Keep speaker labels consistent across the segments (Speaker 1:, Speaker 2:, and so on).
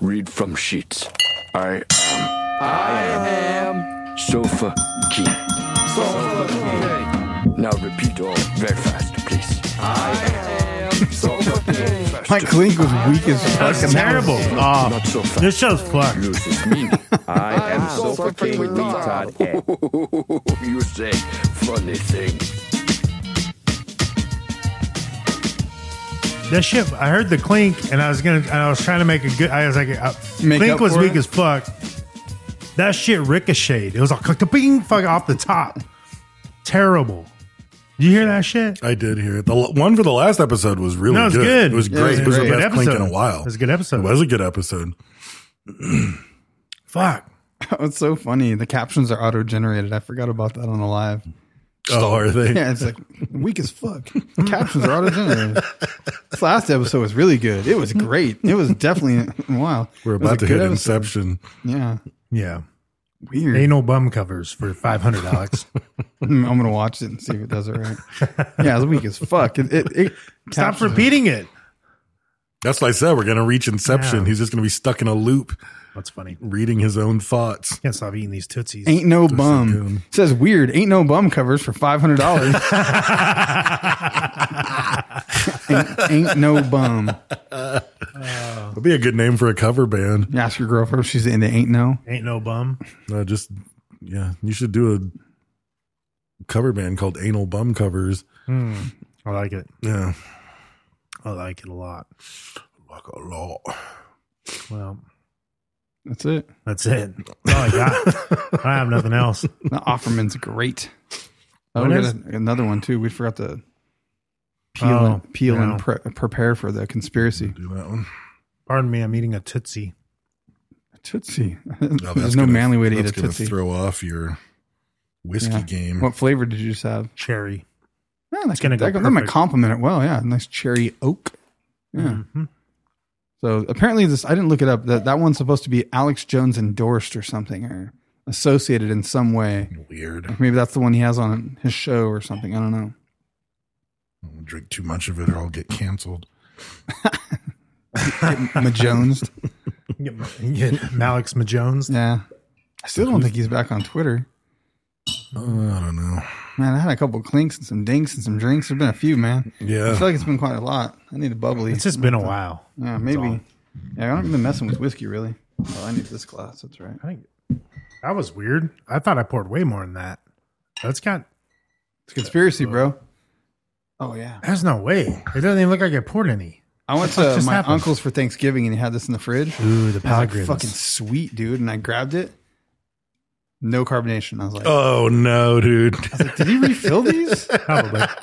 Speaker 1: read from sheets. I am. I am. Sofa King. Sofa King. Now repeat all very fast, please.
Speaker 2: Mike Link was weak as fuck.
Speaker 3: That's
Speaker 2: and that was-
Speaker 3: terrible. Aw,
Speaker 1: Not so fast.
Speaker 3: this show's fucked.
Speaker 1: Loses meaning.
Speaker 4: I am Sofa King with Todd Ed.
Speaker 1: you say funny thing.
Speaker 3: That shit. I heard the clink, and I was gonna. And I was trying to make a good. I was like, uh,
Speaker 2: Make
Speaker 3: clink
Speaker 2: up
Speaker 3: was
Speaker 2: for
Speaker 3: weak
Speaker 2: it?
Speaker 3: as fuck. That shit ricocheted. It was like bing, fuck off the top. Terrible. You hear that shit?
Speaker 5: I did hear it. The l- one for the last episode was really
Speaker 3: No, it was
Speaker 5: good.
Speaker 3: good.
Speaker 5: It was
Speaker 3: Yeah, it
Speaker 5: great.
Speaker 3: was
Speaker 5: It was,
Speaker 3: great.
Speaker 5: the
Speaker 3: Good
Speaker 5: best Clink in
Speaker 3: episode.
Speaker 5: a while.
Speaker 3: It was a good episode.
Speaker 5: It was a good episode. Fuck.
Speaker 2: It's so funny. The captions are auto generated. I forgot about that on the live.
Speaker 5: Oh, are they?
Speaker 2: Yeah, it's like weak as fuck. The captions are auto generated. This last episode was really good. It was great. It was definitely wow.
Speaker 5: We're
Speaker 2: It was
Speaker 5: about to
Speaker 2: a
Speaker 5: hit
Speaker 2: good episode.
Speaker 5: Inception.
Speaker 2: Yeah,
Speaker 3: Yeah.
Speaker 2: weird.
Speaker 3: Anal bum covers for five hundred, Alex.
Speaker 2: Mm, I'm gonna watch it and see if it does it right. Yeah, it's weak as fuck. It, it, it
Speaker 3: Stop
Speaker 2: captures it.
Speaker 3: repeating it.
Speaker 5: That's what I said. We're going to reach Inception.
Speaker 3: Yeah.
Speaker 5: He's just going to be stuck in a loop
Speaker 3: That's funny.
Speaker 5: reading his own thoughts.
Speaker 3: Can't stop eating these tootsies.
Speaker 2: Ain't no
Speaker 5: good one.
Speaker 2: bum. It says weird. Ain't no bum covers for five hundred dollars. ain't, ain't no bum.
Speaker 5: That'd be a good name for a cover band.
Speaker 2: You ask your girlfriend if she's into ain't no.
Speaker 3: Ain't no bum.
Speaker 5: Uh, just, yeah, you should do a cover band called Anal Bum Covers.
Speaker 3: I like it.
Speaker 5: Yeah.
Speaker 3: I like it a lot.
Speaker 5: Like a lot.
Speaker 3: Well,
Speaker 2: That's it.
Speaker 3: that's it. Oh I got. I have nothing else.
Speaker 2: The Offerman's great. Oh,
Speaker 3: What
Speaker 2: we got
Speaker 3: is-
Speaker 2: a- another one too. We forgot to peel
Speaker 3: Oh,
Speaker 2: and peel
Speaker 3: yeah.
Speaker 2: and pre- prepare for the conspiracy.
Speaker 5: Do that one.
Speaker 3: Pardon me, I'm eating a tootsie.
Speaker 2: Tootsie.
Speaker 5: No, that's
Speaker 2: There's no
Speaker 5: gonna-
Speaker 2: manly way to eat a
Speaker 5: that's gonna
Speaker 2: tootsie.
Speaker 5: Throw off your whiskey
Speaker 2: Yeah.
Speaker 5: game.
Speaker 2: What flavor did you just have?
Speaker 3: Cherry.
Speaker 2: Yeah, that's
Speaker 3: gonna
Speaker 2: gonna
Speaker 3: go
Speaker 2: that, that might
Speaker 3: perfect.
Speaker 2: compliment it well. Yeah, nice cherry oak. Yeah.
Speaker 3: Mhm.
Speaker 2: So apparently this I didn't look it up. That that one's supposed to be Alex Jones endorsed or something or associated in some way.
Speaker 5: Weird.
Speaker 2: Maybe that's the one he has on his show or something. I don't know.
Speaker 5: I'll drink too much of it or I'll get canceled.
Speaker 2: Majones.
Speaker 3: Get my- get Malix Majones.
Speaker 2: Yeah. I still don't think he's back on Twitter.
Speaker 5: Uh, I don't know.
Speaker 2: Man, I had a couple clinks and some dinks and some drinks. There's been a few, man.
Speaker 5: Yeah.
Speaker 2: I feel like it's been quite a lot. I need a bubbly.
Speaker 3: It's just been a while.
Speaker 2: yeah,
Speaker 3: That's all.
Speaker 2: maybe. Yeah, I haven't been messing with whiskey really. Well, I need this glass. That's right.
Speaker 3: I think that was weird. I thought I poured way more than that. That's got.
Speaker 2: It's conspiracy, bro. Oh yeah.
Speaker 3: There's no way. It doesn't even look like I poured any.
Speaker 2: I went
Speaker 3: fuck
Speaker 2: to
Speaker 3: just
Speaker 2: my
Speaker 3: happened?
Speaker 2: uncle's for Thanksgiving and he had this in the fridge.
Speaker 3: Ooh, the
Speaker 2: I was like,
Speaker 3: Pellegrins.
Speaker 2: fucking sweet, dude. And I grabbed it. No carbonation. I was like,
Speaker 5: Oh no, dude.
Speaker 2: did he refill these? I
Speaker 3: Probably.
Speaker 2: was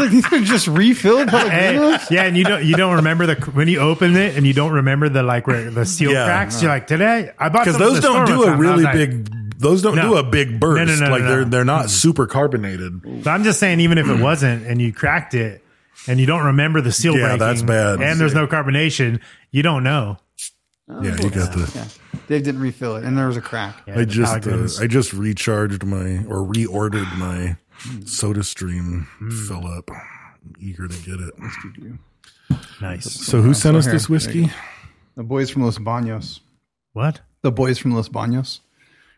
Speaker 2: like, these are just refilled
Speaker 3: Hey,
Speaker 2: Pellegrinos?
Speaker 3: yeah, and you don't you don't remember the when you open it and you don't remember the like where the seal
Speaker 5: Yeah.
Speaker 3: cracks. You're like, today I bought
Speaker 5: Because
Speaker 3: some at
Speaker 5: those
Speaker 3: the
Speaker 5: don't
Speaker 3: store
Speaker 5: do
Speaker 3: one
Speaker 5: a
Speaker 3: time," and I
Speaker 5: really
Speaker 3: was like-
Speaker 5: big. Those don't
Speaker 3: No.
Speaker 5: do a big burst.
Speaker 3: No, no, no,
Speaker 5: like
Speaker 3: no,
Speaker 5: they're
Speaker 3: no. Mm-hmm. Oh,
Speaker 5: they're not super carbonated.
Speaker 3: So I'm just saying, even if it wasn't, and you cracked it, and you don't remember the seal
Speaker 5: Yeah,
Speaker 3: breaking,
Speaker 5: that's bad.
Speaker 3: And there's no carbonation, you don't know.
Speaker 5: yeah, you got the.
Speaker 2: Yeah. Dave didn't refill it. And there was a crack.
Speaker 3: Yeah,
Speaker 5: I
Speaker 3: the
Speaker 5: just
Speaker 3: Pellegrins.
Speaker 5: uh, I just recharged my or reordered my Soda Stream
Speaker 3: Mm-hmm.
Speaker 5: fill up. I'm eager to get it.
Speaker 3: nice.
Speaker 5: So who sent us
Speaker 2: here.
Speaker 5: this
Speaker 2: There you
Speaker 5: whiskey?
Speaker 2: The boys from Los Banos.
Speaker 3: What?
Speaker 2: The boys from Los Banos.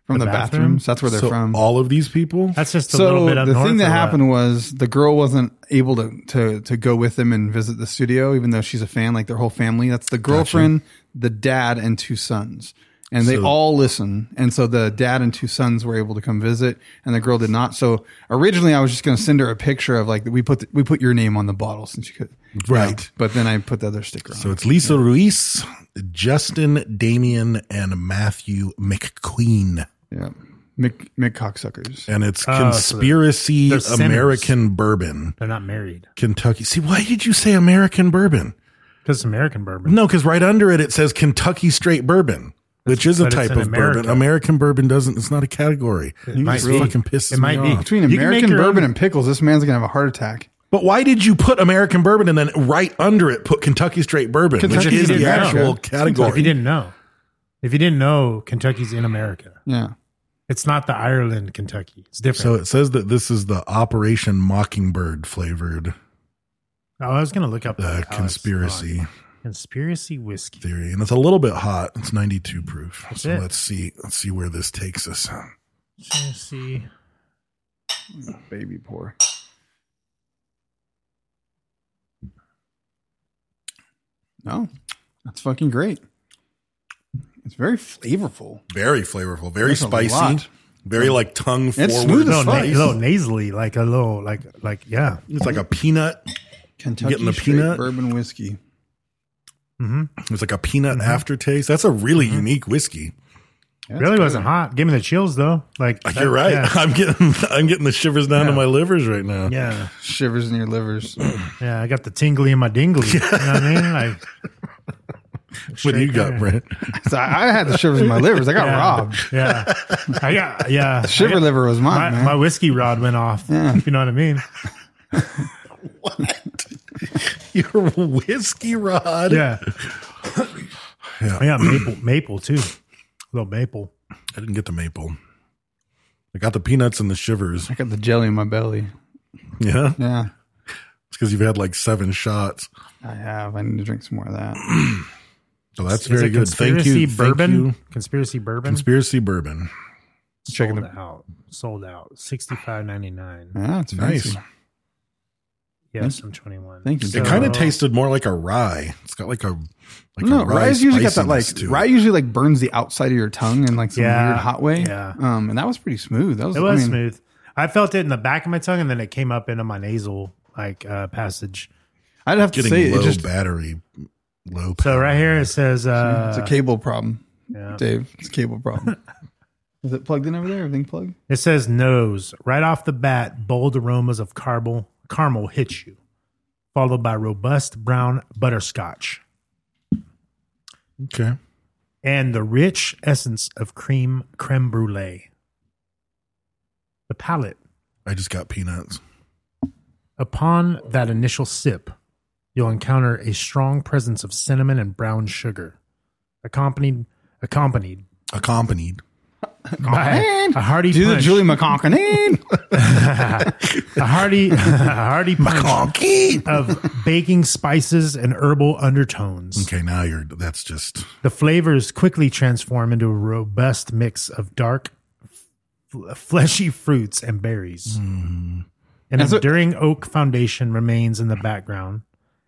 Speaker 2: From
Speaker 3: The
Speaker 2: the,
Speaker 3: bathrooms?
Speaker 2: bathrooms. That's where they're
Speaker 5: So
Speaker 2: from.
Speaker 5: all of these people.
Speaker 3: That's just a
Speaker 2: so
Speaker 3: little bit up
Speaker 2: the
Speaker 3: north.
Speaker 2: thing
Speaker 3: or
Speaker 2: that
Speaker 3: what?
Speaker 2: happened was the girl wasn't able to, to to go with them and visit the studio even though she's a fan like their whole family that's the girlfriend the dad and two sons and they
Speaker 5: So-
Speaker 2: all listen and so the dad and two sons were able to come visit and the girl did not so originally i was just going to send her a picture of like we put the, we put your name on the bottle since you could you know,
Speaker 5: Right.
Speaker 2: but then i put the other sticker on
Speaker 5: So it's Lisa Ruiz, Justin Damien, and Matthew McQueen.
Speaker 2: yeah mick mick cocksuckers
Speaker 5: And it's
Speaker 3: Oh, so they're-
Speaker 5: Conspiracy
Speaker 3: they're sinners.
Speaker 5: American Bourbon,
Speaker 3: They're not married.
Speaker 5: Kentucky. See, why did you say American Bourbon?
Speaker 3: Because it's American bourbon.
Speaker 5: No, because right under it it says Kentucky Straight Bourbon, which is a
Speaker 3: but it's
Speaker 5: type
Speaker 3: in
Speaker 5: of bourbon.
Speaker 3: America.
Speaker 5: American bourbon doesn't. It's not a category. You
Speaker 3: might
Speaker 5: just
Speaker 3: be.
Speaker 5: fucking pisses
Speaker 3: It might
Speaker 5: me
Speaker 3: be.
Speaker 5: off.
Speaker 2: Between
Speaker 3: You can make
Speaker 2: American
Speaker 3: your own-
Speaker 2: bourbon and pickles, this man's gonna have a heart attack.
Speaker 5: But why did you put American bourbon and then right under it put Kentucky Straight Bourbon,
Speaker 2: Kentucky
Speaker 5: which is
Speaker 3: is in
Speaker 5: the actual
Speaker 2: America.
Speaker 3: If you
Speaker 5: category?
Speaker 3: didn't know, if you didn't know, Kentucky's in America.
Speaker 2: Yeah.
Speaker 3: It's not the Ireland Kentucky. It's
Speaker 5: So
Speaker 3: different.
Speaker 5: it says that this is the Operation Mockingbird flavored
Speaker 3: oh, I was gonna look up
Speaker 5: uh,
Speaker 3: how it's
Speaker 5: conspiracy
Speaker 3: spelled. Conspiracy whiskey.
Speaker 5: theory, and it's a little bit hot. It's ninety two proof. so
Speaker 3: it.
Speaker 5: let's see. Let's see where this takes us.
Speaker 3: Let's see.
Speaker 2: Baby pour. No, that's fucking great. It's very flavorful.
Speaker 5: Very flavorful. Very
Speaker 2: That's a
Speaker 5: spicy.
Speaker 2: lot.
Speaker 5: Very like tongue forward.
Speaker 2: It's smooth as
Speaker 3: No, na-
Speaker 2: fuck.
Speaker 3: a little nasally, like a little, like, like, yeah.
Speaker 5: It's like a peanut.
Speaker 2: Kentucky
Speaker 5: Getting the
Speaker 2: straight
Speaker 5: peanut?
Speaker 2: bourbon whiskey.
Speaker 5: It's like a peanut aftertaste. That's a really unique whiskey.
Speaker 2: Yeah, it's
Speaker 3: really
Speaker 2: good.
Speaker 3: wasn't hot. Gave me the chills though. Like
Speaker 5: Like, You're right.
Speaker 3: Yeah.
Speaker 5: I'm getting I'm getting the shivers down to my livers right now.
Speaker 3: yeah,
Speaker 2: Shivers in your livers.
Speaker 3: Yeah, I got the tingly in my dingly. You know what I mean? Like,
Speaker 5: What do you got,
Speaker 3: there.
Speaker 5: Brent?
Speaker 2: So I I had the shivers in my livers. I got
Speaker 3: yeah,
Speaker 2: robbed.
Speaker 3: Yeah, I got yeah.
Speaker 2: Shiver
Speaker 3: I got-
Speaker 2: liver was mine,
Speaker 3: My,
Speaker 2: man.
Speaker 3: my whiskey rod went off. You know what I mean?
Speaker 5: Your whiskey rod.
Speaker 3: Yeah,
Speaker 5: Yeah.
Speaker 3: yeah. Maple, maple too. A little maple.
Speaker 5: I didn't get the maple. I got the peanuts and the shivers.
Speaker 2: I got the jelly in my belly.
Speaker 5: Yeah.
Speaker 2: Yeah,
Speaker 5: It's because you've had like seven shots.
Speaker 2: I have. I need to drink some more of that.
Speaker 5: So that's
Speaker 3: Is
Speaker 5: very
Speaker 3: it
Speaker 5: good. Thank
Speaker 3: conspiracy
Speaker 5: you.
Speaker 3: Bourbon.
Speaker 5: Thank you.
Speaker 3: Conspiracy bourbon.
Speaker 5: Conspiracy bourbon.
Speaker 2: Checking
Speaker 3: sold
Speaker 2: it.
Speaker 3: out. Sold out. Sixty five ninety nine.
Speaker 2: Yeah, it's
Speaker 5: Nice.
Speaker 2: nice.
Speaker 3: Yes, I'm twenty one.
Speaker 2: Thank you.
Speaker 5: It
Speaker 2: So-
Speaker 5: kind
Speaker 3: Oh.
Speaker 5: of tasted more like a rye. It's got like a like
Speaker 2: no,
Speaker 5: a rye
Speaker 2: rye's usually got that like
Speaker 5: spiciness to it.
Speaker 2: rye usually like burns the outside of your tongue in like some
Speaker 3: Yeah,
Speaker 2: weird hot way.
Speaker 3: yeah.
Speaker 2: Um, and that was pretty smooth. That was,
Speaker 3: uh, It was
Speaker 2: I mean,
Speaker 3: smooth. I felt it in the back of my tongue, and then it came up into my nasal like uh, passage.
Speaker 2: I'd have to
Speaker 5: getting
Speaker 2: say
Speaker 5: low
Speaker 2: it just
Speaker 5: battery, low.
Speaker 3: So
Speaker 5: power.
Speaker 3: right here it says uh,
Speaker 2: it's a cable problem,
Speaker 3: yeah.
Speaker 2: Dave. It's a cable problem. Is it plugged in over there? Everything plugged?
Speaker 3: It says nose. Right off the bat, bold aromas of caramel, caramel hit you, followed by robust brown butterscotch
Speaker 5: Okay.
Speaker 3: and the rich essence of cream creme brulee. The palate,
Speaker 5: I just got peanuts.
Speaker 3: upon that initial sip, you'll encounter a strong presence of cinnamon and brown sugar, accompanied accompanied
Speaker 5: Accompanied.
Speaker 3: by a hearty
Speaker 2: Do the
Speaker 3: punch,
Speaker 2: Julie McConkin.
Speaker 3: a hearty, a hearty punch
Speaker 5: Conky.
Speaker 3: of baking spices and herbal undertones.
Speaker 5: Okay, now you're. That's just.
Speaker 3: The flavors quickly transform into a robust mix of dark, f- fleshy fruits and berries. An
Speaker 2: Mm-hmm. And so-
Speaker 3: enduring oak foundation remains in the background,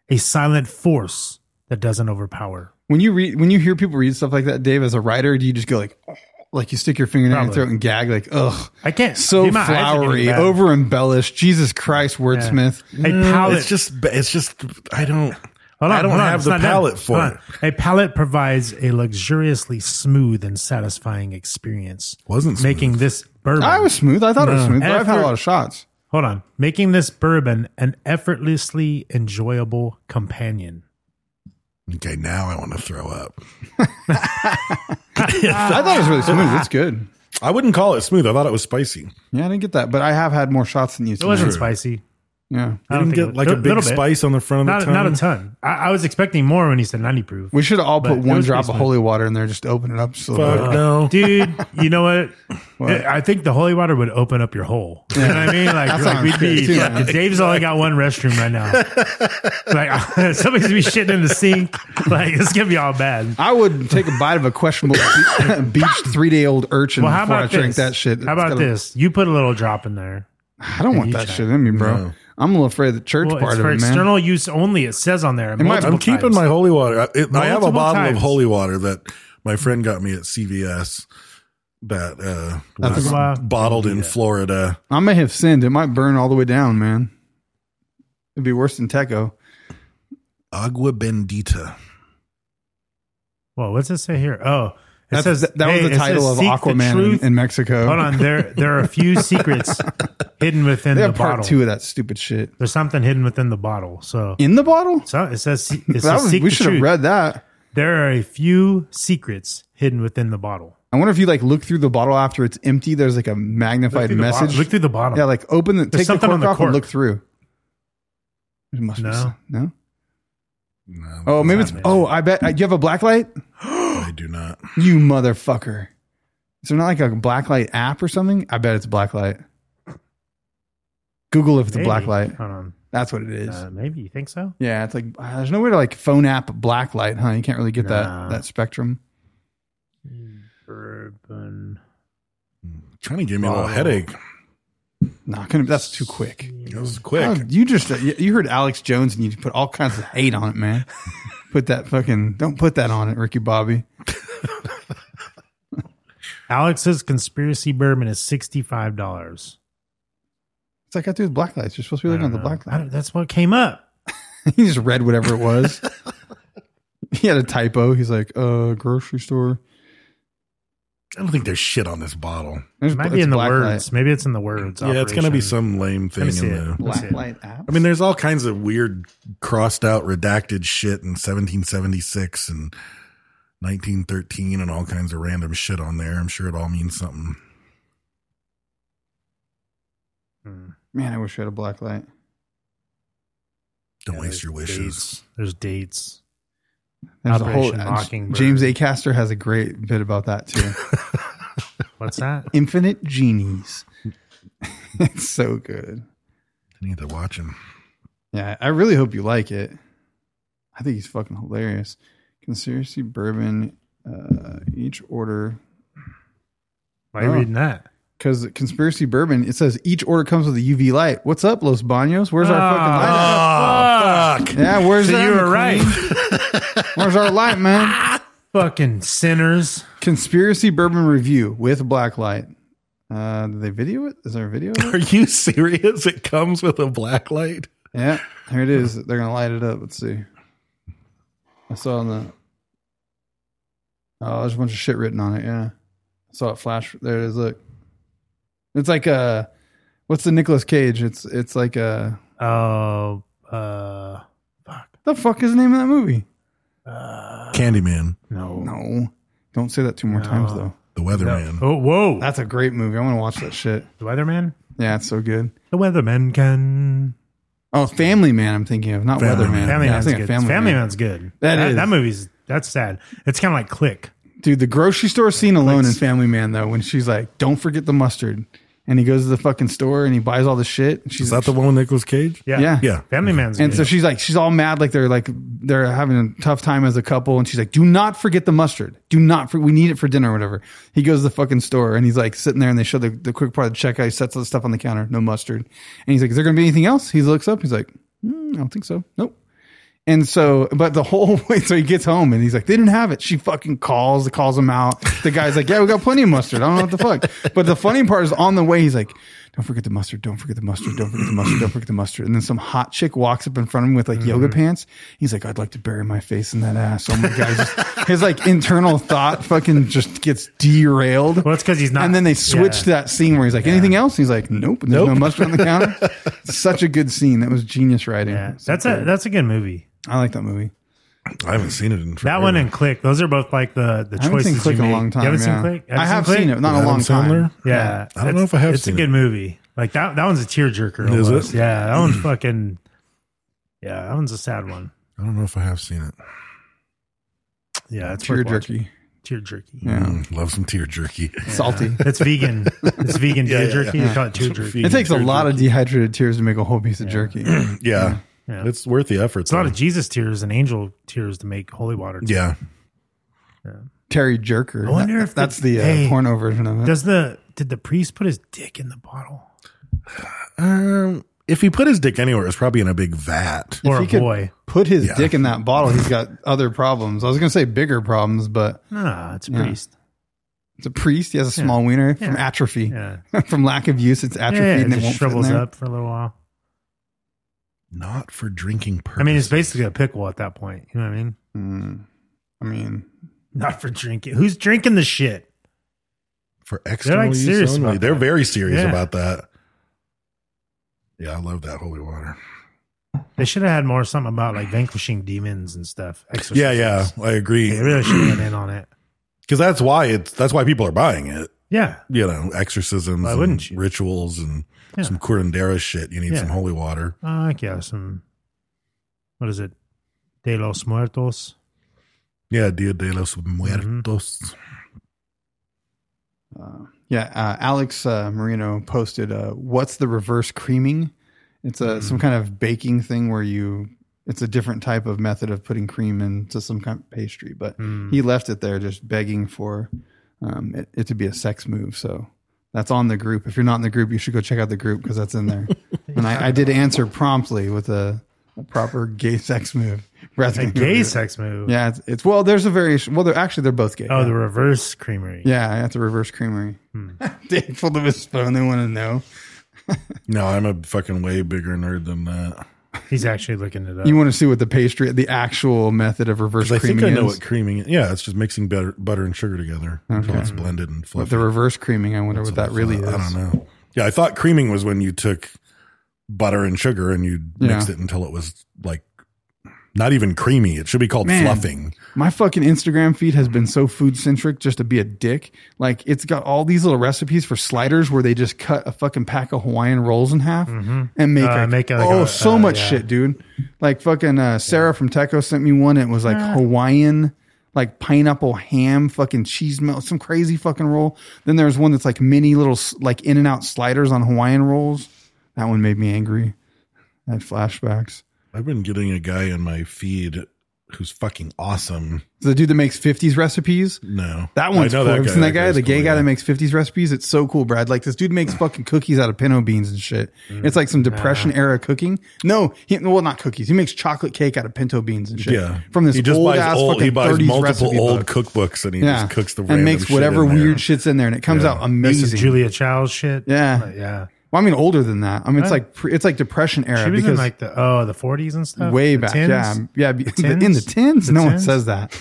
Speaker 3: a silent force that doesn't overpower.
Speaker 2: when you read, when you hear people read stuff like that, Dave, as a writer, do you just go like, "Oh," like you stick your finger down
Speaker 3: Probably.
Speaker 2: your throat and gag, like, ugh,
Speaker 3: I can't.
Speaker 2: so
Speaker 3: dude, my eyes are getting
Speaker 2: flowery,
Speaker 3: bad.
Speaker 2: over embellished. Jesus Christ, wordsmith.
Speaker 3: A palate.
Speaker 5: It's just. It's just. I don't.
Speaker 3: Hold on,
Speaker 5: I don't
Speaker 3: hold on,
Speaker 5: have
Speaker 3: it's
Speaker 5: the
Speaker 3: not done.
Speaker 5: palate for
Speaker 3: Hold
Speaker 5: it.
Speaker 3: on. A palate provides a luxuriously smooth and satisfying experience.
Speaker 5: Wasn't smooth.
Speaker 3: making this bourbon. Mm.
Speaker 2: I was smooth. I thought it was smooth. But I've had a
Speaker 3: Effort-
Speaker 2: lot of shots.
Speaker 3: Hold on. Making this bourbon an effortlessly enjoyable companion.
Speaker 5: Okay, now I want to throw up.
Speaker 2: I thought it was really smooth. It's good.
Speaker 5: I wouldn't call it smooth. I thought it was spicy.
Speaker 2: Yeah, I didn't get that, but I have had more shots than you.
Speaker 3: It wasn't
Speaker 2: tonight.
Speaker 3: spicy. I
Speaker 2: Yeah.
Speaker 5: didn't
Speaker 3: don't think
Speaker 5: get
Speaker 3: it was-
Speaker 5: like a
Speaker 3: li-
Speaker 5: big
Speaker 3: little bit.
Speaker 5: spice on the front of
Speaker 3: Not,
Speaker 5: the tongue.
Speaker 3: not a ton. I, I was expecting more when he said 90 proof.
Speaker 2: We should all
Speaker 3: But
Speaker 2: put
Speaker 3: it
Speaker 2: one
Speaker 3: was
Speaker 2: drop of
Speaker 3: pretty
Speaker 2: holy water in there, just to open it up. So
Speaker 5: Fuck no.
Speaker 3: uh, Dude, you know what? I I think the holy water would open up your hole. You know what I mean? Like,
Speaker 2: That
Speaker 3: like
Speaker 2: sounds
Speaker 3: we'd be,
Speaker 2: good, too, man.
Speaker 3: Dave's only got one restroom right now. like, somebody's gonna be shitting in the sink. Like, it's gonna be all bad.
Speaker 2: I would take a bite of a questionable be- beached three day old urchin
Speaker 3: Well, how
Speaker 2: before I
Speaker 3: about
Speaker 2: drink
Speaker 3: this?
Speaker 2: that shit.
Speaker 3: How
Speaker 2: It's
Speaker 3: about
Speaker 2: gotta-
Speaker 3: this? You put a little drop in there.
Speaker 2: I don't want
Speaker 3: you
Speaker 2: that
Speaker 3: try.
Speaker 2: shit in me, bro. I'm a little afraid of the church
Speaker 3: Well,
Speaker 2: part
Speaker 3: it's
Speaker 2: of
Speaker 3: for
Speaker 2: it, man.
Speaker 3: external use only. It says on there.
Speaker 2: might-
Speaker 3: multiple
Speaker 5: I'm keeping
Speaker 3: times.
Speaker 5: my holy water. I- It, I have a
Speaker 3: Multiple
Speaker 5: bottle
Speaker 3: times.
Speaker 5: of holy water that my friend got me at CVS. That uh, was
Speaker 3: why-
Speaker 5: bottled in Florida.
Speaker 2: I may have sinned. It might burn all the way down, man. It'd be worse than Teco.
Speaker 5: Agua Bendita.
Speaker 3: Well, what's it say here? Oh, it
Speaker 2: That's,
Speaker 3: says
Speaker 2: that, that
Speaker 3: hey,
Speaker 2: was
Speaker 3: it
Speaker 2: the title
Speaker 3: says,
Speaker 2: of
Speaker 3: "Seek the
Speaker 2: Aquaman
Speaker 3: truth."
Speaker 2: in, in Mexico.
Speaker 3: Hold on, there there are a few secrets hidden within
Speaker 2: They
Speaker 3: the
Speaker 2: have part
Speaker 3: bottle.
Speaker 2: two of that stupid shit.
Speaker 3: There's something hidden within the bottle. So
Speaker 2: In the bottle?
Speaker 3: So it says it
Speaker 2: That
Speaker 3: says
Speaker 2: was-
Speaker 3: seek
Speaker 2: we
Speaker 3: the
Speaker 2: should have
Speaker 3: truth.
Speaker 2: read that.
Speaker 3: There are a few secrets hidden within the bottle.
Speaker 2: I wonder if you like look through the bottle after it's empty. There's like a magnified
Speaker 3: through the bottom.
Speaker 2: message.
Speaker 3: Look through the bottom.
Speaker 2: Yeah, like open the
Speaker 3: There's
Speaker 2: take the
Speaker 3: something
Speaker 2: cork
Speaker 3: on the
Speaker 2: off
Speaker 3: cork.
Speaker 2: and look through. There must be
Speaker 3: No.
Speaker 2: some- no. oh, maybe it's. Oh, I bet. Do you have a black light?
Speaker 5: I do not.
Speaker 2: You motherfucker. Is there not like a blacklight app or something? I bet it's blacklight. Google if it's
Speaker 3: Maybe.
Speaker 2: a blacklight.
Speaker 3: Hold on.
Speaker 2: That's what it is.
Speaker 3: Uh, maybe you think so?
Speaker 2: yeah, it's like uh, there's no way to like phone app blacklight, huh? You can't really get
Speaker 3: Nah.
Speaker 2: that that spectrum.
Speaker 3: Bourbon.
Speaker 5: Trying to give me a little
Speaker 3: Wow.
Speaker 5: headache.
Speaker 2: Not gonna. That's too quick.
Speaker 5: That was quick.
Speaker 2: Oh, you just you you heard Alex Jones and you put all kinds of hate on it, man. put that fucking don't put that on it, Ricky Bobby.
Speaker 3: Alex's conspiracy bourbon is sixty five dollars.
Speaker 2: It's like I threw the black lights. You're supposed to be looking at the black light.
Speaker 3: That's what came up.
Speaker 2: He just read whatever it was. he had a typo. He's like, uh, grocery store.
Speaker 5: I don't think there's shit on this bottle.
Speaker 2: There's-
Speaker 3: It might
Speaker 2: it's
Speaker 3: be in the
Speaker 2: black
Speaker 3: words.
Speaker 2: light.
Speaker 3: Maybe it's in the words.
Speaker 5: Yeah, it's gonna be
Speaker 3: operation.
Speaker 5: some lame
Speaker 3: Let me
Speaker 5: thing
Speaker 3: see
Speaker 5: in
Speaker 3: it.
Speaker 5: there.
Speaker 3: Let's see
Speaker 2: Black
Speaker 3: it.
Speaker 2: light app.
Speaker 5: I mean, there's all kinds of weird, crossed out, redacted shit in 1776 and 1913 and all kinds of random shit on there. I'm sure it all means something.
Speaker 2: man, I wish I had a black light.
Speaker 5: Don't
Speaker 3: Yeah,
Speaker 5: waste
Speaker 3: there's
Speaker 5: your wishes.
Speaker 3: dates. There's dates.
Speaker 2: There's a whole
Speaker 3: Operation
Speaker 2: uh,
Speaker 3: Mockingbird.
Speaker 2: James A. Caster has a great bit about that too.
Speaker 3: What's that?
Speaker 2: Infinite genies. it's so good.
Speaker 5: I need to watch him.
Speaker 2: Yeah, I really hope you like it. I think he's fucking hilarious. Conspiracy bourbon. Uh, each order
Speaker 3: Why are you
Speaker 2: Oh.
Speaker 3: reading that?
Speaker 2: because conspiracy bourbon. It says each order comes with a UV light. What's up, Los Banos? Where's our fucking light?
Speaker 3: Oh, fuck.
Speaker 2: Yeah, where's
Speaker 3: So
Speaker 2: that,
Speaker 3: you were
Speaker 2: McQueen?
Speaker 3: right.
Speaker 2: Where's our light, man?
Speaker 3: Fucking sinners.
Speaker 2: Conspiracy bourbon review with blacklight. Uh, did they video it? Is there a video? Of it?
Speaker 5: Are you serious? It comes with a black light?
Speaker 2: yeah, here it is. They're gonna light it up. Let's see. I saw on the. Oh, there's a bunch of shit written on it. Yeah, I saw it flash. There it is. Look, it's like a. What's the Nicolas Cage? It's it's like uh, a.
Speaker 3: Oh, uh, fuck.
Speaker 2: The fuck is the name of that movie?
Speaker 5: Candyman,
Speaker 3: No.
Speaker 2: No, don't say that two more times though.
Speaker 5: the weatherman.
Speaker 3: Oh, whoa.
Speaker 2: That's a great movie. I want to watch that shit.
Speaker 3: the weatherman?
Speaker 2: Yeah, it's so good.
Speaker 3: The weatherman can.
Speaker 2: Oh, Family Man. I'm thinking of not
Speaker 5: Family
Speaker 2: Weatherman.
Speaker 5: Man.
Speaker 3: Family
Speaker 2: yeah, I
Speaker 3: Man's
Speaker 2: think
Speaker 3: good.
Speaker 2: of
Speaker 3: Family,
Speaker 2: Man.
Speaker 3: Man's good.
Speaker 2: That is.
Speaker 3: That movie's, that's sad. It's kind of like Click.
Speaker 2: Dude, the grocery store scene alone in Family Man, though, when she's like, "Don't forget the mustard," and he goes to the fucking store and he buys all the shit. and She's
Speaker 5: Is that the one with Nicolas Cage?
Speaker 3: Yeah.
Speaker 2: Yeah.
Speaker 5: Yeah.
Speaker 3: Family Man's
Speaker 2: and
Speaker 3: good.
Speaker 2: so she's like, she's all mad, like they're like they're having a tough time as a couple, and she's like, "Do not forget the mustard. Do not. For- we need it for dinner, or whatever." He goes to the fucking store and he's like sitting there, and they show the, the quick part of the checkout. He sets all the stuff on the counter, no mustard, and he's like, "Is there going to be anything else?" He looks up, he's like, "Mm, "I don't think so. Nope." And so, but the whole way, so he gets home and he's like, they didn't have it. She fucking calls, calls him out. The guy's like, yeah, we got plenty of mustard. I don't know what the fuck. But the funny part is on the way, he's like, don't forget the mustard. Don't forget the mustard. Don't forget the mustard. Don't forget the mustard. And then some hot chick walks up in front of him with
Speaker 3: Mm-hmm.
Speaker 2: like yoga pants. He's like, I'd like to bury my face in that ass. Oh my God. Just, his like internal thought fucking just gets derailed.
Speaker 3: well, it's because he's not.
Speaker 2: And then they switch to
Speaker 3: yeah.
Speaker 2: that scene where he's like, anything else? He's like, nope. And there's no mustard on the counter. Such a good scene. That was genius writing.
Speaker 3: Yeah. That's a, that's a good movie.
Speaker 2: I like that movie.
Speaker 5: I haven't seen it in forever.
Speaker 3: That one and Click, those are both like the, the
Speaker 2: I haven't
Speaker 3: choices
Speaker 2: seen Click
Speaker 3: you
Speaker 2: in a
Speaker 3: make.
Speaker 2: long time.
Speaker 3: You haven't
Speaker 2: yeah.
Speaker 3: seen Click?
Speaker 2: I have seen it, not in a
Speaker 5: Adam
Speaker 2: long
Speaker 5: Sandler?
Speaker 2: time.
Speaker 3: Yeah.
Speaker 5: I don't know if I have
Speaker 3: It's
Speaker 5: seen
Speaker 3: a
Speaker 5: it.
Speaker 3: good movie. Like that that one's a
Speaker 5: Is it?
Speaker 3: tearjerker.
Speaker 5: Hmm.
Speaker 3: almost. Yeah, that one's fucking Yeah, that one's a sad one.
Speaker 5: I don't know if I have seen it.
Speaker 3: Yeah, it's
Speaker 2: Tear
Speaker 3: worth watching.
Speaker 2: jerky.
Speaker 3: Tear jerky.
Speaker 2: Yeah.
Speaker 5: Mm, love some tear jerky.
Speaker 2: Salty.
Speaker 3: It's vegan. It's vegan
Speaker 5: Yeah,
Speaker 3: tear
Speaker 5: yeah,
Speaker 3: jerky.
Speaker 5: yeah.
Speaker 3: They call it tear jerky.
Speaker 2: It takes a
Speaker 5: Tear
Speaker 2: lot of dehydrated tears to make a whole piece of jerky.
Speaker 5: jerky. Yeah.
Speaker 3: Yeah.
Speaker 5: It's worth the effort.
Speaker 3: It's a lot
Speaker 5: though.
Speaker 3: of Jesus tears and angel tears to make holy water.
Speaker 5: Yeah.
Speaker 2: Terry Jerker.
Speaker 3: I wonder if the-
Speaker 2: that's the, uh,
Speaker 3: hey,
Speaker 2: porno version of it.
Speaker 3: Does the did the priest put his dick in the bottle
Speaker 5: Um, if he put his dick anywhere, it's probably in a big vat.
Speaker 3: or a
Speaker 2: he could-
Speaker 3: boy?
Speaker 2: Put his
Speaker 5: Yeah.
Speaker 2: dick in that bottle. He's got other problems. I was going to say bigger problems, but
Speaker 3: Nah, Ah, it's a
Speaker 2: Yeah.
Speaker 3: priest.
Speaker 2: it's a priest. He has a small wiener from
Speaker 3: Yeah.
Speaker 2: atrophy.
Speaker 3: Yeah,
Speaker 2: from lack of use, it's
Speaker 3: yeah,
Speaker 2: atrophy
Speaker 3: yeah, it
Speaker 2: and it,
Speaker 3: just
Speaker 2: won't fit in
Speaker 3: shrivels
Speaker 2: there.
Speaker 3: up for a little while.
Speaker 5: Not for drinking purposes.
Speaker 3: I mean, it's basically a pickle at that point. You know what I mean?
Speaker 2: Hmm. I mean,
Speaker 3: Not for drinking. Who's drinking the shit?
Speaker 5: for external use
Speaker 3: serious
Speaker 5: only.
Speaker 3: about
Speaker 5: They're
Speaker 3: that.
Speaker 5: very serious
Speaker 3: Yeah.
Speaker 5: about that. Yeah, I love that holy water.
Speaker 3: They should have had more something about like vanquishing demons and stuff. Exorcisms.
Speaker 5: Yeah, yeah, I agree.
Speaker 3: They really should have went in on it.
Speaker 5: Because that's why it's that's why people are buying it.
Speaker 3: Yeah.
Speaker 5: You know, exorcisms,
Speaker 3: Why
Speaker 5: and
Speaker 3: wouldn't you?
Speaker 5: rituals, and
Speaker 3: Yeah.
Speaker 5: some curandera shit. You need
Speaker 3: Yeah.
Speaker 5: some holy water.
Speaker 3: Uh, like, yeah, some, what is it? De los Muertos.
Speaker 5: Yeah, Dia de los Muertos.
Speaker 2: Yeah, uh, Alex uh, Marino posted, uh, "What's the reverse creaming? It's a some
Speaker 3: Mm.
Speaker 2: kind of baking thing where you. It's a different type of method of putting cream into some kind of pastry, but
Speaker 3: Mm.
Speaker 2: he left it there, just begging for um, it, it to be a sex move. So that's on the group. If you're not in the group, you should go check out the group because that's in there. and I, I did answer promptly with a, a proper gay sex move. Brad's
Speaker 3: A
Speaker 2: gonna go
Speaker 3: gay
Speaker 2: do it.
Speaker 3: sex move.
Speaker 2: Yeah, it's, it's well. There's a variation. Well, they're actually they're both gay.
Speaker 3: Oh, the reverse creamery.
Speaker 2: Yeah, at the reverse creamery.
Speaker 5: Hmm.
Speaker 2: Dave pulled up his phone. They want to know.
Speaker 5: No, I'm a fucking way bigger nerd than that.
Speaker 3: He's actually looking it up.
Speaker 2: You want to see what the pastry, the actual method of reverse
Speaker 5: 'Cause I think
Speaker 2: creaming
Speaker 5: I know
Speaker 2: is?
Speaker 5: what creaming. is. Yeah, it's just mixing butter, butter and sugar together until it's blended and
Speaker 2: But
Speaker 5: fluffy.
Speaker 2: the reverse creaming, I wonder what
Speaker 5: That's
Speaker 2: that
Speaker 5: I
Speaker 2: really is.
Speaker 5: thought. I don't know. Yeah, I thought creaming was when you took butter and sugar and you mixed
Speaker 2: Yeah.
Speaker 5: it until it was like not even creamy. It should be called
Speaker 2: Man.
Speaker 5: fluffing.
Speaker 2: My fucking Instagram feed has been so food centric just to be a dick. Like it's got all these little recipes for sliders where they just cut a fucking pack of Hawaiian rolls in half and make,
Speaker 3: Uh,
Speaker 2: like,
Speaker 3: make, like,
Speaker 2: oh
Speaker 3: a-
Speaker 2: so
Speaker 3: uh,
Speaker 2: much
Speaker 3: yeah.
Speaker 2: shit, dude. Like fucking uh, Sarah from Teco sent me one. It was like Hawaiian. Like pineapple ham, fucking cheese melt, some crazy fucking roll. Then there's one that's like mini little, s- like in and out sliders on Hawaiian rolls. That one made me angry. I had flashbacks.
Speaker 5: I've been getting a guy in my feed who's fucking awesome.
Speaker 2: The dude that makes 50s recipes.
Speaker 5: No,
Speaker 2: That one's
Speaker 5: I
Speaker 2: cool. Have you seen that guy,
Speaker 5: guy's
Speaker 2: the gay
Speaker 5: cool,
Speaker 2: guy
Speaker 5: yeah.
Speaker 2: that makes 50s recipes? It's so cool, Brad. Like this dude makes fucking cookies out of pinto beans and shit. It's like some depression era cooking. No, he, well, not cookies. He makes chocolate cake out of pinto beans and shit.
Speaker 5: Yeah,
Speaker 2: From this
Speaker 5: he just
Speaker 2: old
Speaker 5: buys
Speaker 2: ass
Speaker 5: old.
Speaker 2: fucking
Speaker 5: He buys
Speaker 2: 30s
Speaker 5: multiple
Speaker 2: recipe
Speaker 5: old
Speaker 2: book.
Speaker 5: cookbooks and he
Speaker 2: Yeah.
Speaker 5: just cooks the
Speaker 2: and
Speaker 5: random
Speaker 2: makes
Speaker 5: shit
Speaker 2: whatever
Speaker 5: in there.
Speaker 2: weird shits in there and it comes out
Speaker 3: That's the
Speaker 2: amazing.
Speaker 3: Julia Child shit.
Speaker 2: Yeah.
Speaker 3: But yeah.
Speaker 2: Well, I mean, older than that. I mean, it's
Speaker 3: Huh?
Speaker 2: like pre, it's like depression era
Speaker 3: She was in
Speaker 2: because
Speaker 3: like the oh the forties and stuff.
Speaker 2: way
Speaker 3: The
Speaker 2: back,
Speaker 3: 10s?
Speaker 2: yeah, yeah, be-
Speaker 3: tens?
Speaker 2: in the tens.
Speaker 3: The
Speaker 2: no one
Speaker 3: tens?
Speaker 2: says that.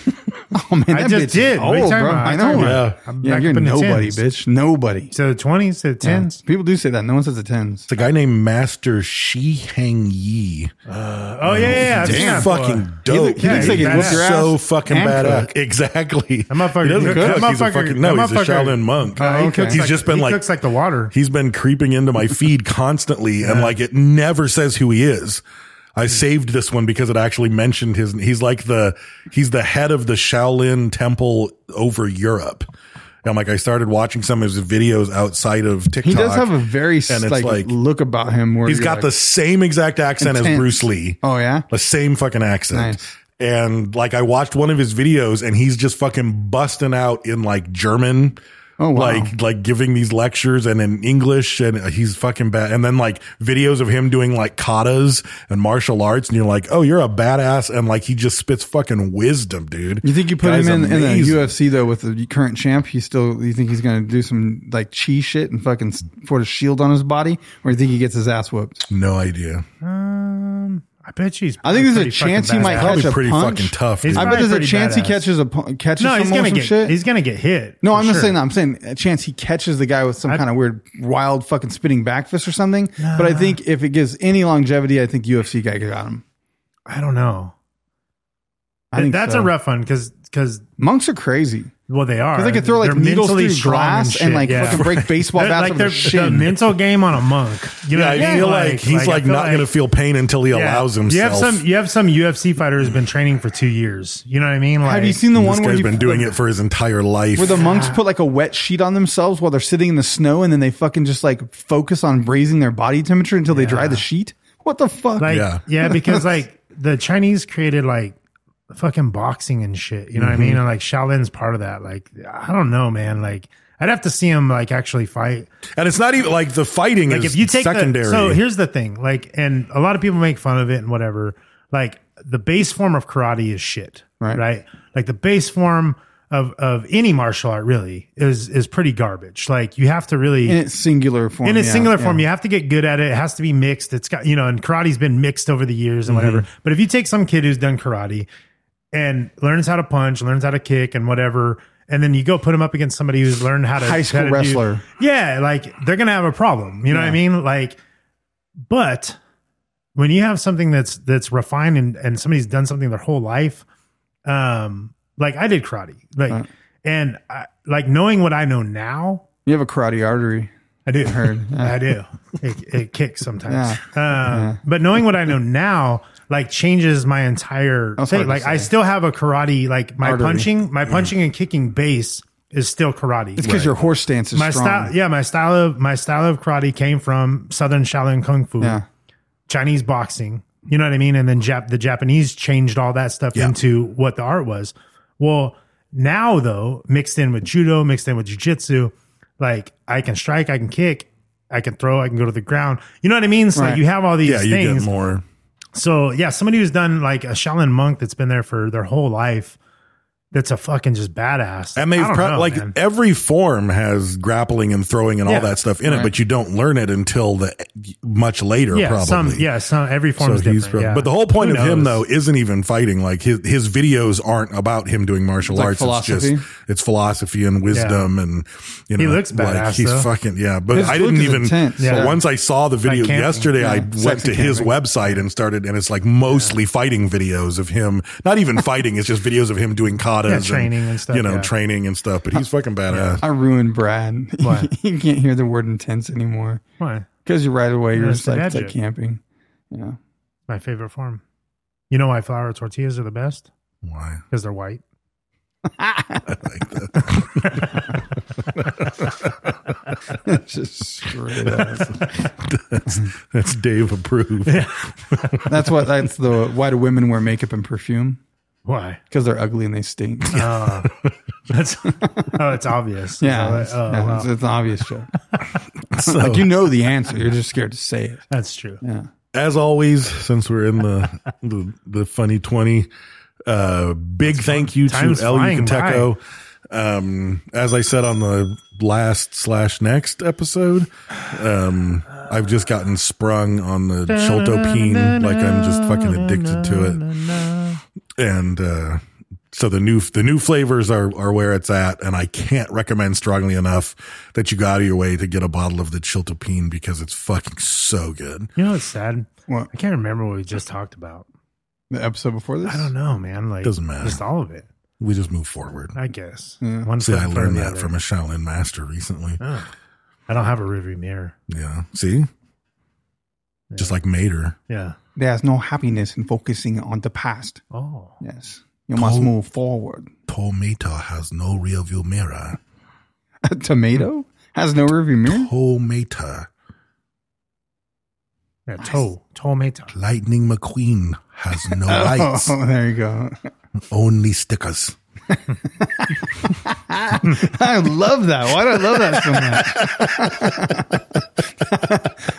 Speaker 2: Oh man,
Speaker 3: I
Speaker 2: that
Speaker 3: just
Speaker 2: bitch is
Speaker 3: did. What are you
Speaker 2: Old, bro.
Speaker 3: talking about?
Speaker 2: I
Speaker 3: I'm talking
Speaker 2: know.
Speaker 3: about-
Speaker 2: Yeah,
Speaker 3: I'm
Speaker 2: yeah
Speaker 3: back
Speaker 2: you're
Speaker 3: up in the
Speaker 2: nobody,
Speaker 3: 10s.
Speaker 2: bitch. Nobody.
Speaker 3: So the twenties to the
Speaker 2: Yeah.
Speaker 3: tens.
Speaker 2: People do say that. No one says the tens.
Speaker 5: It's a guy named Master Shi Hang Yi.
Speaker 3: Oh yeah, yeah. yeah. I've seen
Speaker 5: Damn,
Speaker 3: that
Speaker 5: fucking
Speaker 3: before.
Speaker 5: dope.
Speaker 2: He looks like he
Speaker 5: he's
Speaker 2: can whoop your
Speaker 5: so
Speaker 2: ass
Speaker 5: fucking
Speaker 2: and
Speaker 5: badass.
Speaker 2: cook.
Speaker 5: Exactly.
Speaker 3: That motherfucker
Speaker 5: He doesn't
Speaker 3: can cook.
Speaker 5: cook.
Speaker 3: That
Speaker 5: He's a
Speaker 3: motherfucker-
Speaker 5: fucking no. He's
Speaker 3: that
Speaker 5: a
Speaker 3: motherfucker-
Speaker 5: Shaolin monk.
Speaker 3: Uh, he cooks
Speaker 5: He's
Speaker 3: like-
Speaker 5: just been
Speaker 3: he
Speaker 5: like
Speaker 3: cooks like the water.
Speaker 5: He's been creeping into my feed constantly, and like it never says who he is. I saved this one because it actually mentioned his. He's like the he's the head of the Shaolin Temple over Europe. And I'm like, I started watching some of his videos outside of TikTok.
Speaker 2: He does have a very
Speaker 5: and it's
Speaker 2: like,
Speaker 5: like
Speaker 2: look about him where
Speaker 5: he's
Speaker 2: you're
Speaker 5: got
Speaker 2: like,
Speaker 5: the same exact accent as
Speaker 2: intense.
Speaker 5: Bruce Lee.
Speaker 2: Oh yeah,
Speaker 5: The same fucking accent.
Speaker 2: Nice.
Speaker 5: And like I watched one of his videos and he's just fucking busting out in like German.
Speaker 2: Oh, wow.
Speaker 5: Like like giving these lectures and in English and he's fucking bad. And then like videos of him doing like katas and martial arts and you're like, oh, you're a badass. And like he just spits fucking wisdom, dude.
Speaker 2: You think you put
Speaker 5: Guy's
Speaker 2: him in, in the
Speaker 5: amazing.
Speaker 2: UFC though with the current champ? He still you think he's going to do some like chi shit and fucking s- put a shield on his body, or you think he gets his ass whooped?
Speaker 5: No idea.
Speaker 3: Um, I bet she's.
Speaker 2: I think there's a
Speaker 3: pretty fucking
Speaker 2: chance he might
Speaker 3: badass.
Speaker 2: catch
Speaker 5: Probably
Speaker 2: a
Speaker 5: pretty
Speaker 2: punch?
Speaker 5: fucking tough.
Speaker 3: He's
Speaker 5: dude.
Speaker 2: I bet
Speaker 3: probably
Speaker 2: there's a
Speaker 3: pretty
Speaker 2: chance he
Speaker 3: badass.
Speaker 2: catches a pu- catches
Speaker 3: No,
Speaker 2: someone
Speaker 3: he's
Speaker 2: with
Speaker 3: gonna
Speaker 2: some
Speaker 3: get.
Speaker 2: shit.
Speaker 3: He's gonna get hit.
Speaker 2: no,
Speaker 3: for
Speaker 2: I'm not
Speaker 3: sure.
Speaker 2: saying that. I'm saying a chance he catches the guy with some
Speaker 3: I-
Speaker 2: kind of weird, wild, fucking spinning back fist or something. But I think if it gives any longevity, I think UFC guy got him.
Speaker 3: I don't know.
Speaker 2: I think
Speaker 3: that's
Speaker 2: so.
Speaker 3: a rough one because because
Speaker 2: Monks are crazy.
Speaker 3: well they are
Speaker 2: Because they could throw like
Speaker 3: They're
Speaker 2: needles
Speaker 3: mentally
Speaker 2: through
Speaker 3: strong
Speaker 2: glass and,
Speaker 3: shit,
Speaker 2: like
Speaker 3: yeah.
Speaker 2: fucking break baseball
Speaker 3: They're-
Speaker 2: bats
Speaker 3: like
Speaker 2: with their
Speaker 3: they're, the
Speaker 2: shin.
Speaker 3: mental game on a monk. You know
Speaker 5: Yeah,
Speaker 3: what
Speaker 5: I
Speaker 3: mean?
Speaker 5: feel like, he's
Speaker 3: I
Speaker 5: like
Speaker 3: feel
Speaker 5: not going to feel pain until he
Speaker 3: yeah.
Speaker 5: allows himself.
Speaker 3: You have some. You have some UFC fighter who's been training for two years. You know what I mean? Like,
Speaker 2: Have you seen the
Speaker 5: this
Speaker 2: one where
Speaker 5: guy's
Speaker 2: you
Speaker 5: been doing it for his entire life.
Speaker 2: Where the monks put like a wet sheet on themselves while they're sitting in the snow, and then they fucking just like focus on raising their body temperature until they dry the sheet. What the fuck?
Speaker 3: Like,
Speaker 5: Yeah.
Speaker 3: yeah, because like the Chinese created like fucking boxing and shit. You know what I mean? And like Shaolin's part of that. Like, I don't know, man. Like, I'd have to see him like actually fight.
Speaker 5: And it's not even like the fighting
Speaker 3: Like,
Speaker 5: is
Speaker 3: if you take the-
Speaker 5: secondary.
Speaker 3: so here's the thing. Like, and a lot of people make fun of it and whatever. Like, the base form of karate is shit.
Speaker 2: Right.
Speaker 3: Right. Like the base form. Of, of any martial art really is is pretty garbage. Like you have to really
Speaker 2: in its singular form.
Speaker 3: in its
Speaker 2: yeah,
Speaker 3: singular
Speaker 2: yeah.
Speaker 3: form, you have to get good at it. It has to be mixed. It's got you know, and karate's been mixed over the years and whatever.
Speaker 2: Mm-hmm.
Speaker 3: But if you take some kid who's done karate and learns how to punch, learns how to kick, and whatever, and then you go put him up against somebody who's learned how to
Speaker 2: High school
Speaker 3: how to do-
Speaker 2: wrestler.
Speaker 3: yeah, like they're gonna have a problem. You know what I mean? Like But when you have something that's that's refined and, and somebody's done something their whole life, um, like I did karate, like
Speaker 2: Uh-huh.
Speaker 3: and I, like knowing what I know now,
Speaker 2: You have a karate artery.
Speaker 3: I do.
Speaker 2: heard.
Speaker 3: I do. It, it kicks sometimes. Um, But knowing what I know now, like changes my entire
Speaker 2: That's
Speaker 3: thing.
Speaker 2: hard to
Speaker 3: Like I
Speaker 2: say.
Speaker 3: still have a karate. Like my
Speaker 2: Artery.
Speaker 3: punching, my punching and kicking base is still karate.
Speaker 2: It's because your horse stance is
Speaker 3: my
Speaker 2: strong.
Speaker 3: style, yeah, my style of my style of karate came from Southern Shaolin Kung Fu,
Speaker 2: Yeah.
Speaker 3: Chinese boxing. You know what I mean? And then Jap- the Japanese changed all that stuff
Speaker 5: Yeah.
Speaker 3: into what the art was. Well, now though, mixed in with judo, mixed in with jujitsu, like I can strike, I can kick, I can throw, I can go to the ground. You know what I mean? So
Speaker 2: Right.
Speaker 3: like you have all these
Speaker 5: Yeah, you
Speaker 3: things.
Speaker 5: get more.
Speaker 3: So yeah, somebody who's done like a Shaolin monk that's been there for their whole life, that's a fucking just badass.
Speaker 5: And they've
Speaker 3: I don't
Speaker 5: pro-
Speaker 3: know,
Speaker 5: like
Speaker 3: man.
Speaker 5: every form has grappling and throwing and
Speaker 3: Yeah.
Speaker 5: all that stuff in it, but you don't learn it until the much later.
Speaker 3: yeah,
Speaker 5: probably.
Speaker 3: some yeah, some every
Speaker 5: So
Speaker 3: form is
Speaker 5: he's
Speaker 3: different.
Speaker 5: prob-
Speaker 3: yeah.
Speaker 5: But the whole point
Speaker 3: Who
Speaker 5: of him
Speaker 3: knows?
Speaker 5: though isn't even fighting. Like his his videos aren't about him doing martial
Speaker 2: like
Speaker 5: arts.
Speaker 2: philosophy.
Speaker 5: It's just it's philosophy and wisdom and you know
Speaker 3: He looks badass,
Speaker 5: like he's
Speaker 3: though.
Speaker 5: fucking yeah. But
Speaker 2: His
Speaker 5: I
Speaker 2: look
Speaker 5: didn't
Speaker 2: is
Speaker 5: even
Speaker 2: intense,
Speaker 5: but
Speaker 3: yeah.
Speaker 5: once I saw the video
Speaker 3: camping,
Speaker 5: yesterday, I
Speaker 2: yeah.
Speaker 5: went
Speaker 2: Sexy
Speaker 5: to his
Speaker 2: camping.
Speaker 5: website and started and it's like mostly fighting videos of him. Not even fighting, it's just videos of him doing katas
Speaker 3: Yeah, training and stuff,
Speaker 5: You know,
Speaker 3: yeah.
Speaker 5: training and stuff. But he's fucking badass.
Speaker 2: I ruined Brad.
Speaker 3: Why?
Speaker 2: you can't hear the word intense anymore
Speaker 3: Why?
Speaker 2: because you're right away. You're
Speaker 3: It's
Speaker 2: just like, it's like
Speaker 3: magic.
Speaker 2: camping. Yeah.
Speaker 3: my favorite form. You know why flour tortillas are the best?
Speaker 5: Why?
Speaker 3: Because they're white.
Speaker 2: Just straight up.
Speaker 5: That's, that's Dave approved.
Speaker 2: That's what. That's the why do women wear makeup and perfume?
Speaker 3: Why?
Speaker 2: Because they're ugly and they stink.
Speaker 3: Oh, that's oh, it's obvious.
Speaker 2: Yeah,
Speaker 3: oh,
Speaker 2: it's, yeah,
Speaker 3: wow.
Speaker 2: it's, it's an obvious joke.
Speaker 5: So-
Speaker 2: Like you know the answer, you're just scared to say it.
Speaker 3: that's true.
Speaker 5: as always, since we're in the the, the funny twenty, uh, big thank you
Speaker 3: Time's
Speaker 5: to El
Speaker 3: flying
Speaker 5: Yucateco. Um, as I said on the last slash next episode, um, I've just gotten sprung on the chiltopine, like I'm just fucking addicted to it, and uh, so the new the new flavors are are where it's at, and I can't recommend strongly enough that you go out of your way to get a bottle of the chiltopine because it's fucking so good.
Speaker 3: You know what's sad?
Speaker 2: What?
Speaker 3: I can't remember what we just talked about.
Speaker 2: The episode before this,
Speaker 3: I don't know, man. Like
Speaker 5: Doesn't matter.
Speaker 3: Just all of it,
Speaker 5: We just move forward.
Speaker 3: I guess. One
Speaker 5: See,
Speaker 3: foot
Speaker 5: I
Speaker 3: in front of
Speaker 5: learned
Speaker 3: the
Speaker 5: that
Speaker 3: other.
Speaker 5: from a Shaolin master recently.
Speaker 3: I don't have a rearview mirror.
Speaker 5: Yeah. See? Just like Mater.
Speaker 3: Yeah.
Speaker 2: There's no happiness in focusing on the past.
Speaker 3: Oh.
Speaker 2: Yes, you must
Speaker 5: Cool.
Speaker 2: move forward.
Speaker 5: Tomato has no rear view mirror.
Speaker 2: A tomato has no rearview mirror.
Speaker 5: Tomato.
Speaker 3: Yeah. Toe. Tomato.
Speaker 5: Lightning McQueen has no lights,
Speaker 2: Oh, there you go.
Speaker 5: only stickers.
Speaker 2: I love that. Why do I love that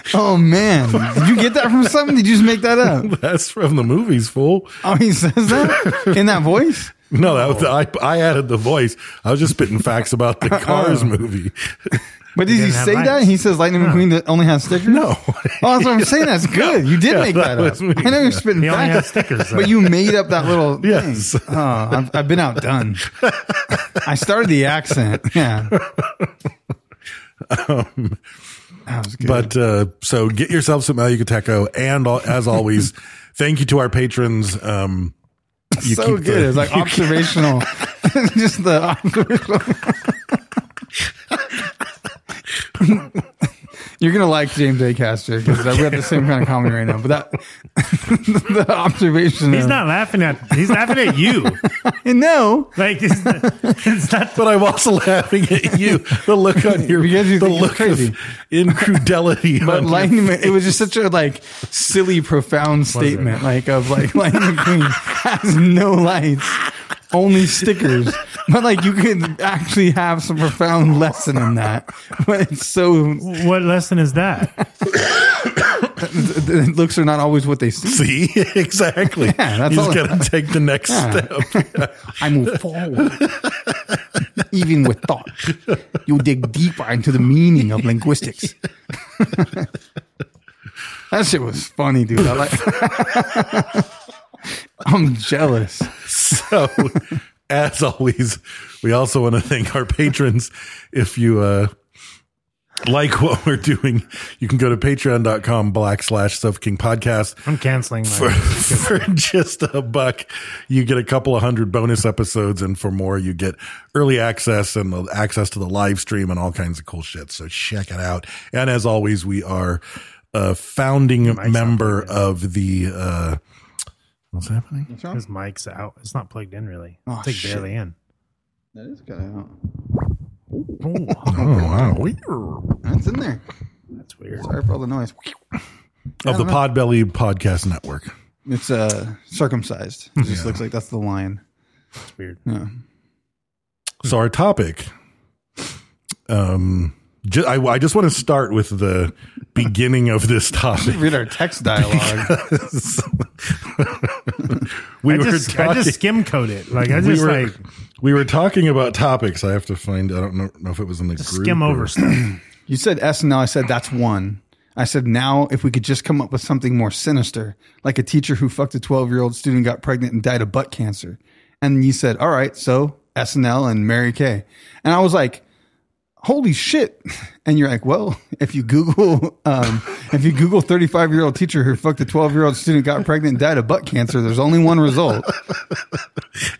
Speaker 2: so much? oh man, did you get that from something? Did you just make that up?
Speaker 5: That's from the movies, fool.
Speaker 2: Oh, he says that in that voice.
Speaker 5: No, that was, I, I added the voice. I was just spitting facts about the Cars movie.
Speaker 2: But did he
Speaker 3: didn't have
Speaker 2: say that?
Speaker 3: lights.
Speaker 2: He says Lightning McQueen that only has stickers.
Speaker 5: No.
Speaker 2: Oh, that's what I'm saying. That's good. You did
Speaker 5: Yeah,
Speaker 2: make
Speaker 5: that
Speaker 2: that, up.
Speaker 5: was me.
Speaker 2: I know you're spitting
Speaker 3: He only has
Speaker 2: facts,
Speaker 3: stickers. though.
Speaker 2: but you made up that little
Speaker 5: Yes.
Speaker 2: thing. Oh, I've, I've been outdone. I started the accent. Yeah. that was good.
Speaker 5: But uh, so get yourself some El Yucateco. And al- as always, thank you to our patrons. Um, you
Speaker 2: so
Speaker 5: keep
Speaker 2: good.
Speaker 5: the-
Speaker 2: it's like observational. Just the observational. You're gonna like James A. Caster because I've got the same kind of comedy right now. But that the observation.
Speaker 3: He's
Speaker 2: of-
Speaker 3: not laughing at. He's laughing at you.
Speaker 2: And no,
Speaker 3: Like it's, it's not
Speaker 5: But I'm also laughing at you. The look on your
Speaker 2: Because you
Speaker 5: the
Speaker 2: think it's
Speaker 5: look
Speaker 2: crazy.
Speaker 5: of incredulity.
Speaker 2: but
Speaker 5: on
Speaker 2: lightning. It was just such a like silly, profound statement, like of like lightning queen has no lights, only stickers. But like you could actually have some profound lesson in that. But it's so
Speaker 3: What lesson is that?
Speaker 2: the looks are not always what they
Speaker 5: your-
Speaker 2: seem.
Speaker 5: see exactly.
Speaker 2: Yeah, that's
Speaker 5: He's
Speaker 2: all-
Speaker 5: gonna take the next step.
Speaker 2: I move forward, even with thought. You dig deeper into the meaning of linguistics. that shit was funny, dude. I like. I'm jealous.
Speaker 5: So as always, we also want to thank our patrons. If you uh like what we're doing, you can go to patreon.com black slash suffocating podcast.
Speaker 3: I'm canceling.
Speaker 5: For,
Speaker 3: My,
Speaker 5: for just a buck, you get a couple of hundred bonus episodes. And for more, you get early access and the access to the live stream and all kinds of cool shit. So check it out. And as always, we are a founding member of the, uh, what's happening?
Speaker 3: his mic's out. It's not plugged in really.
Speaker 2: Oh,
Speaker 3: it's like
Speaker 2: shit.
Speaker 3: barely in.
Speaker 2: That is kind of
Speaker 5: Oh, wow. We-
Speaker 2: That's in there.
Speaker 3: That's weird.
Speaker 2: Sorry for all the noise.
Speaker 5: Of the Podbelly Podcast Network.
Speaker 2: It's uh circumcised. It just looks like that's the lion.
Speaker 3: That's weird.
Speaker 5: So our topic, um, ju- I, I just want to start with the beginning of this topic.
Speaker 2: Read our text dialogue.
Speaker 5: we
Speaker 3: I just I just skim code it. Like I
Speaker 5: we
Speaker 3: just
Speaker 5: were,
Speaker 3: like
Speaker 5: we were talking about topics. I have to find. I don't know, know if it was in the group.
Speaker 3: skim
Speaker 5: or-
Speaker 3: over stuff.
Speaker 2: you said SNL. I said that's one. I said now if we could just come up with something more sinister, like a teacher who fucked a twelve-year-old student, got pregnant, and died of butt cancer. And you said, all right, so SNL and Mary Kay. And I was like, holy shit. And you're like, well, if you Google, um, if you Google 35 year old teacher who fucked a 12 year old student, got pregnant, and died of butt cancer, there's only one result.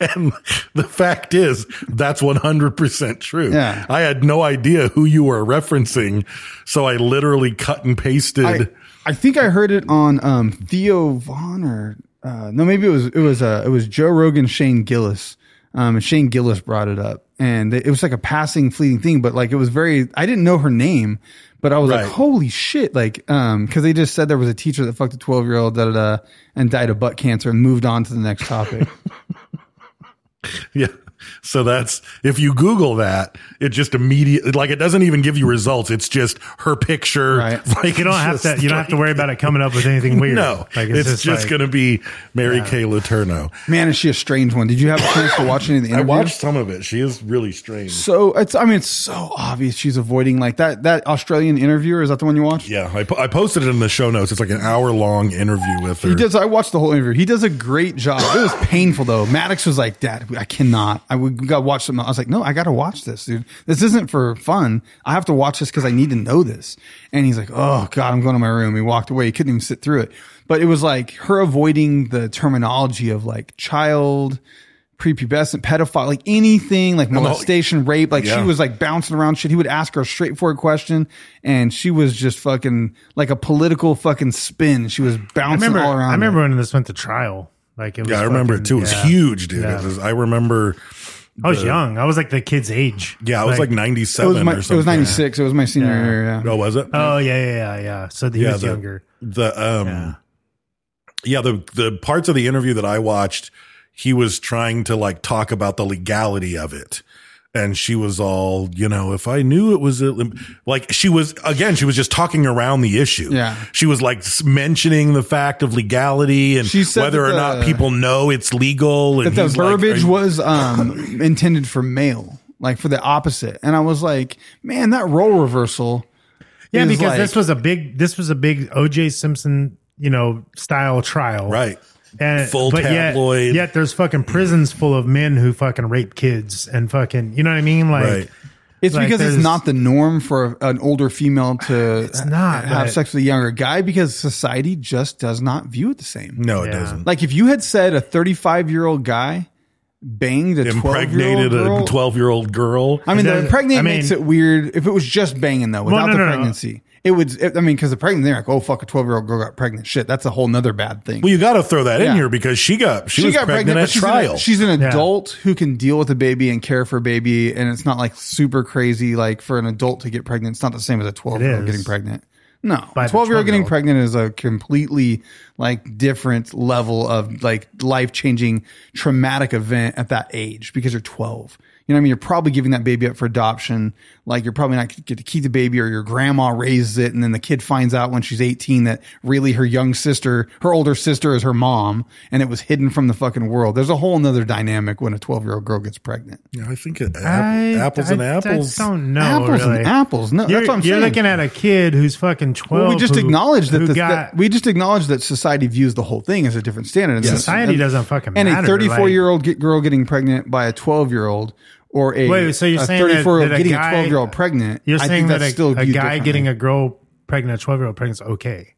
Speaker 5: And the fact is, that's 100% true.
Speaker 2: Yeah.
Speaker 5: I had no idea who you were referencing. So I literally cut and pasted.
Speaker 2: I, I think I heard it on um, Theo Vaughn or uh, no, maybe it was it was uh, it was Joe Rogan, Shane Gillis. Um, and Shane Gillis brought it up, and it was like a passing, fleeting thing. But like it was very, I didn't know her name, but I was
Speaker 5: Right.
Speaker 2: like, holy shit! Like, um, because they just said there was a teacher that fucked a twelve year old, da da da, and died of butt cancer, and moved on to the next topic.
Speaker 5: Yeah. So that's if you Google that, it just immediately like it doesn't even give you results. It's just her picture.
Speaker 2: Right.
Speaker 5: Like
Speaker 3: You don't have to. You don't have to worry about it coming up with anything weird.
Speaker 5: No,
Speaker 3: like
Speaker 5: it's, just
Speaker 3: like-
Speaker 5: going to be Mary Kay Letourneau.
Speaker 2: Man, is she a strange one? Did you have a chance to watch any of the
Speaker 5: I
Speaker 2: interviews?
Speaker 5: watched some of it. She is really strange.
Speaker 2: So it's, I mean, it's so obvious she's avoiding like that. That Australian interviewer is that the one you watched?
Speaker 5: Yeah, I, po- I posted it in the show notes. It's like an hour long interview with her.
Speaker 2: He does. I watched the whole interview. He does a great job. It was painful though. Maddox was like, "Dad, I cannot. I would got to watch something." else." I was like, "No, I got to watch this, dude. This isn't for fun. I have to watch this because I need to know this." And he's like, "Oh God, I'm going to my room." He walked away. He couldn't even sit through it. But it was like her avoiding the terminology of like child, prepubescent, pedophile, like anything, like molestation, rape. Like
Speaker 5: Yeah.
Speaker 2: she was like bouncing around shit. He would ask her a straightforward question, and she was just fucking like a political fucking spin. She was bouncing
Speaker 3: I remember.
Speaker 2: all around.
Speaker 3: I remember
Speaker 2: it.
Speaker 3: when this went to trial. Like it was
Speaker 5: yeah, I remember it
Speaker 3: fucking-
Speaker 5: too. It was
Speaker 3: yeah.
Speaker 5: huge, dude.
Speaker 3: Yeah.
Speaker 5: It was, I remember.
Speaker 3: I was young. I was like the kid's age.
Speaker 5: Yeah, I was like, ninety
Speaker 2: It was
Speaker 5: seven
Speaker 2: my,
Speaker 5: or
Speaker 2: it
Speaker 5: something.
Speaker 2: was ninety six. It was my senior
Speaker 3: Yeah.
Speaker 2: year. Yeah.
Speaker 5: Oh, was it?
Speaker 3: Oh yeah, yeah, yeah, yeah. So he was
Speaker 5: the,
Speaker 3: younger.
Speaker 5: The um,
Speaker 3: Yeah.
Speaker 5: yeah. the the parts of the interview that I watched, he was trying to like talk about the legality of it, and she was all, you know, if I knew it was a, like she was again, she was just talking around the issue.
Speaker 2: Yeah.
Speaker 5: she was like s- mentioning the fact of legality and
Speaker 2: She said
Speaker 5: whether
Speaker 2: that
Speaker 5: or not
Speaker 2: the-
Speaker 5: people know it's legal.
Speaker 2: But
Speaker 5: And
Speaker 2: the
Speaker 5: he's like,
Speaker 2: verbiage
Speaker 5: are you-
Speaker 2: was um, intended for male, like for the opposite. And I was like, man, that role reversal.
Speaker 3: Yeah,
Speaker 2: is
Speaker 3: because
Speaker 2: like-
Speaker 3: this was a big. This was a big O.J. Simpson, you know, style trial.
Speaker 5: right.
Speaker 3: And
Speaker 5: Full
Speaker 3: but yet-
Speaker 5: tabloid.
Speaker 3: Yet, there's fucking prisons full of men who fucking rape kids and fucking. You know what I mean? Like.
Speaker 5: Right.
Speaker 2: It's
Speaker 3: Like,
Speaker 2: because it's
Speaker 3: there's-
Speaker 2: not the norm for an older female to it's
Speaker 3: not,
Speaker 2: have
Speaker 3: but-
Speaker 2: sex with a younger guy because society just does not view it the same.
Speaker 5: No, it
Speaker 3: Yeah.
Speaker 5: doesn't.
Speaker 2: Like if you had said a 35 year old guy banged a 12 year old
Speaker 5: Impregnated
Speaker 2: girl.
Speaker 5: a twelve year old girl.
Speaker 2: I mean,
Speaker 3: It
Speaker 2: the
Speaker 3: doesn't-
Speaker 2: impregnate
Speaker 3: I mean-
Speaker 2: makes it weird. If it was just banging though,
Speaker 3: Well,
Speaker 2: without
Speaker 3: no,
Speaker 2: the
Speaker 3: no, no.
Speaker 2: pregnancy, it would. It, I mean, because the pregnant, they're like, oh fuck, a 12 year old girl got pregnant. Shit, that's a whole nother bad thing.
Speaker 5: Well, you got to throw that in
Speaker 2: Yeah.
Speaker 5: here because she got she, was pregnant,
Speaker 2: but
Speaker 5: at
Speaker 2: she's
Speaker 5: trial.
Speaker 2: An, she's an
Speaker 3: Yeah.
Speaker 2: adult who can deal with a baby and care for a baby, and it's not like super crazy like for an adult to get pregnant. It's not the same as a twelve year old
Speaker 3: is.
Speaker 2: getting pregnant. No,
Speaker 3: By the
Speaker 2: twelve year old getting
Speaker 3: 12-year-old.
Speaker 2: pregnant is a completely like different level of like life changing traumatic event at that age because you're twelve. You know what I mean? You're probably giving that baby up for adoption. Like you're probably not get to keep the baby, or your grandma raises it, and then the kid finds out when she's 18 that really her young sister, her older sister, is her mom, and it was hidden from the fucking world. There's a whole nother dynamic when a 12 year old girl gets pregnant.
Speaker 5: Yeah, I think it,
Speaker 3: I-
Speaker 5: app, apples
Speaker 3: I-
Speaker 5: and apples.
Speaker 3: I don't know.
Speaker 2: apples
Speaker 3: really.
Speaker 2: and apples. No,
Speaker 3: You're,
Speaker 2: that's what I'm
Speaker 3: you're
Speaker 2: saying.
Speaker 3: looking at a kid who's fucking twelve.
Speaker 2: well, we just
Speaker 3: who-
Speaker 2: acknowledge that,
Speaker 3: who
Speaker 2: the,
Speaker 3: got-
Speaker 2: that we just acknowledge that society views the whole thing as a different standard. And
Speaker 5: Yes.
Speaker 2: that's-
Speaker 3: Society doesn't fucking
Speaker 2: and
Speaker 3: matter,
Speaker 2: a
Speaker 3: like-
Speaker 2: 34 year old get, girl getting pregnant by a 12 year old or a,
Speaker 3: Wait, so you're
Speaker 2: a
Speaker 3: saying that-
Speaker 2: 34 year old
Speaker 3: that a
Speaker 2: getting
Speaker 3: guy-
Speaker 2: a 12 year old pregnant.
Speaker 3: You're
Speaker 2: I
Speaker 3: saying
Speaker 2: think
Speaker 3: that
Speaker 2: that's
Speaker 3: a,
Speaker 2: still
Speaker 3: a
Speaker 2: viewed
Speaker 3: guy
Speaker 2: differently.
Speaker 3: getting a girl pregnant, a 12 year old pregnant is okay.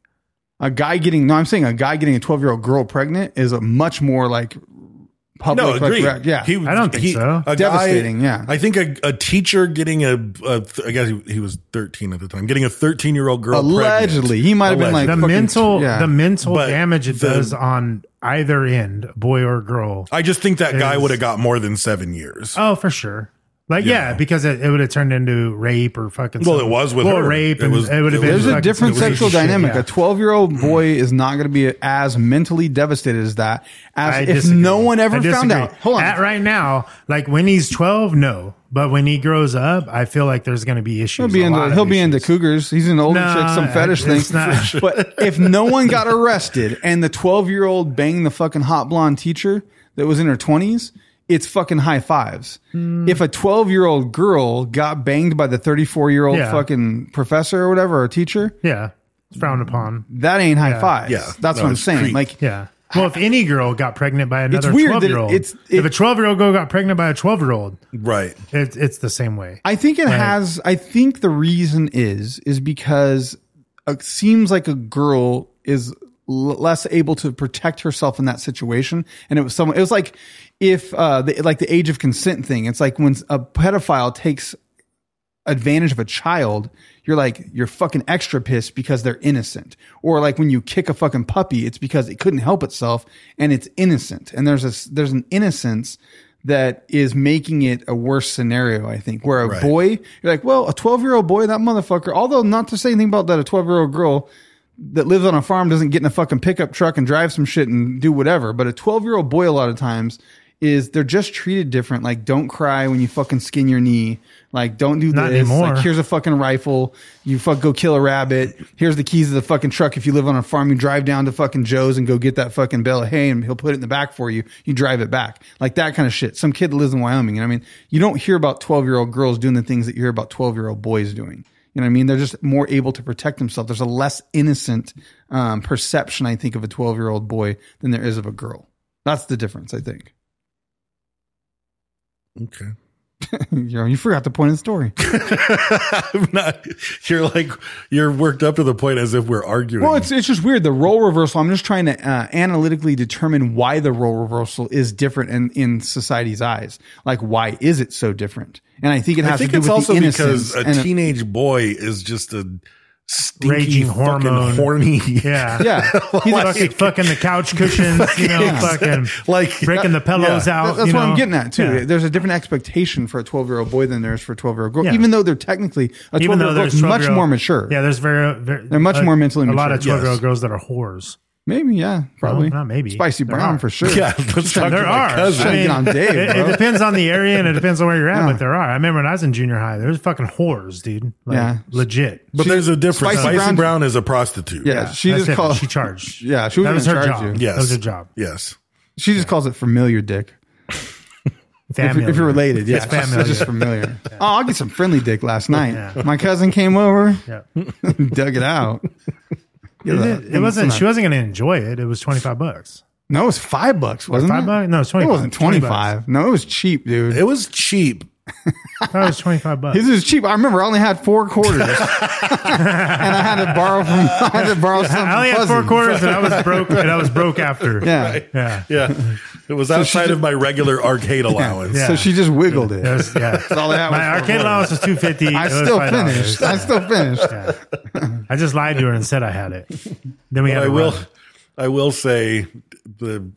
Speaker 2: a guy getting no, I'm saying a guy getting a 12 year old girl pregnant is a much more like public.
Speaker 5: No,
Speaker 2: like,
Speaker 5: agree.
Speaker 2: rec- yeah,
Speaker 5: He-
Speaker 3: I don't think
Speaker 5: he-
Speaker 3: so.
Speaker 5: a guy-
Speaker 2: Devastating, yeah.
Speaker 5: I think a, a teacher getting a, a th- I guess he, he was 13 at the time, getting a 13 year old girl.
Speaker 2: Allegedly. He might have been, like,
Speaker 3: The
Speaker 2: Fucking-
Speaker 3: mental,
Speaker 2: yeah.
Speaker 3: the mental
Speaker 5: But
Speaker 3: damage it
Speaker 5: the-
Speaker 3: does on either end, boy or girl.
Speaker 5: I just think that guy
Speaker 3: is-
Speaker 5: would have got more than seven years.
Speaker 3: Oh, for sure. Like yeah,
Speaker 5: Yeah.
Speaker 3: because it, it would have turned into rape or fucking.
Speaker 5: Well,
Speaker 3: something.
Speaker 5: it was with
Speaker 3: well,
Speaker 5: her.
Speaker 3: rape.
Speaker 5: It
Speaker 3: and
Speaker 5: was-
Speaker 3: it would have
Speaker 5: it
Speaker 3: been.
Speaker 2: There's a
Speaker 3: fucking
Speaker 2: different
Speaker 3: some crazy
Speaker 2: sexual
Speaker 3: shit,
Speaker 2: dynamic.
Speaker 3: yeah.
Speaker 2: A 12 year
Speaker 3: Mm.
Speaker 2: old boy is not going to be as mentally devastated as that as
Speaker 3: I
Speaker 2: if
Speaker 3: disagree.
Speaker 2: no one ever
Speaker 3: I
Speaker 2: found
Speaker 3: disagree.
Speaker 2: out. Hold on.
Speaker 3: At right now, like when he's twelve, no. But when he grows up, I feel like there's going to be issues.
Speaker 2: He'll be
Speaker 3: a lot
Speaker 2: into
Speaker 3: of
Speaker 2: he'll be into
Speaker 3: issues.
Speaker 2: cougars. He's an older
Speaker 3: No,
Speaker 2: chick, some
Speaker 3: I-
Speaker 2: fetish
Speaker 3: it's not-
Speaker 2: thing. But if no one got arrested and the twelve year old banged the fucking hot blonde teacher that was in her twenties, it's fucking high fives.
Speaker 3: Hmm.
Speaker 2: If a twelve year old girl got banged by the thirty four year old
Speaker 3: Yeah.
Speaker 2: fucking professor or whatever or teacher,
Speaker 3: Yeah, it's frowned
Speaker 2: Mm-hmm.
Speaker 3: upon.
Speaker 2: that ain't high
Speaker 3: Yeah.
Speaker 2: fives.
Speaker 5: Yeah.
Speaker 2: That's
Speaker 5: No,
Speaker 2: what I'm
Speaker 5: it's
Speaker 2: saying.
Speaker 5: creep.
Speaker 2: Like
Speaker 3: Yeah. Well, if any girl got pregnant by another
Speaker 2: weird that it-
Speaker 3: twelve year old,
Speaker 2: it's-
Speaker 3: if
Speaker 2: it-
Speaker 3: a twelve year old girl got pregnant by a twelve year old,
Speaker 5: Right.
Speaker 3: it's it's the same way.
Speaker 2: I think it has. I think the reason is is because it seems like a girl is l- less able to protect herself in that situation, and it was someone. It was like if uh, the, like the age of consent thing. It's like when a pedophile takes advantage of a child, you're like, you're fucking extra pissed because they're innocent. Or like when you kick a fucking puppy, it's because it couldn't help itself and it's innocent. And there's a, there's an innocence that is making it a worse scenario, I think, where a
Speaker 5: Right.
Speaker 2: boy, you're like, well, a 12 year old boy, that motherfucker, although not to say anything about that, a 12 year old girl that lives on a farm doesn't get in a fucking pickup truck and drive some shit and do whatever. But a 12 year old boy, a lot of times, is they're just treated different. Like, don't cry when you fucking skin your knee. Like, don't do
Speaker 3: Not
Speaker 2: this.
Speaker 3: anymore.
Speaker 2: Like, here's a fucking rifle. You fuck go kill a rabbit. Here's the keys of the fucking truck. If you live on a farm, you drive down to fucking Joe's and go get that fucking bale of hay, and he'll put it in the back for you. You drive it back, like that kind of shit. Some kid that lives in Wyoming. You know what I mean, you don't hear about twelve year old girls doing the things that you hear about twelve year old boys doing. You know what I mean? They're just more able to protect themselves. There's a less innocent um, perception, I think, of a twelve year old boy than there is of a girl. That's the difference, I think.
Speaker 5: Okay.
Speaker 2: You know, you forgot the point of the story.
Speaker 5: I'm not, you're like, you're worked up to the point as if we're arguing.
Speaker 2: Well, it's it's just weird. The role reversal. I'm just trying to uh, analytically determine why the role reversal is different in in society's eyes. Like, why is it so different? And I think it has
Speaker 5: I think
Speaker 2: to do
Speaker 5: it's
Speaker 2: with
Speaker 5: also
Speaker 2: the
Speaker 5: because
Speaker 2: innocence
Speaker 5: a
Speaker 2: and a-
Speaker 5: teenage boy is just a stinky,
Speaker 3: Raging
Speaker 5: fucking
Speaker 3: hormone.
Speaker 5: horny.
Speaker 3: Yeah.
Speaker 2: yeah, he's a-
Speaker 3: Fucking, fucking the couch cushions, you know,
Speaker 2: Yeah.
Speaker 3: fucking
Speaker 5: Like-
Speaker 3: breaking the pillows
Speaker 5: Yeah.
Speaker 3: out.
Speaker 2: that's
Speaker 3: you
Speaker 2: what
Speaker 3: know?
Speaker 2: I'm getting at too.
Speaker 3: Yeah.
Speaker 2: There's a different expectation for a 12 year old boy than there is for a 12 year old girl,
Speaker 3: Yeah.
Speaker 2: even though they're technically a
Speaker 3: Even
Speaker 2: 12 year
Speaker 3: though
Speaker 2: old
Speaker 3: there's
Speaker 2: girl much
Speaker 3: 12-year-old
Speaker 2: more mature.
Speaker 3: Yeah, there's very, very
Speaker 2: They're much
Speaker 3: a-
Speaker 2: more mentally
Speaker 3: A lot
Speaker 2: mature.
Speaker 3: of twelve year
Speaker 5: Yes.
Speaker 3: old girls that are whores.
Speaker 2: maybe yeah, probably
Speaker 3: not maybe.
Speaker 2: Spicy
Speaker 3: There
Speaker 2: Brown
Speaker 3: are.
Speaker 2: for sure.
Speaker 5: Yeah, let's talk
Speaker 3: there
Speaker 5: to my
Speaker 3: are.
Speaker 5: cousin.
Speaker 2: I mean- Trying to get on Dave,
Speaker 3: it, it
Speaker 2: bro.
Speaker 3: depends on the area and it depends on where you're at,
Speaker 2: Yeah.
Speaker 3: but there are. I remember when I was in junior high, there was fucking whores, dude. Like,
Speaker 2: Yeah.
Speaker 3: legit.
Speaker 5: But there's a difference.
Speaker 2: Spicy
Speaker 5: Spicy,
Speaker 2: Brown-
Speaker 5: Brown, is a prostitute.
Speaker 2: yeah. She
Speaker 3: That's
Speaker 2: just
Speaker 3: it.
Speaker 2: calls
Speaker 3: she charged.
Speaker 2: Yeah, she
Speaker 3: that
Speaker 2: was gonna
Speaker 3: was her
Speaker 2: charge
Speaker 3: job.
Speaker 2: you.
Speaker 5: Yes.
Speaker 3: that was her job.
Speaker 5: Yes.
Speaker 2: she just calls it familiar dick. If,
Speaker 3: Family.
Speaker 2: you're- if you're related, yeah,
Speaker 3: It's
Speaker 2: it's just,
Speaker 3: familiar.
Speaker 2: it's just familiar. Oh, I'll get some friendly dick last night.
Speaker 3: Yeah.
Speaker 2: My cousin came over,
Speaker 3: Yeah.
Speaker 2: dug it out.
Speaker 3: It, it wasn't. She wasn't going to enjoy it. It was twenty five bucks.
Speaker 2: No, it was five bucks, wasn't
Speaker 3: Five
Speaker 2: it?
Speaker 3: bucks? No, it's
Speaker 2: It
Speaker 3: 25.
Speaker 2: wasn't 25. no, it was cheap, dude.
Speaker 5: It was cheap.
Speaker 3: I thought it was twenty five bucks.
Speaker 2: His was cheap. I remember I only had four quarters, and I had to borrow from. I had to borrow some.
Speaker 3: I only had
Speaker 2: fuzzy.
Speaker 3: four quarters, and I was broke. And I was broke after.
Speaker 2: Yeah.
Speaker 3: yeah,
Speaker 5: Yeah. It was outside of my regular arcade allowance.
Speaker 3: Yeah.
Speaker 2: So she just wiggled it.
Speaker 3: It was- yeah.
Speaker 2: all I had
Speaker 3: My
Speaker 2: was four
Speaker 3: arcade
Speaker 2: quarters.
Speaker 3: allowance was two fifty.
Speaker 2: I still finished. I still finished.
Speaker 3: I just lied to her and said I had it. Then we had.
Speaker 5: I
Speaker 3: to
Speaker 5: will
Speaker 3: run it.
Speaker 5: I will say the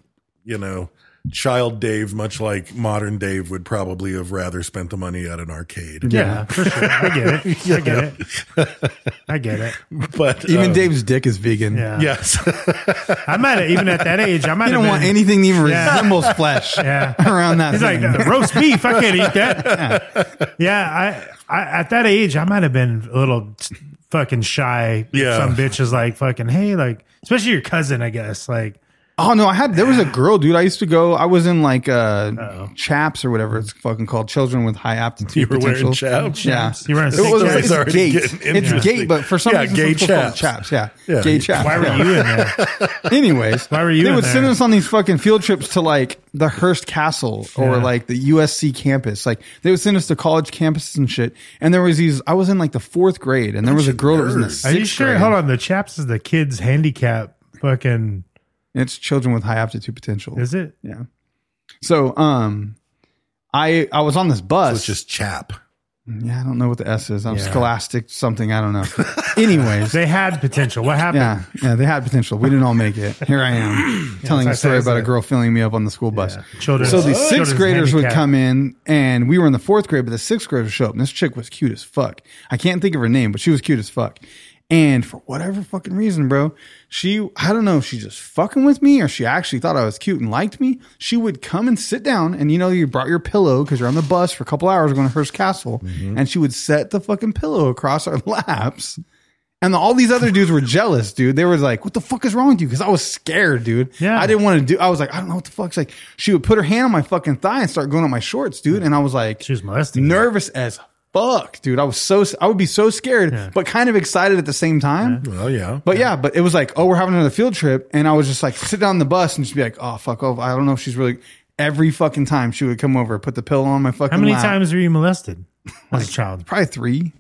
Speaker 5: you know child Dave much like modern Dave would probably have rather spent the money at an arcade.
Speaker 3: Yeah, for sure. I get it. I get it. I get it.
Speaker 5: But
Speaker 2: Even
Speaker 5: um,
Speaker 2: Dave's dick is vegan.
Speaker 3: Yeah.
Speaker 5: Yes.
Speaker 3: I might have, even at that age. I might
Speaker 2: He
Speaker 3: have
Speaker 2: don't
Speaker 3: been,
Speaker 2: want anything that even
Speaker 3: Yeah.
Speaker 2: resembles flesh
Speaker 3: Yeah.
Speaker 2: around that.
Speaker 3: He's like
Speaker 2: thing.
Speaker 3: "Uh, roast beef. I can't eat that. Yeah, I, I at that age, I might have been a little fucking shy. if
Speaker 5: Yeah.
Speaker 3: some bitch is like fucking. Hey, like especially your cousin, I guess. Like
Speaker 2: Oh no, I had there was a girl, dude. I used to go. I was in like uh, chaps or whatever it's fucking called, children with high aptitude.
Speaker 5: You were wearing
Speaker 2: potential.
Speaker 5: chaps?
Speaker 2: Yeah,
Speaker 3: You were in
Speaker 2: It was,
Speaker 3: chaps.
Speaker 2: it's
Speaker 5: It's already
Speaker 2: gate.
Speaker 5: getting
Speaker 2: It's
Speaker 5: interesting.
Speaker 2: gate, but for some
Speaker 5: Yeah,
Speaker 2: reason
Speaker 5: gay
Speaker 2: it's still called
Speaker 5: chaps.
Speaker 2: chaps. Yeah,
Speaker 5: Yeah.
Speaker 2: gay chaps.
Speaker 3: Why were
Speaker 2: yeah.
Speaker 3: you in there?
Speaker 2: Anyways,
Speaker 3: Why were you
Speaker 2: They
Speaker 3: in
Speaker 2: would send
Speaker 3: there?
Speaker 2: us on these fucking field trips to like the Hearst Castle or
Speaker 3: Yeah.
Speaker 2: like the USC campus. Like they would send us to college campuses and shit. And there was these. I was in like the fourth grade, and there was a girl that was in the
Speaker 3: Are
Speaker 2: sixth
Speaker 3: you sure?
Speaker 2: grade.
Speaker 3: Hold on. The chaps is the kids' handicap. Fucking
Speaker 2: It's children with high aptitude potential.
Speaker 3: is it?
Speaker 2: Yeah. So um, I I was on this
Speaker 5: So
Speaker 2: bus.
Speaker 5: it's just chap.
Speaker 2: yeah, I don't know what the S is. I'm scholastic something. I don't know. Anyways,
Speaker 3: They had potential. What happened?
Speaker 2: yeah, yeah, they had potential. We didn't all make it. Here I am telling
Speaker 3: Yeah,
Speaker 2: a story
Speaker 3: that's-
Speaker 2: about a
Speaker 3: that's
Speaker 2: girl filling me up on the school bus.
Speaker 3: Children.
Speaker 2: So these sixth
Speaker 3: children's
Speaker 2: graders would
Speaker 3: handicap.
Speaker 2: come in, and we were in the fourth grade, but the sixth graders show up, and this chick was cute as fuck. I can't think of her name, but she was cute as fuck. And for whatever fucking reason, bro, she, I don't know if she just fucking with me or she actually thought I was cute and liked me. She would come and sit down, and you know, you brought your pillow because you're on the bus for a couple hours going to Hearst Castle,
Speaker 3: Mm-hmm.
Speaker 2: and she would set the fucking pillow across our laps. And all these other dudes were jealous, dude. They were like, "What the fuck is wrong with you?" Because I was scared, dude.
Speaker 3: Yeah.
Speaker 2: I didn't want to do. I was like, I don't know what the fuck's like. She would put her hand on my fucking thigh and start going on my shorts, dude. And I was like,
Speaker 3: She was molesting. you.
Speaker 2: nervous as fuck, dude. I was so I would be so scared, but kind of excited at the same time.
Speaker 5: Well, yeah.
Speaker 2: But yeah, but it was like, oh, we're having another field trip, and I was just like, sit down on the bus and just be like, oh fuck, oh, I don't know if she's really. Every fucking time she would come over, put the pillow on my fucking.
Speaker 3: How many
Speaker 2: lap.
Speaker 3: times were you molested as a child?
Speaker 2: Probably three.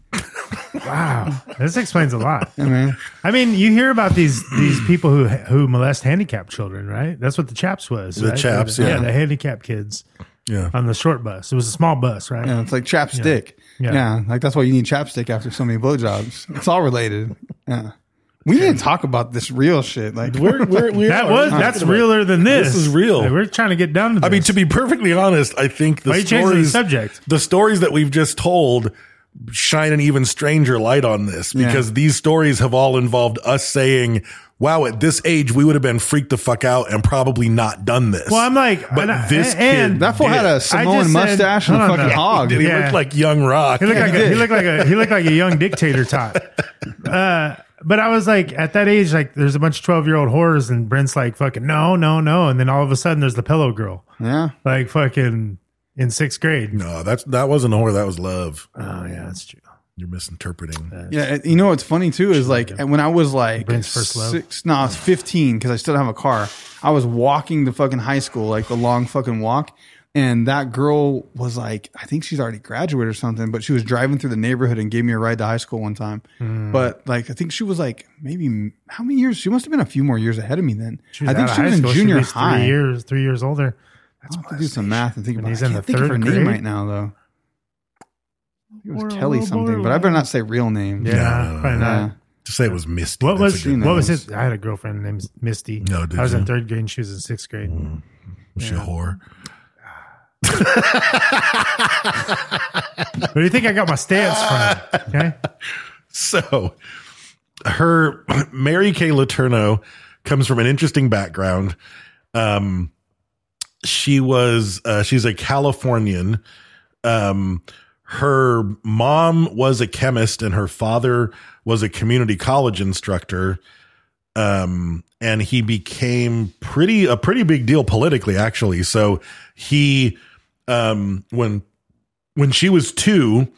Speaker 3: Wow, this explains a lot.
Speaker 2: Yeah, man.
Speaker 3: I mean, you hear about these these people who who molest handicapped children, right? That's what the chaps was.
Speaker 5: The
Speaker 3: right?
Speaker 5: Chaps,
Speaker 3: the,
Speaker 5: yeah.
Speaker 3: the handicapped kids
Speaker 5: Yeah.
Speaker 3: on the short bus. It was a small bus, right?
Speaker 2: Yeah, it's like chapstick.
Speaker 3: Yeah.
Speaker 2: Yeah. like that's why you need chapstick after so many blowjobs. It's all related. Yeah, we need to talk about this real shit. Like,
Speaker 5: We're, we're, we
Speaker 3: That
Speaker 5: are
Speaker 3: was
Speaker 5: talking
Speaker 3: that's
Speaker 5: about-
Speaker 3: realer than this.
Speaker 5: This is real.
Speaker 3: Like, we're trying to get down to. This.
Speaker 5: I mean, to be perfectly honest, I think the
Speaker 3: Why you changing the
Speaker 5: stories,
Speaker 3: subject?
Speaker 5: the stories that we've just told shine an even stranger light on this because these stories have all involved us saying, wow, at this age, we would have been freaked the fuck out and probably not done this.
Speaker 3: well, I'm like,
Speaker 5: but
Speaker 3: and I-
Speaker 5: this
Speaker 3: and-
Speaker 5: kid,
Speaker 2: that fool had a Samoan
Speaker 3: said-
Speaker 2: mustache and a
Speaker 3: hold on,
Speaker 2: fucking
Speaker 3: no.
Speaker 2: hog.
Speaker 5: Dude, he
Speaker 3: yeah.
Speaker 5: looked like young rock.
Speaker 3: He looked like a,
Speaker 2: did.
Speaker 3: he looked like a he looked like a young dictator type. Uh, but I was like, at that age, like, there's a bunch of twelve year old whores, and Brent's like, fucking no, no, no, and then all of a sudden, there's the pillow girl,
Speaker 2: Yeah,
Speaker 3: like fucking in sixth grade.
Speaker 5: no, that's, that wasn't horror. That was love.
Speaker 3: Oh yeah, that's true.
Speaker 5: You're misinterpreting.
Speaker 2: yeah. and You know what's funny too is like when I was like
Speaker 3: Brent's first love.
Speaker 2: six, no, I was fifteen because I still don't have a car. I was walking to fucking high school, like the long fucking walk. And that girl was like, I think she's already graduated or something, but she was driving through the neighborhood and gave me a ride to high school one time.
Speaker 3: Hmm.
Speaker 2: But like, I think she was like maybe how many years? She must have been a few more years ahead of me then.
Speaker 3: She
Speaker 2: I
Speaker 3: out
Speaker 2: think
Speaker 3: of
Speaker 2: she
Speaker 3: high
Speaker 2: was in
Speaker 3: school. She
Speaker 2: junior
Speaker 3: was
Speaker 2: high.
Speaker 3: three years, three years older.
Speaker 2: I'll have to do some math and think
Speaker 3: And
Speaker 2: about
Speaker 3: he's
Speaker 2: it. I
Speaker 3: in
Speaker 2: can't
Speaker 3: the
Speaker 2: think of
Speaker 3: third
Speaker 2: her
Speaker 3: grade?
Speaker 2: name right now, though. It was
Speaker 3: Orla,
Speaker 2: Kelly
Speaker 3: Orla,
Speaker 2: something, but
Speaker 3: Orla.
Speaker 2: I better not say real name.
Speaker 3: Yeah, probably not.
Speaker 2: Yeah.
Speaker 5: To say it was Misty.
Speaker 3: What
Speaker 5: that's
Speaker 3: was
Speaker 5: a good-
Speaker 2: good
Speaker 3: what was
Speaker 2: one.
Speaker 3: his? I had a girlfriend named Misty.
Speaker 5: No, did
Speaker 3: I was in
Speaker 5: you?
Speaker 3: third grade. and She was in sixth grade.
Speaker 2: Mm.
Speaker 5: was she a whore?
Speaker 3: Where do you think I got my stance from? Okay,
Speaker 5: So her Mary Kay Letourneau comes from an interesting background. Um, she was uh, she's a Californian. Um, her mom was a chemist and her father was a community college instructor. Um, and he became pretty a pretty big deal politically, actually. So he um, when when she was two,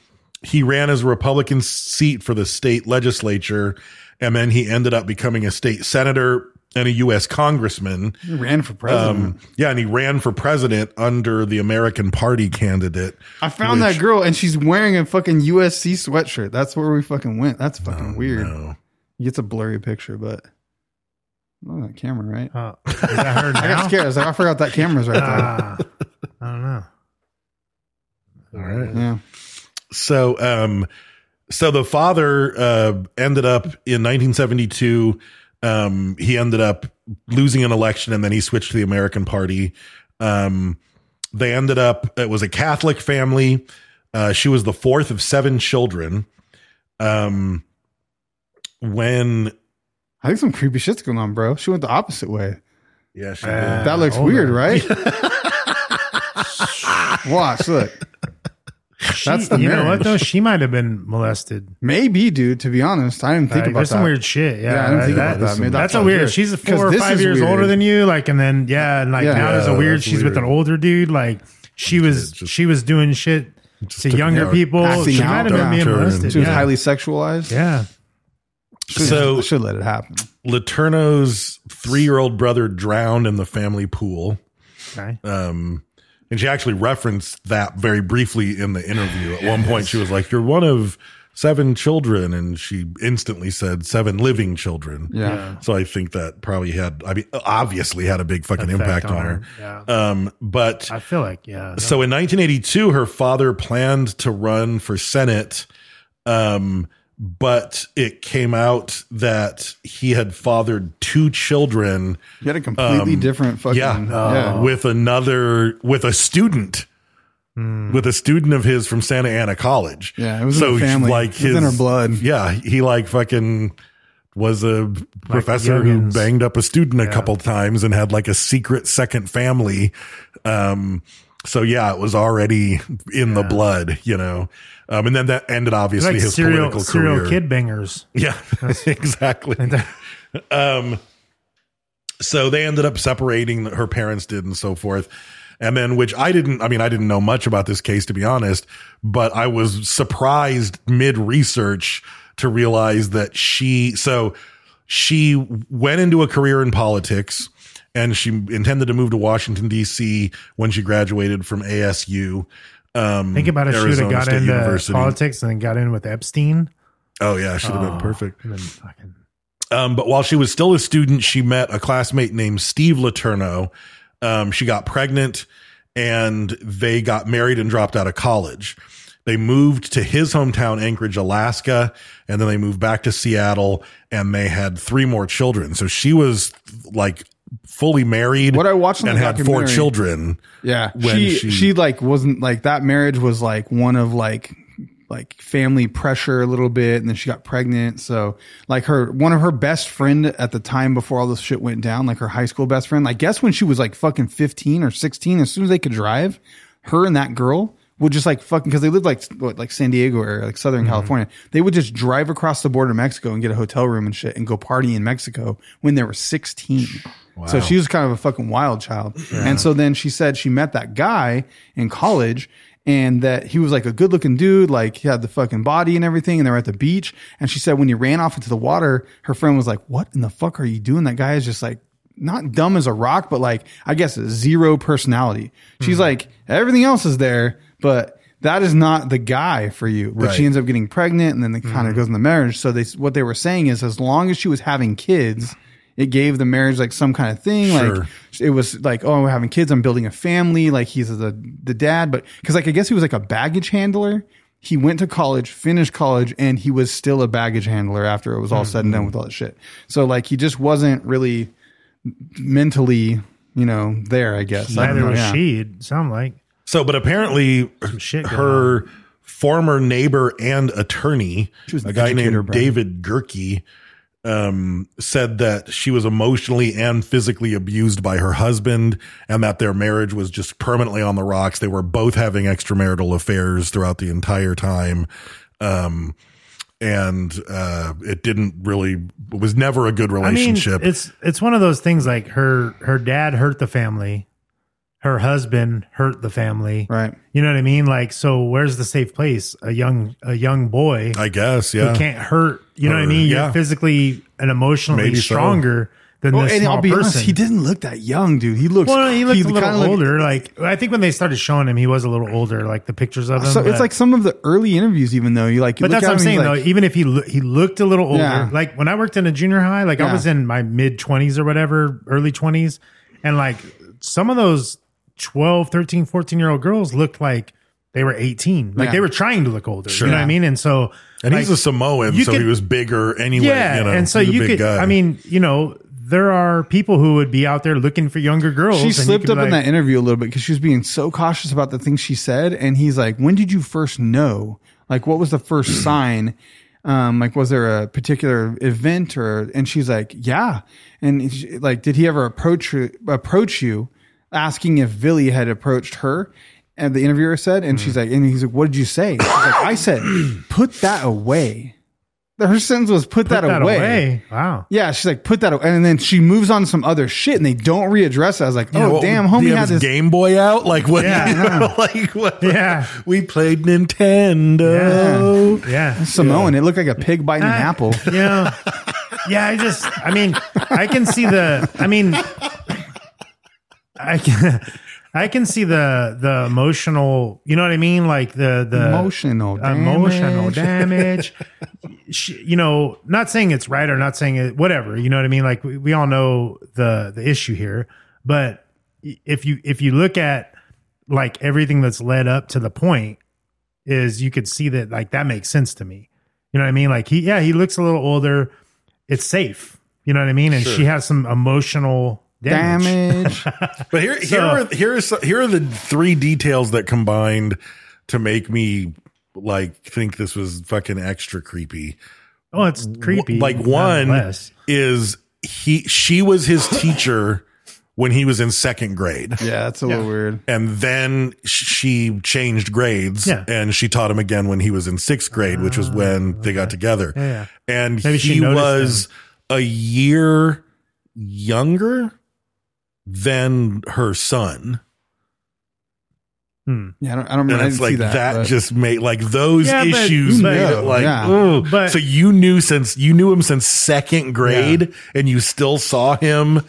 Speaker 5: he ran as a Republican seat for the state legislature, and then he ended up becoming a state senator and a U.S. congressman.
Speaker 2: He ran for president.
Speaker 5: Um, yeah, and he ran for president under the American Party candidate.
Speaker 2: I found
Speaker 5: which-
Speaker 2: that girl, and she's wearing a fucking USC sweatshirt. That's where we fucking went. That's fucking weird.
Speaker 5: Oh, no.
Speaker 2: It's a blurry picture, but look at that camera, right?
Speaker 3: uh, is that her
Speaker 2: I got
Speaker 3: now?
Speaker 2: scared. I was like, I forgot that camera's right there.
Speaker 3: Ah, I don't know.
Speaker 2: Yeah.
Speaker 5: So, um, so the father uh, ended up in 1972. Um, he ended up losing an election, and then he switched to the American Party. Um, they ended up. It was a Catholic family. Uh, she was the fourth of seven children. Um, when
Speaker 2: I think some creepy shit's going on, bro. She went the opposite way.
Speaker 5: yeah, she
Speaker 3: Uh,
Speaker 2: That looks
Speaker 3: hold
Speaker 2: weird,
Speaker 3: on.
Speaker 2: right? Watch, look.
Speaker 3: She,
Speaker 2: That's the
Speaker 3: you know
Speaker 2: marriage.
Speaker 3: what though? She might have been molested.
Speaker 2: Maybe, dude. To be honest, I didn't think
Speaker 3: Like,
Speaker 2: about
Speaker 3: there's
Speaker 2: that.
Speaker 3: some weird shit. Yeah,
Speaker 2: I didn't think about that. Maybe
Speaker 3: that's a
Speaker 2: why-
Speaker 3: weird. She's four
Speaker 2: 'Cause
Speaker 3: or
Speaker 2: this
Speaker 3: five
Speaker 2: is
Speaker 3: years
Speaker 2: weird.
Speaker 3: older than you. Like, and then yeah, and like
Speaker 2: Yeah.
Speaker 3: now there's a
Speaker 5: Yeah,
Speaker 3: weird.
Speaker 5: that's
Speaker 3: She's with
Speaker 5: weird.
Speaker 3: an older dude. Like she was,
Speaker 5: just-
Speaker 3: she was doing shit to
Speaker 5: took
Speaker 3: younger
Speaker 5: a
Speaker 3: people.
Speaker 2: acting
Speaker 3: She
Speaker 2: out
Speaker 3: might have been being
Speaker 5: downturn.
Speaker 3: molested.
Speaker 2: She was
Speaker 3: yeah.
Speaker 2: highly sexualized.
Speaker 3: yeah.
Speaker 2: Should,
Speaker 5: So-
Speaker 2: should let it happen.
Speaker 5: Laterno's three year old brother drowned in the family pool.
Speaker 3: Okay.
Speaker 5: Um, and she actually referenced that very briefly in the interview. At one point, she was like, You're one of seven children. And she instantly said, Seven living children.
Speaker 2: Yeah.
Speaker 5: So I think that probably had, I mean, obviously had a big fucking
Speaker 3: Effect
Speaker 5: impact on
Speaker 3: on
Speaker 5: her.
Speaker 3: her,
Speaker 5: Um, but
Speaker 3: I feel like yeah.
Speaker 5: so in 1982, her father planned to run for Senate, um, but it came out that he had fathered two children.
Speaker 2: You had a completely
Speaker 5: Um,
Speaker 2: different fucking. uh,
Speaker 5: yeah, with another with a student. With a student of his from Santa Ana College.
Speaker 2: Hmm. Yeah, it was in the family.
Speaker 5: like
Speaker 2: It was
Speaker 5: his
Speaker 2: in her blood.
Speaker 5: Yeah, he like fucking was a professor who
Speaker 3: Juggins.
Speaker 5: banged up a student a couple times and had like a secret second family. Um, so yeah, it was already in the blood, you know. Um, and then that ended
Speaker 3: It's
Speaker 5: obviously
Speaker 3: like
Speaker 5: his
Speaker 3: serial
Speaker 5: political
Speaker 3: serial
Speaker 5: career.
Speaker 3: kid bangers.
Speaker 5: Yeah, exactly. um, so they ended up separating. Her parents did, and so forth. And then, which I didn't, I mean, I didn't know much about this case to be honest, but I was surprised mid research to realize that she, so she went into a career in politics and she intended to move to Washington, D.C. when she graduated from ASU. Um,
Speaker 3: Think about it. She would have
Speaker 5: Arizona
Speaker 3: got
Speaker 5: State
Speaker 3: into
Speaker 5: University.
Speaker 3: politics and then got in with Epstein.
Speaker 5: Oh, yeah, should have been perfect.
Speaker 3: And then fucking
Speaker 5: Um, but while she was still a student, she met a classmate named Steve Letourneau. Um, she got pregnant and they got married and dropped out of college. They moved to his hometown, Anchorage, Alaska, and then they moved back to Seattle and they had three more children. So she was like fully married.
Speaker 2: What I watched on
Speaker 5: and
Speaker 2: the
Speaker 5: had four
Speaker 2: documentary-
Speaker 5: children.
Speaker 2: Yeah,
Speaker 5: when
Speaker 2: she,
Speaker 5: she-
Speaker 2: she like wasn't like that marriage was like one of like like family pressure a little bit, and then she got pregnant. So like her one of her best friend at the time before all this shit went down, like her high school best friend. I guess when she was like fucking fifteen or sixteen, as soon as they could drive, her and that girl would just like fucking because they lived like what like San Diego area, like
Speaker 5: Mm-hmm.
Speaker 2: Southern California. They would just drive across the border to Mexico and get a hotel room and shit and go party in Mexico when they were sixteen. So she was kind of a fucking wild child. And so then she said she met that guy in college and that he was like a good looking dude, like he had the fucking body and everything. And they were at the beach. And she said when he ran off into the water, her friend was like, What in the fuck are you doing? That guy is just like, not dumb as a rock, but like, I guess zero personality. She's like, Everything else is there, but that is not the guy for you. But she
Speaker 5: Right.
Speaker 2: ends up getting pregnant and then it kind of goes into marriage. So they, what they were saying is as long as she was having kids, it gave the marriage like some kind of thing.
Speaker 5: Sure.
Speaker 2: Like it was like, oh, I'm having kids. I'm building a family. Like he's the, the dad. But cause like, I guess he was like a baggage handler. He went to college, finished college, and he was still a baggage handler after it was all said and
Speaker 3: Mm-hmm.
Speaker 2: done with all that shit. So like, he just wasn't really mentally, you know, there, I guess. I don't
Speaker 3: neither
Speaker 2: know,
Speaker 3: was
Speaker 2: yeah.
Speaker 3: she. It sound like
Speaker 5: So, but apparently
Speaker 3: shit going
Speaker 5: her former neighbor and attorney,
Speaker 2: She was an
Speaker 5: a guy
Speaker 2: educator,
Speaker 5: named
Speaker 2: Brian.
Speaker 5: David Gerke, um, said that she was emotionally and physically abused by her husband and that their marriage was just permanently on the rocks. They were both having extramarital affairs throughout the entire time. Um, and uh, it didn't really it was never a good
Speaker 3: I mean,
Speaker 5: relationship.
Speaker 3: it's it's one of those things like her her dad hurt the family, her husband hurt the family.
Speaker 2: Right.
Speaker 3: You know what I mean? Like, so where's the safe place? A young a young boy
Speaker 5: I guess, yeah.
Speaker 3: who can't hurt. You know what I
Speaker 5: Or-
Speaker 3: mean? You're
Speaker 5: yeah.
Speaker 2: physically.
Speaker 3: physically and emotionally
Speaker 5: Maybe so.
Speaker 3: stronger than
Speaker 2: Well,
Speaker 3: this
Speaker 2: and
Speaker 3: small
Speaker 2: I'll be
Speaker 3: person.
Speaker 2: honest, he didn't look that young, dude. He looks.
Speaker 3: Well, he looked a
Speaker 2: kinda
Speaker 3: little
Speaker 2: looked-
Speaker 3: older. like I think when they started showing him, he was a little older. Like the pictures of him.
Speaker 2: So it's
Speaker 3: but-
Speaker 2: like some of the early interviews, even though you like, you
Speaker 3: But
Speaker 2: look
Speaker 3: that's what I'm
Speaker 2: at him,
Speaker 3: saying
Speaker 2: he's
Speaker 3: though. Even if he loo- he looked a little older,
Speaker 2: Yeah.
Speaker 3: like when I worked in a junior high, like
Speaker 2: Yeah.
Speaker 3: I was in my mid 20s or whatever, early 20s, and like some of those 12, 13, 14 year old girls looked like they were 18. Like
Speaker 2: Yeah.
Speaker 3: they were trying to look older.
Speaker 5: Sure.
Speaker 3: You know what I mean? And so
Speaker 5: and
Speaker 3: like,
Speaker 5: he's a Samoan,
Speaker 3: you
Speaker 5: so
Speaker 3: could-
Speaker 5: he was bigger anyway.
Speaker 3: yeah,
Speaker 5: you know,
Speaker 3: and so
Speaker 5: he's a
Speaker 3: you
Speaker 5: big
Speaker 3: could.
Speaker 5: guy.
Speaker 3: I mean, you know, there are people who would be out there looking for younger girls.
Speaker 2: She
Speaker 3: and you
Speaker 2: slipped
Speaker 3: could
Speaker 2: up
Speaker 3: be
Speaker 2: in
Speaker 3: like,
Speaker 2: that interview a little bit because she was being so cautious about the things she said. And he's like, "When did you first know? Like, what was the first sign? Um, like, was there a particular event or?" And she's like, "Yeah." And she, like, did he ever approach her- approach you, asking if Billy had approached her? and the interviewer said, and
Speaker 3: Mm.
Speaker 2: she's like, and he's like, what did you say? She's like, I said, put that away. Her sentence was put, that,
Speaker 3: Put that
Speaker 2: away.
Speaker 3: away. Wow.
Speaker 2: Yeah, she's like, put that away. And then she moves on to some other shit and they don't readdress it. I was like, oh,
Speaker 5: You know, what-
Speaker 2: damn,
Speaker 5: do you
Speaker 2: homie
Speaker 5: have his
Speaker 2: had this.
Speaker 5: Game Boy out. Like what?
Speaker 3: Yeah,
Speaker 5: you
Speaker 3: I
Speaker 5: know, like what?
Speaker 3: Yeah.
Speaker 5: we played Nintendo.
Speaker 3: Yeah.
Speaker 2: Samoan, it looked like a pig biting an
Speaker 3: Uh,
Speaker 2: apple.
Speaker 3: You know, yeah, I just, I mean, I can see the, I mean, I can, I can see the, the emotional, you know what I mean? Like the, the
Speaker 2: Emotional
Speaker 3: emotional damage.
Speaker 2: damage.
Speaker 3: Sh- you know, not saying it's right or not saying it, whatever, you know what I mean? Like we, we all know the, the issue here, but if you, if you look at like everything that's led up to the point is you could see that like that makes sense to me. You know what I mean? Like he, yeah, he looks a little older. It's safe. You know what I mean? And she has some emotional damage.
Speaker 2: Damage.
Speaker 5: But here, here,
Speaker 3: So-
Speaker 5: are, here, are, so- here are the three details that combined to make me like think this was fucking extra creepy.
Speaker 3: Oh, it's creepy.
Speaker 5: Like one
Speaker 3: nonetheless.
Speaker 5: is he, she was his teacher when he was in second grade.
Speaker 2: yeah, that's a little weird.
Speaker 5: and then she changed grades
Speaker 3: Yeah. Ah,
Speaker 5: and she taught him again when he was in sixth grade which was when they got together
Speaker 3: Yeah, yeah.
Speaker 5: and
Speaker 3: Maybe she
Speaker 5: he was
Speaker 3: noticed
Speaker 5: a year younger than her son
Speaker 2: Yeah, I don't, I don't
Speaker 5: and
Speaker 2: I didn't
Speaker 5: it's
Speaker 2: see
Speaker 5: like
Speaker 2: that.
Speaker 5: that,
Speaker 2: but-
Speaker 5: just made like those
Speaker 3: Yeah, but-
Speaker 5: issues
Speaker 3: but-
Speaker 5: made it like
Speaker 2: Yeah.
Speaker 5: ooh.
Speaker 3: But-
Speaker 5: so you knew since you knew him since second grade and you still saw him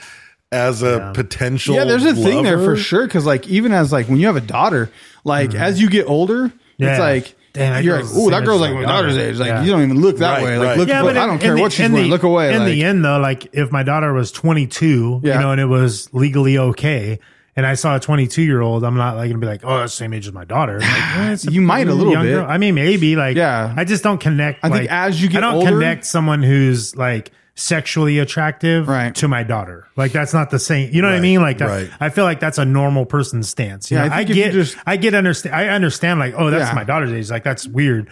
Speaker 5: as a potential
Speaker 2: yeah, there's a thing there for
Speaker 5: lover?
Speaker 2: sure. Cause like, even as like when you have a daughter, like as you get older,
Speaker 3: Mm-hmm. Yeah.
Speaker 2: it's like,
Speaker 3: Damn, that
Speaker 2: you're like,
Speaker 3: girl's the
Speaker 2: oh,
Speaker 3: same
Speaker 2: that
Speaker 3: age
Speaker 2: girl's
Speaker 3: as
Speaker 2: like
Speaker 3: my
Speaker 2: my daughter's
Speaker 3: daughter."
Speaker 2: age. Like,
Speaker 3: Yeah.
Speaker 2: you don't even look that
Speaker 5: Right,
Speaker 2: way. Like,
Speaker 5: right.
Speaker 2: look,
Speaker 3: Yeah, but
Speaker 2: I
Speaker 3: in-
Speaker 2: don't
Speaker 3: in
Speaker 2: care
Speaker 3: the-
Speaker 2: what she's
Speaker 3: in
Speaker 2: wearing.
Speaker 3: the-
Speaker 2: look away.
Speaker 3: In
Speaker 2: like,
Speaker 3: the end, though, like if my daughter was 22,
Speaker 2: Yeah.
Speaker 3: you know, and it was legally okay, and I saw a 22 year old, I'm not like gonna be like, oh, that's the same age as my daughter. Like, "Eh, it's
Speaker 2: You might a little
Speaker 3: young
Speaker 2: bit.
Speaker 3: girl." I mean, maybe like,
Speaker 2: Yeah.
Speaker 3: I just don't connect.
Speaker 2: I think
Speaker 3: like-
Speaker 2: as you get
Speaker 3: I don't
Speaker 2: older-
Speaker 3: connect someone who's like sexually attractive
Speaker 2: Right.
Speaker 3: to my daughter. Like that's not the same. You know what I
Speaker 5: Right,
Speaker 3: mean? Like that,
Speaker 5: right.
Speaker 3: I feel like that's a normal person's stance. You
Speaker 2: Yeah,
Speaker 3: know,
Speaker 2: I
Speaker 3: I,
Speaker 2: think if you
Speaker 3: get,
Speaker 2: just-
Speaker 3: I get understand. I understand like, oh, that's
Speaker 2: Yeah.
Speaker 3: my daughter's age. Like that's weird.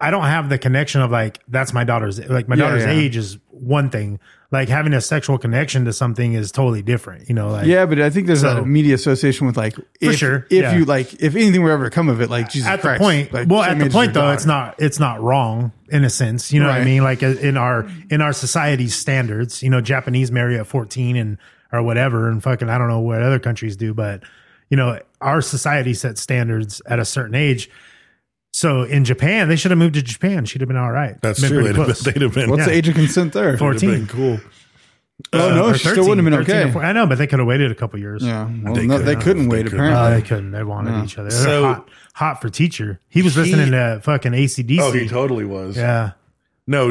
Speaker 3: I don't have the connection of like that's my daughter's like my
Speaker 2: Yeah,
Speaker 3: daughter's
Speaker 2: yeah.
Speaker 3: age is one thing. Like having a sexual connection to something is totally different. You know, like
Speaker 2: yeah, but I think there's
Speaker 3: So-
Speaker 2: a media association with like, if,
Speaker 3: sure,
Speaker 2: if
Speaker 3: yeah.
Speaker 2: you like, if anything were ever to come of it, like Jesus
Speaker 3: at
Speaker 2: Christ,
Speaker 3: the point,
Speaker 2: like,
Speaker 3: well,
Speaker 2: same
Speaker 3: at the
Speaker 2: age as
Speaker 3: point
Speaker 2: your
Speaker 3: though, it's
Speaker 2: daughter.
Speaker 3: not it's not wrong in a sense. You know what I
Speaker 2: Right.
Speaker 3: mean? Like uh, in our in our society's standards, you know, Japanese marry at fourteen and or whatever, and fucking I don't know what other countries do, but you know, our society sets standards at a certain age. So in Japan, they should have moved to Japan. She'd have been all right.
Speaker 5: that's
Speaker 3: Been
Speaker 5: true
Speaker 3: pretty
Speaker 5: they'd, have-
Speaker 3: close.
Speaker 5: they'd have been
Speaker 2: What's the age of consent there?
Speaker 3: 14.
Speaker 5: cool
Speaker 2: Oh no,
Speaker 3: Uh, or
Speaker 5: uh,
Speaker 2: she still wouldn't have been
Speaker 3: 13 or
Speaker 2: okay.
Speaker 3: 14. I know, but they could have waited a couple years.
Speaker 2: Yeah, well,
Speaker 5: They
Speaker 2: no,
Speaker 5: could
Speaker 2: they
Speaker 5: have.
Speaker 2: couldn't
Speaker 5: They
Speaker 2: wait.
Speaker 5: could have.
Speaker 2: Apparently,
Speaker 3: Uh, they couldn't. They wanted each other. They're
Speaker 5: So-
Speaker 3: hot, hot for teacher. He was listening to fucking ACDC.
Speaker 5: oh he totally was
Speaker 3: yeah.
Speaker 5: No,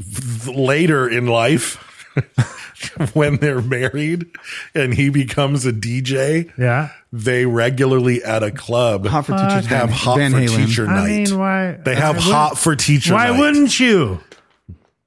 Speaker 5: th- later in life, when they're married and he becomes a DJ,
Speaker 3: Yeah.
Speaker 5: they regularly at a club
Speaker 2: hot for teachers
Speaker 5: have
Speaker 2: Van-
Speaker 5: hot
Speaker 2: Van
Speaker 5: for
Speaker 2: Halen.
Speaker 5: teacher
Speaker 3: I
Speaker 5: night.
Speaker 3: mean, why?
Speaker 5: they have
Speaker 3: I wouldn't-
Speaker 5: hot for teacher
Speaker 3: Why
Speaker 5: night.
Speaker 3: wouldn't you?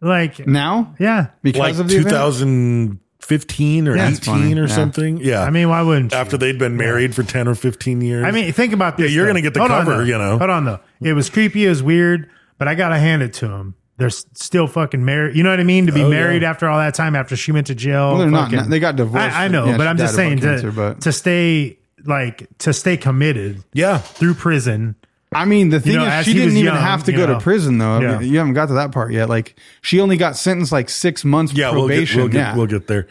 Speaker 3: Like,
Speaker 2: now
Speaker 3: yeah.
Speaker 2: because
Speaker 5: like
Speaker 2: of the event?
Speaker 5: 2015 or
Speaker 2: Yeah, it's
Speaker 5: 18
Speaker 2: funny.
Speaker 5: or
Speaker 2: Yeah.
Speaker 5: something? Yeah.
Speaker 3: I mean, why wouldn't you?
Speaker 5: after they'd been married for 10 or 15 years.
Speaker 3: I mean, think about this.
Speaker 5: Yeah, you're
Speaker 3: though.
Speaker 5: gonna get the
Speaker 3: Hold on,
Speaker 5: cover,
Speaker 3: though.
Speaker 5: you know.
Speaker 3: Hold on, though. It was creepy. It was weird, but I got to hand it to him. They're s- still fucking married. You know what I mean? To be
Speaker 5: Oh, yeah.
Speaker 3: married after all that time, after she went to jail.
Speaker 2: Well, they're not-
Speaker 3: fucking-
Speaker 2: they got divorced.
Speaker 3: I, I know,
Speaker 2: Yeah,
Speaker 3: but
Speaker 2: she
Speaker 3: I'm just
Speaker 2: died of
Speaker 3: saying to,
Speaker 2: cancer, but-
Speaker 3: to stay like to stay committed
Speaker 5: yeah.
Speaker 3: through prison.
Speaker 2: I mean, the thing
Speaker 3: know,
Speaker 2: is,
Speaker 3: as
Speaker 2: she
Speaker 3: he
Speaker 2: didn't
Speaker 3: was
Speaker 2: even
Speaker 3: young,
Speaker 2: have to
Speaker 3: you
Speaker 2: go to
Speaker 3: know.
Speaker 2: prison, though. I
Speaker 3: Yeah.
Speaker 2: mean, you haven't got to that part yet. Like, she only got sentenced like six months
Speaker 5: yeah,
Speaker 2: probation.
Speaker 5: We'll get, we'll,
Speaker 2: yeah,
Speaker 5: Get, we'll get there.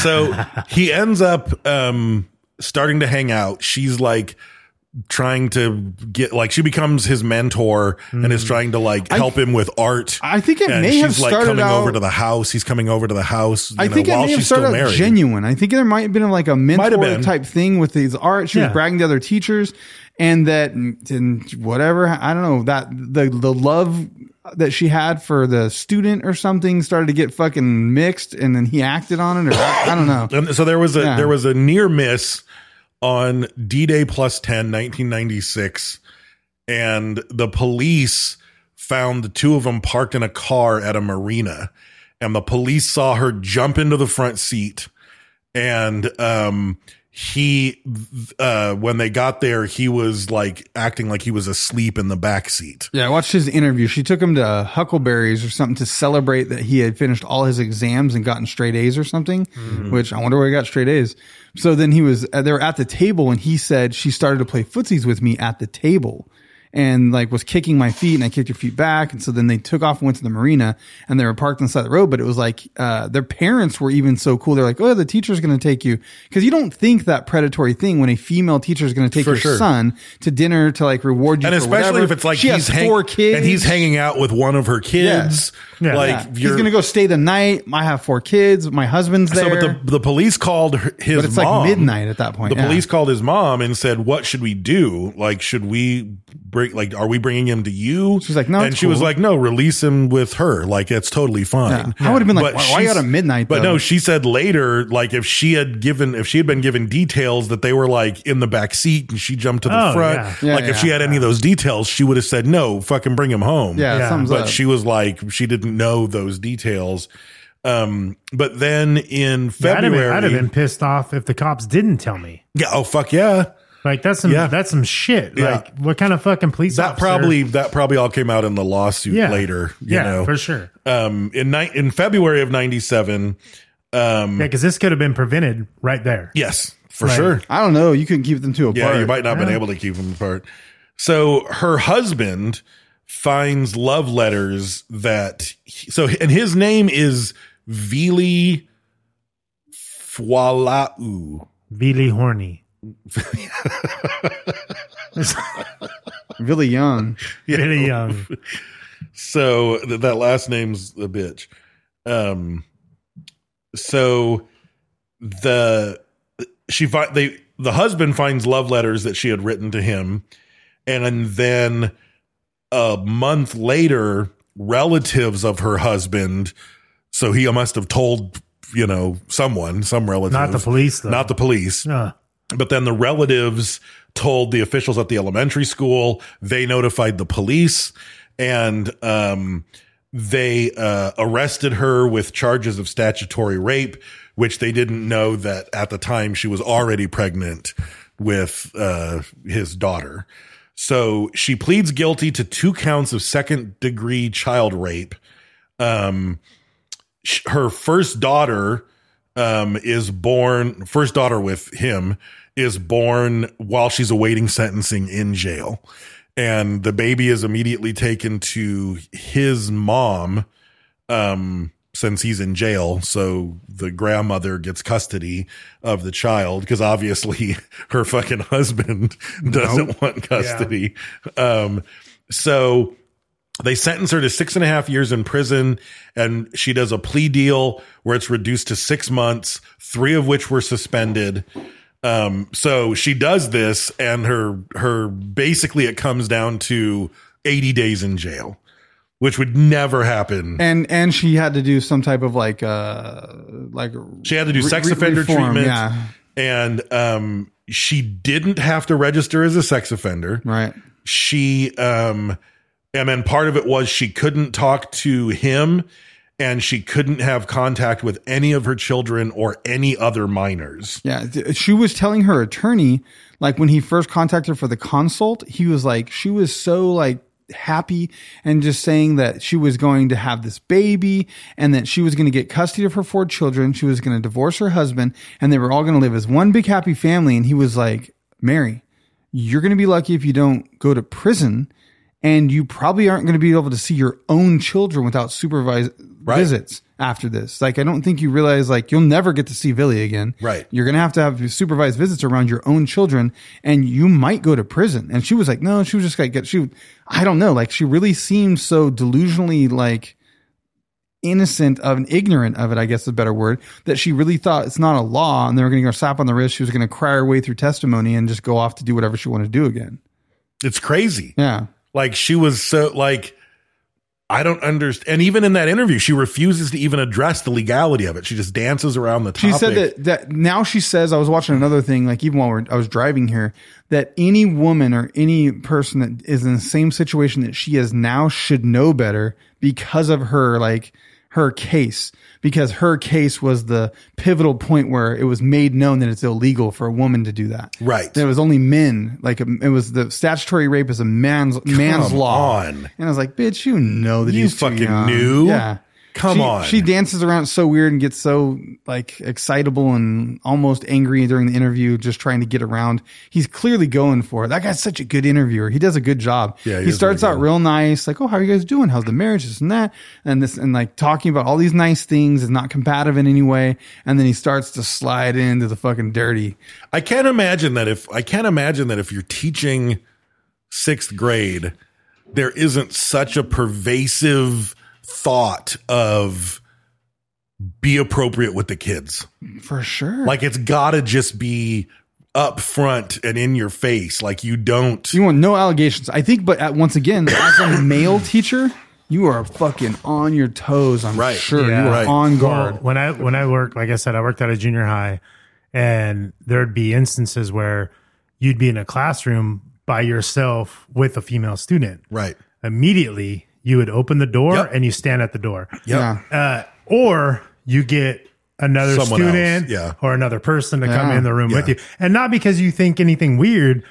Speaker 5: So he ends up um, starting to hang out. She's like trying to get like she becomes his mentor and is trying to like help him with art.
Speaker 2: Hmm. I think it
Speaker 5: and
Speaker 2: may have
Speaker 5: she's like
Speaker 2: started
Speaker 5: coming
Speaker 2: out-
Speaker 5: over to the house. He's coming over to the house. You
Speaker 2: I
Speaker 5: know,
Speaker 2: think it
Speaker 5: while
Speaker 2: may have
Speaker 5: she's still
Speaker 2: started out
Speaker 5: married.
Speaker 2: genuine. I think there might have been like a
Speaker 5: Might have
Speaker 2: mentor
Speaker 5: been.
Speaker 2: type thing with these art. She
Speaker 3: Yeah.
Speaker 2: was bragging to other teachers, and that and whatever I don't know that the the love that she had for the student or something started to get fucking mixed, and then he acted on it, or I, I don't know.
Speaker 5: And so there was a
Speaker 2: Yeah.
Speaker 5: there was a near miss on D-Day plus 10 1996 and the police found the two of them parked in a car at a marina and the police saw her jump into the front seat and um he uh when they got there he was like acting like he was asleep in the back seat
Speaker 2: Yeah, I watched his interview. She took him to Huckleberries or something to celebrate that he had finished all his exams and gotten straight A's or something,
Speaker 5: Mm-hmm.
Speaker 2: which I wonder where he got straight A's. So then he was, uh, they were at the table and he said she started to play footsies with me at the table and like was kicking my feet and I kicked her feet back. And so then they took off and went to the marina and they were parked on the side of the road. But it was like, uh, their parents were even so cool. They're like, Oh, the teacher's going to take you. Cause you don't think that predatory thing when a female teacher is going to take
Speaker 5: For
Speaker 2: your
Speaker 5: sure.
Speaker 2: son to dinner to like reward you.
Speaker 5: and
Speaker 2: for
Speaker 5: especially
Speaker 2: whatever.
Speaker 5: if it's like
Speaker 2: she
Speaker 5: he's
Speaker 2: has
Speaker 5: hang-
Speaker 2: four kids
Speaker 5: and he's hanging out with one of her kids
Speaker 3: Yeah. Yeah.
Speaker 5: like
Speaker 2: Yeah. he's
Speaker 5: you're-
Speaker 2: gonna go stay the night. I have four kids. My husband's
Speaker 5: so
Speaker 2: there.
Speaker 5: but the, the police called her- his
Speaker 2: But it's like
Speaker 5: mom
Speaker 2: midnight at that point,
Speaker 5: the
Speaker 2: yeah.
Speaker 5: police called his mom and said what should we do like should we bring like are we bringing him to you
Speaker 2: She's like, "No,
Speaker 5: and
Speaker 2: it's
Speaker 5: she was
Speaker 2: cool."
Speaker 5: like no release him with her like it's totally fine
Speaker 2: Yeah. I would've been
Speaker 5: But
Speaker 2: like, "Why- why you
Speaker 5: she's-
Speaker 2: out at midnight,
Speaker 5: but
Speaker 2: though?"
Speaker 5: no she said later like if she had given if she had been given details that they were like in the back seat and she jumped to the
Speaker 3: Oh,
Speaker 5: front
Speaker 3: yeah.
Speaker 2: Yeah,
Speaker 5: like if
Speaker 2: yeah.
Speaker 5: she had any of those details she would have said no fucking bring him home
Speaker 2: yeah,
Speaker 3: Yeah.
Speaker 2: something's
Speaker 5: but
Speaker 2: up.
Speaker 5: she was like she didn't know those details um but then in
Speaker 3: Yeah, I'd, have
Speaker 5: february
Speaker 3: been, I'd have been pissed off if the cops didn't tell me.
Speaker 5: yeah, oh fuck yeah
Speaker 3: Like that's some
Speaker 5: Yeah.
Speaker 3: that's some shit.
Speaker 5: Yeah.
Speaker 3: Like what kind of fucking police?
Speaker 5: that
Speaker 3: officer-
Speaker 5: probably that probably all came out in the lawsuit
Speaker 3: yeah
Speaker 5: later you
Speaker 3: yeah
Speaker 5: know
Speaker 3: for sure.
Speaker 5: um in ni- in february of 97 Um,
Speaker 3: Yeah, because this could have been prevented right there.
Speaker 5: yes for
Speaker 3: Right.
Speaker 5: sure
Speaker 2: I don't know. You couldn't keep them two apart.
Speaker 5: yeah you might not have been
Speaker 3: Yeah.
Speaker 5: able to keep them apart so her husband finds love letters that he- so and his name is vili fwalau
Speaker 3: Really horny.
Speaker 2: Really young.
Speaker 3: Really
Speaker 5: Oh,
Speaker 3: young.
Speaker 5: So th- that last name's a bitch. Um, so the she fi- they the husband finds love letters that she had written to him, and then a month later, relatives of her husband. So he must have told you know someone, some relative,
Speaker 3: Not the police, though.
Speaker 5: not the police.
Speaker 3: Uh,
Speaker 5: But then the relatives told the officials at the elementary school. They notified the police and um, they uh, arrested her with charges of statutory rape, which they didn't know that at the time she was already pregnant with uh, his daughter. So she pleads guilty to two counts of second degree child rape. Um, sh- her first daughter um, is born first daughter with him is born while she's awaiting sentencing in jail and the baby is immediately taken to his mom um since he's in jail so the grandmother gets custody of the child because obviously her fucking husband doesn't want custody um so they sentence her to six and a half years in prison, and she does a plea deal where it's reduced to six months, three of which were suspended. Um, so she does this, and her her basically it comes down to eighty days in jail, which would never happen.
Speaker 2: And and she had to do some type of like uh like
Speaker 5: She had to do
Speaker 2: re-
Speaker 5: sex
Speaker 2: re-
Speaker 5: offender
Speaker 2: reform,
Speaker 5: treatment,
Speaker 2: Yeah.
Speaker 5: and um, she didn't have to register as a sex offender.
Speaker 2: Right.
Speaker 5: she um and then part of it was she couldn't talk to him and she couldn't have contact with any of her children or any other minors
Speaker 2: Yeah. Th- She was telling her attorney, like when he first contacted her for the consult, he was like, she was so like happy and just saying that she was going to have this baby and that she was going to get custody of her four children. She was going to divorce her husband and they were all going to live as one big happy family. And he was like, Mary, you're going to be lucky if you don't go to prison and you probably aren't going to be able to see your own children without supervised visits after this. Like, I don't think you realize, like, you'll never get to see Billy again.
Speaker 5: Right.
Speaker 2: You're going to have to have supervised visits around your own children and you might go to prison. And she was like, no, she was just like, get, she, I don't know. Like, she really seemed so delusionally, like, innocent of and ignorant of it, I guess is a better word, that she really thought it's not a law and they were going to go slap on the wrist. She was going to cry her way through testimony and just go off to do whatever she wanted to do again.
Speaker 5: it's crazy
Speaker 2: Yeah.
Speaker 5: like she was so like i don't understand and even in that interview she refuses to even address the legality of it she just dances around the
Speaker 2: She
Speaker 5: topic
Speaker 2: said that, that now she says I was watching another thing like even while we're, I was driving here that any woman or any person that is in the same situation that she is now should know better because of her like her case because her case was the pivotal point where it was made known that it's illegal for a woman to do that.
Speaker 5: Right.
Speaker 2: That it was only men. Like it was the statutory rape is a man's man's
Speaker 5: Come
Speaker 2: law.
Speaker 5: on.
Speaker 2: And I was like, bitch, you know that
Speaker 5: You
Speaker 2: he's too
Speaker 5: fucking
Speaker 2: young."
Speaker 5: knew?
Speaker 2: Yeah.
Speaker 5: Come
Speaker 2: She-
Speaker 5: on.
Speaker 2: She dances around so weird and gets so like excitable and almost angry during the interview, just trying to get around. He's clearly going for it. That guy's such a good interviewer. He does a good job.
Speaker 5: Yeah, he
Speaker 2: he,
Speaker 5: is
Speaker 2: starts
Speaker 5: really
Speaker 2: out
Speaker 5: good.
Speaker 2: real nice, like, "Oh, how are you guys doing? How's the marriage? This and that, and this, and like talking about all these nice things is not compatible in any way." And then he starts to slide into the fucking dirty.
Speaker 5: I can't imagine that if I can't imagine that if you're teaching sixth grade, there isn't such a pervasive thought of be appropriate with the kids.
Speaker 2: For sure.
Speaker 5: Like it's gotta just be up front and in your face. Like you don't
Speaker 2: You want no allegations. I think, but at, once again, as a male teacher, you are fucking on your toes. I'm
Speaker 5: Right.
Speaker 2: sure
Speaker 5: Yeah.
Speaker 2: you are
Speaker 5: Right.
Speaker 2: on
Speaker 3: Well,
Speaker 2: guard.
Speaker 3: when I when I worked, like I said, I worked at a junior high, and there'd be instances where you'd be in a classroom by yourself with a female student.
Speaker 5: Right.
Speaker 3: Immediately, you would open the door
Speaker 5: Yep.
Speaker 3: and you stand at the door.
Speaker 2: Yeah.
Speaker 3: Uh, or you get another
Speaker 5: Someone
Speaker 3: student
Speaker 5: else, yeah.
Speaker 3: or another person to come
Speaker 2: Yeah.
Speaker 3: in the room with
Speaker 5: Yeah.
Speaker 3: you, and not because you think anything weird.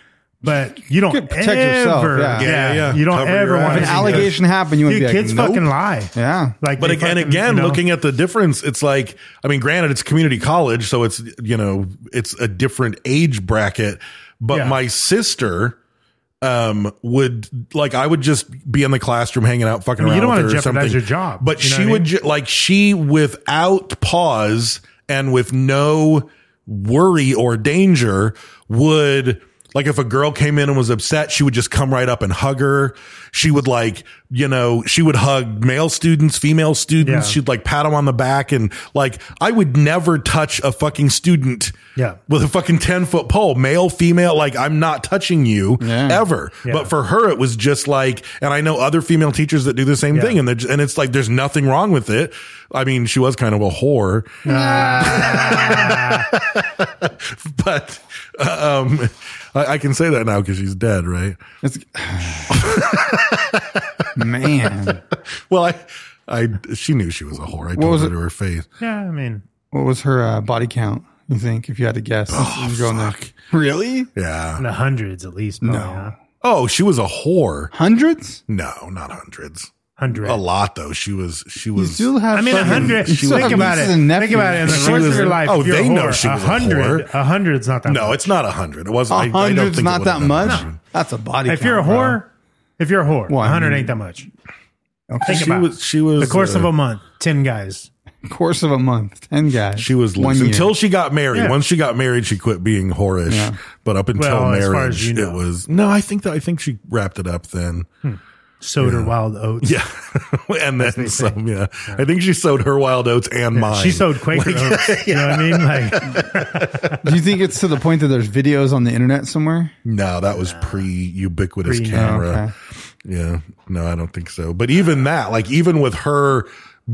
Speaker 3: But you don't
Speaker 2: You
Speaker 3: ever,
Speaker 2: protect yourself, yeah.
Speaker 5: Yeah, yeah, yeah.
Speaker 3: You don't
Speaker 5: Cover
Speaker 3: ever
Speaker 5: your
Speaker 3: want
Speaker 5: eyes.
Speaker 2: If
Speaker 3: to
Speaker 2: an
Speaker 5: Yeah.
Speaker 2: allegation happened, you would
Speaker 3: Dude,
Speaker 2: be like,
Speaker 3: kids
Speaker 2: nope.
Speaker 3: fucking lie.
Speaker 2: Yeah.
Speaker 3: Like,
Speaker 5: but
Speaker 3: they
Speaker 5: again,
Speaker 3: fucking,
Speaker 5: again,
Speaker 3: you know-
Speaker 5: looking at the difference, it's like I mean, granted, it's community college, so it's you know, it's a different age bracket. But
Speaker 3: Yeah.
Speaker 5: my sister um would like I would just be in the classroom hanging out fucking
Speaker 3: I mean, you
Speaker 5: around
Speaker 3: don't
Speaker 5: with
Speaker 3: wanna
Speaker 5: her or
Speaker 3: jeopardize
Speaker 5: something.
Speaker 3: your job,
Speaker 5: But
Speaker 3: you know
Speaker 5: she
Speaker 3: what I
Speaker 5: would
Speaker 3: mean?
Speaker 5: ju- like she without pause and with no worry or danger would like if a girl came in and was upset, she would just come right up and hug her. She would like, you know, she would hug male students, female students.
Speaker 3: Yeah.
Speaker 5: She'd like pat them on the back and like I would never touch a fucking student
Speaker 3: Yeah.
Speaker 5: with a fucking 10 foot pole, male, female. Like I'm not touching you ever.
Speaker 3: Yeah.
Speaker 5: But for her, it was just like, and I know other female teachers that do the same
Speaker 3: Yeah.
Speaker 5: thing, and they're ju- and it's like there's nothing wrong with it. I mean, she was kind of a whore,
Speaker 2: Ah.
Speaker 5: but uh, um, I, I can say that now because she's dead, right?
Speaker 2: It's, man,
Speaker 5: Well, I, I, she knew she was a whore. I told
Speaker 2: was
Speaker 5: her
Speaker 2: it?
Speaker 5: to her face.
Speaker 3: Yeah, I mean,
Speaker 2: what was her uh, body count? You think if you had to guess?
Speaker 3: Oh,
Speaker 2: I'm going there. Really?
Speaker 5: Yeah.
Speaker 3: in the hundreds at least. Probably, no, huh?
Speaker 5: Oh, she was a whore.
Speaker 2: Hundreds?
Speaker 5: No, not hundreds.
Speaker 3: hundred.
Speaker 5: A lot though. She was. She
Speaker 2: You
Speaker 5: was.
Speaker 2: still have.
Speaker 3: I mean, a
Speaker 2: fucking-
Speaker 3: hundred.
Speaker 2: you still
Speaker 3: Think
Speaker 2: have
Speaker 3: about it.
Speaker 2: nieces and
Speaker 3: Think about it. In
Speaker 2: nephews.
Speaker 3: the
Speaker 5: She
Speaker 3: course
Speaker 5: was-
Speaker 3: of your life,
Speaker 5: oh,
Speaker 3: you're
Speaker 5: they
Speaker 3: a
Speaker 5: know
Speaker 3: whore.
Speaker 5: she was a
Speaker 3: hundred.
Speaker 5: whore.
Speaker 3: A hundred's not that.
Speaker 5: no,
Speaker 3: much.
Speaker 5: it's not a hundred. It wasn't. I- I don't
Speaker 2: A
Speaker 5: think
Speaker 2: hundred's
Speaker 5: it
Speaker 2: not
Speaker 5: would've
Speaker 2: that
Speaker 5: been
Speaker 2: much. That's a body.
Speaker 3: If you're a
Speaker 2: count, bro.
Speaker 3: whore, if you're a whore,
Speaker 2: Well, I
Speaker 3: a hundred
Speaker 2: mean-
Speaker 3: ain't that much.
Speaker 2: Okay.
Speaker 3: Think
Speaker 5: She
Speaker 3: about
Speaker 5: was-
Speaker 3: it.
Speaker 5: she was,
Speaker 3: the course of
Speaker 5: uh,
Speaker 3: a month. Ten guys.
Speaker 2: course of a month, ten guys.
Speaker 5: She was
Speaker 2: one
Speaker 5: loose
Speaker 2: year.
Speaker 5: until she got married.
Speaker 3: Yeah.
Speaker 5: Once she got married, she quit being whorish.
Speaker 2: Yeah.
Speaker 5: But up until
Speaker 3: Well, as
Speaker 5: marriage,
Speaker 3: far as you
Speaker 5: it
Speaker 3: know.
Speaker 5: was no. I think that I think she wrapped it up then.
Speaker 3: Soda wild oats.
Speaker 5: Yeah, and then some. Yeah. I think she sowed her wild oats and mine.
Speaker 3: She sowed Quaker oats. You know what I mean? Like,
Speaker 2: Do you think it's to the point that there's videos on the internet somewhere? Oh,
Speaker 5: No, that was pre ubiquitous
Speaker 3: Pre-
Speaker 5: camera. Yeah. No, I don't think so. But even that, like even with her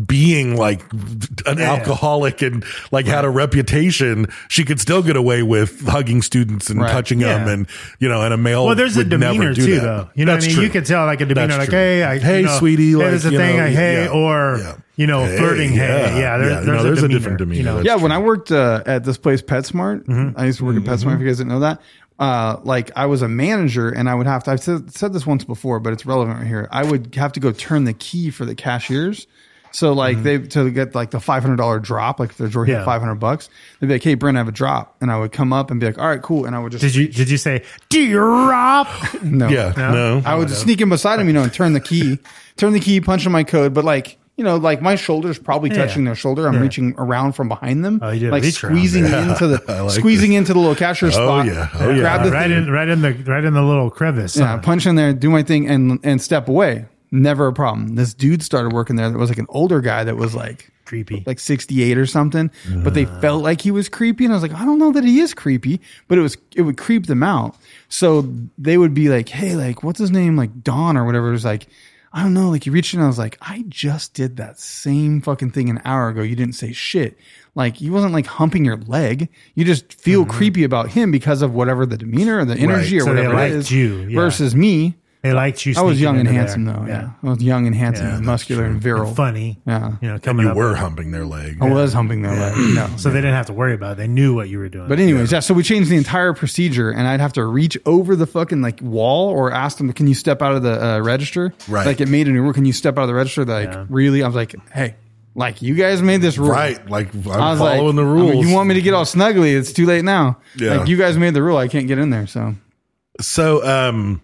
Speaker 5: being like an
Speaker 3: Yeah.
Speaker 5: alcoholic and like had a reputation, she could still get away with hugging students and
Speaker 2: Right.
Speaker 5: touching
Speaker 3: Yeah.
Speaker 5: them and you know, and a male.
Speaker 3: well, there's a
Speaker 5: would never
Speaker 3: demeanor
Speaker 5: do
Speaker 3: too,
Speaker 5: that.
Speaker 3: though. You know
Speaker 5: That's
Speaker 3: what I mean?
Speaker 5: true.
Speaker 3: You could tell like a demeanor,
Speaker 5: That's
Speaker 3: like,
Speaker 5: true.
Speaker 3: hey, I,
Speaker 5: hey,
Speaker 3: you know,
Speaker 5: sweetie,
Speaker 3: hey,
Speaker 5: like,
Speaker 3: there's a
Speaker 5: you
Speaker 3: thing,
Speaker 5: know,
Speaker 3: like, hey,
Speaker 5: yeah,
Speaker 3: or
Speaker 5: yeah.
Speaker 3: you know,
Speaker 5: Hey,
Speaker 3: flirting, hey, yeah, there,
Speaker 5: yeah,
Speaker 3: there's,
Speaker 5: no,
Speaker 3: a, demeanor,
Speaker 5: different demeanor.
Speaker 3: You know,
Speaker 5: That's
Speaker 2: yeah, when I worked uh, at this place, PetSmart, I used to work at PetSmart. If you guys didn't know that, uh, like I was a manager, and I would have to. I've said, said this once before, but it's relevant right here. I would have to go turn the key for the cashiers. So like they to get like the five hundred dollar drop, like if their drawer hit
Speaker 3: Yeah.
Speaker 2: five hundred bucks, they'd be like, "Hey, Brent, I have a drop," and I would come up and be like, "All right, cool," and I would just
Speaker 3: Did you did you say drop?
Speaker 2: no,
Speaker 5: Yeah. No.
Speaker 2: I would just sneak in beside him, you know, and turn the key, turn the key, punch in my code. But like, you know, like my shoulder's probably
Speaker 3: Yeah.
Speaker 2: touching their shoulder. I'm reaching around from behind them,
Speaker 3: Oh, you did
Speaker 2: like
Speaker 3: reach around.
Speaker 2: squeezing into the
Speaker 5: like
Speaker 2: squeezing into the little cashier spot.
Speaker 5: yeah. Oh, yeah.
Speaker 2: Grab the
Speaker 3: right
Speaker 2: thing,
Speaker 3: in right in the right in the little crevice.
Speaker 2: yeah,
Speaker 3: huh?
Speaker 2: punch in there, do my thing, and and step away. Never a problem. This dude started working there. That was like an older guy that was like
Speaker 3: creepy.
Speaker 2: like 68 or something but they felt like he was creepy and i was like i don't know that he is creepy but it was it would creep them out so they would be like hey like what's his name like don or whatever it was like i don't know like you reached in i was like i just did that same fucking thing an hour ago you didn't say shit like you wasn't like humping your leg you just feel creepy about him because of whatever the demeanor or the energy or
Speaker 3: So they
Speaker 2: whatever it
Speaker 3: liked
Speaker 2: is
Speaker 3: you, yeah.
Speaker 2: versus me
Speaker 3: They liked you.
Speaker 2: I was
Speaker 3: sneaking
Speaker 2: young and
Speaker 3: into
Speaker 2: handsome
Speaker 3: there.
Speaker 2: though. Yeah. I was young and handsome,
Speaker 3: Yeah,
Speaker 2: and
Speaker 3: that's
Speaker 2: muscular and virile.
Speaker 3: funny.
Speaker 2: Yeah.
Speaker 3: you know,
Speaker 5: And
Speaker 3: coming
Speaker 5: you
Speaker 3: up.
Speaker 5: were humping their leg.
Speaker 2: I was humping their leg. No.
Speaker 3: so they didn't have to worry about. it. They knew what you were doing.
Speaker 2: But anyways, yeah. So we changed the entire procedure, and I'd have to reach over the fucking like wall or ask them, "Can you step out of the uh, register?"
Speaker 5: Right.
Speaker 2: Like it made a new rule. Can you step out of the register? Like
Speaker 3: Yeah.
Speaker 2: really, I was like, "Hey, like you guys made this rule,
Speaker 5: Right. Like I'm
Speaker 2: I was
Speaker 5: following
Speaker 2: like,
Speaker 5: the
Speaker 2: I
Speaker 5: rules.
Speaker 2: mean, you want me to get all snuggly? It's too late now.
Speaker 5: Yeah.
Speaker 2: Like you guys made the rule. I can't get in there. So
Speaker 5: so um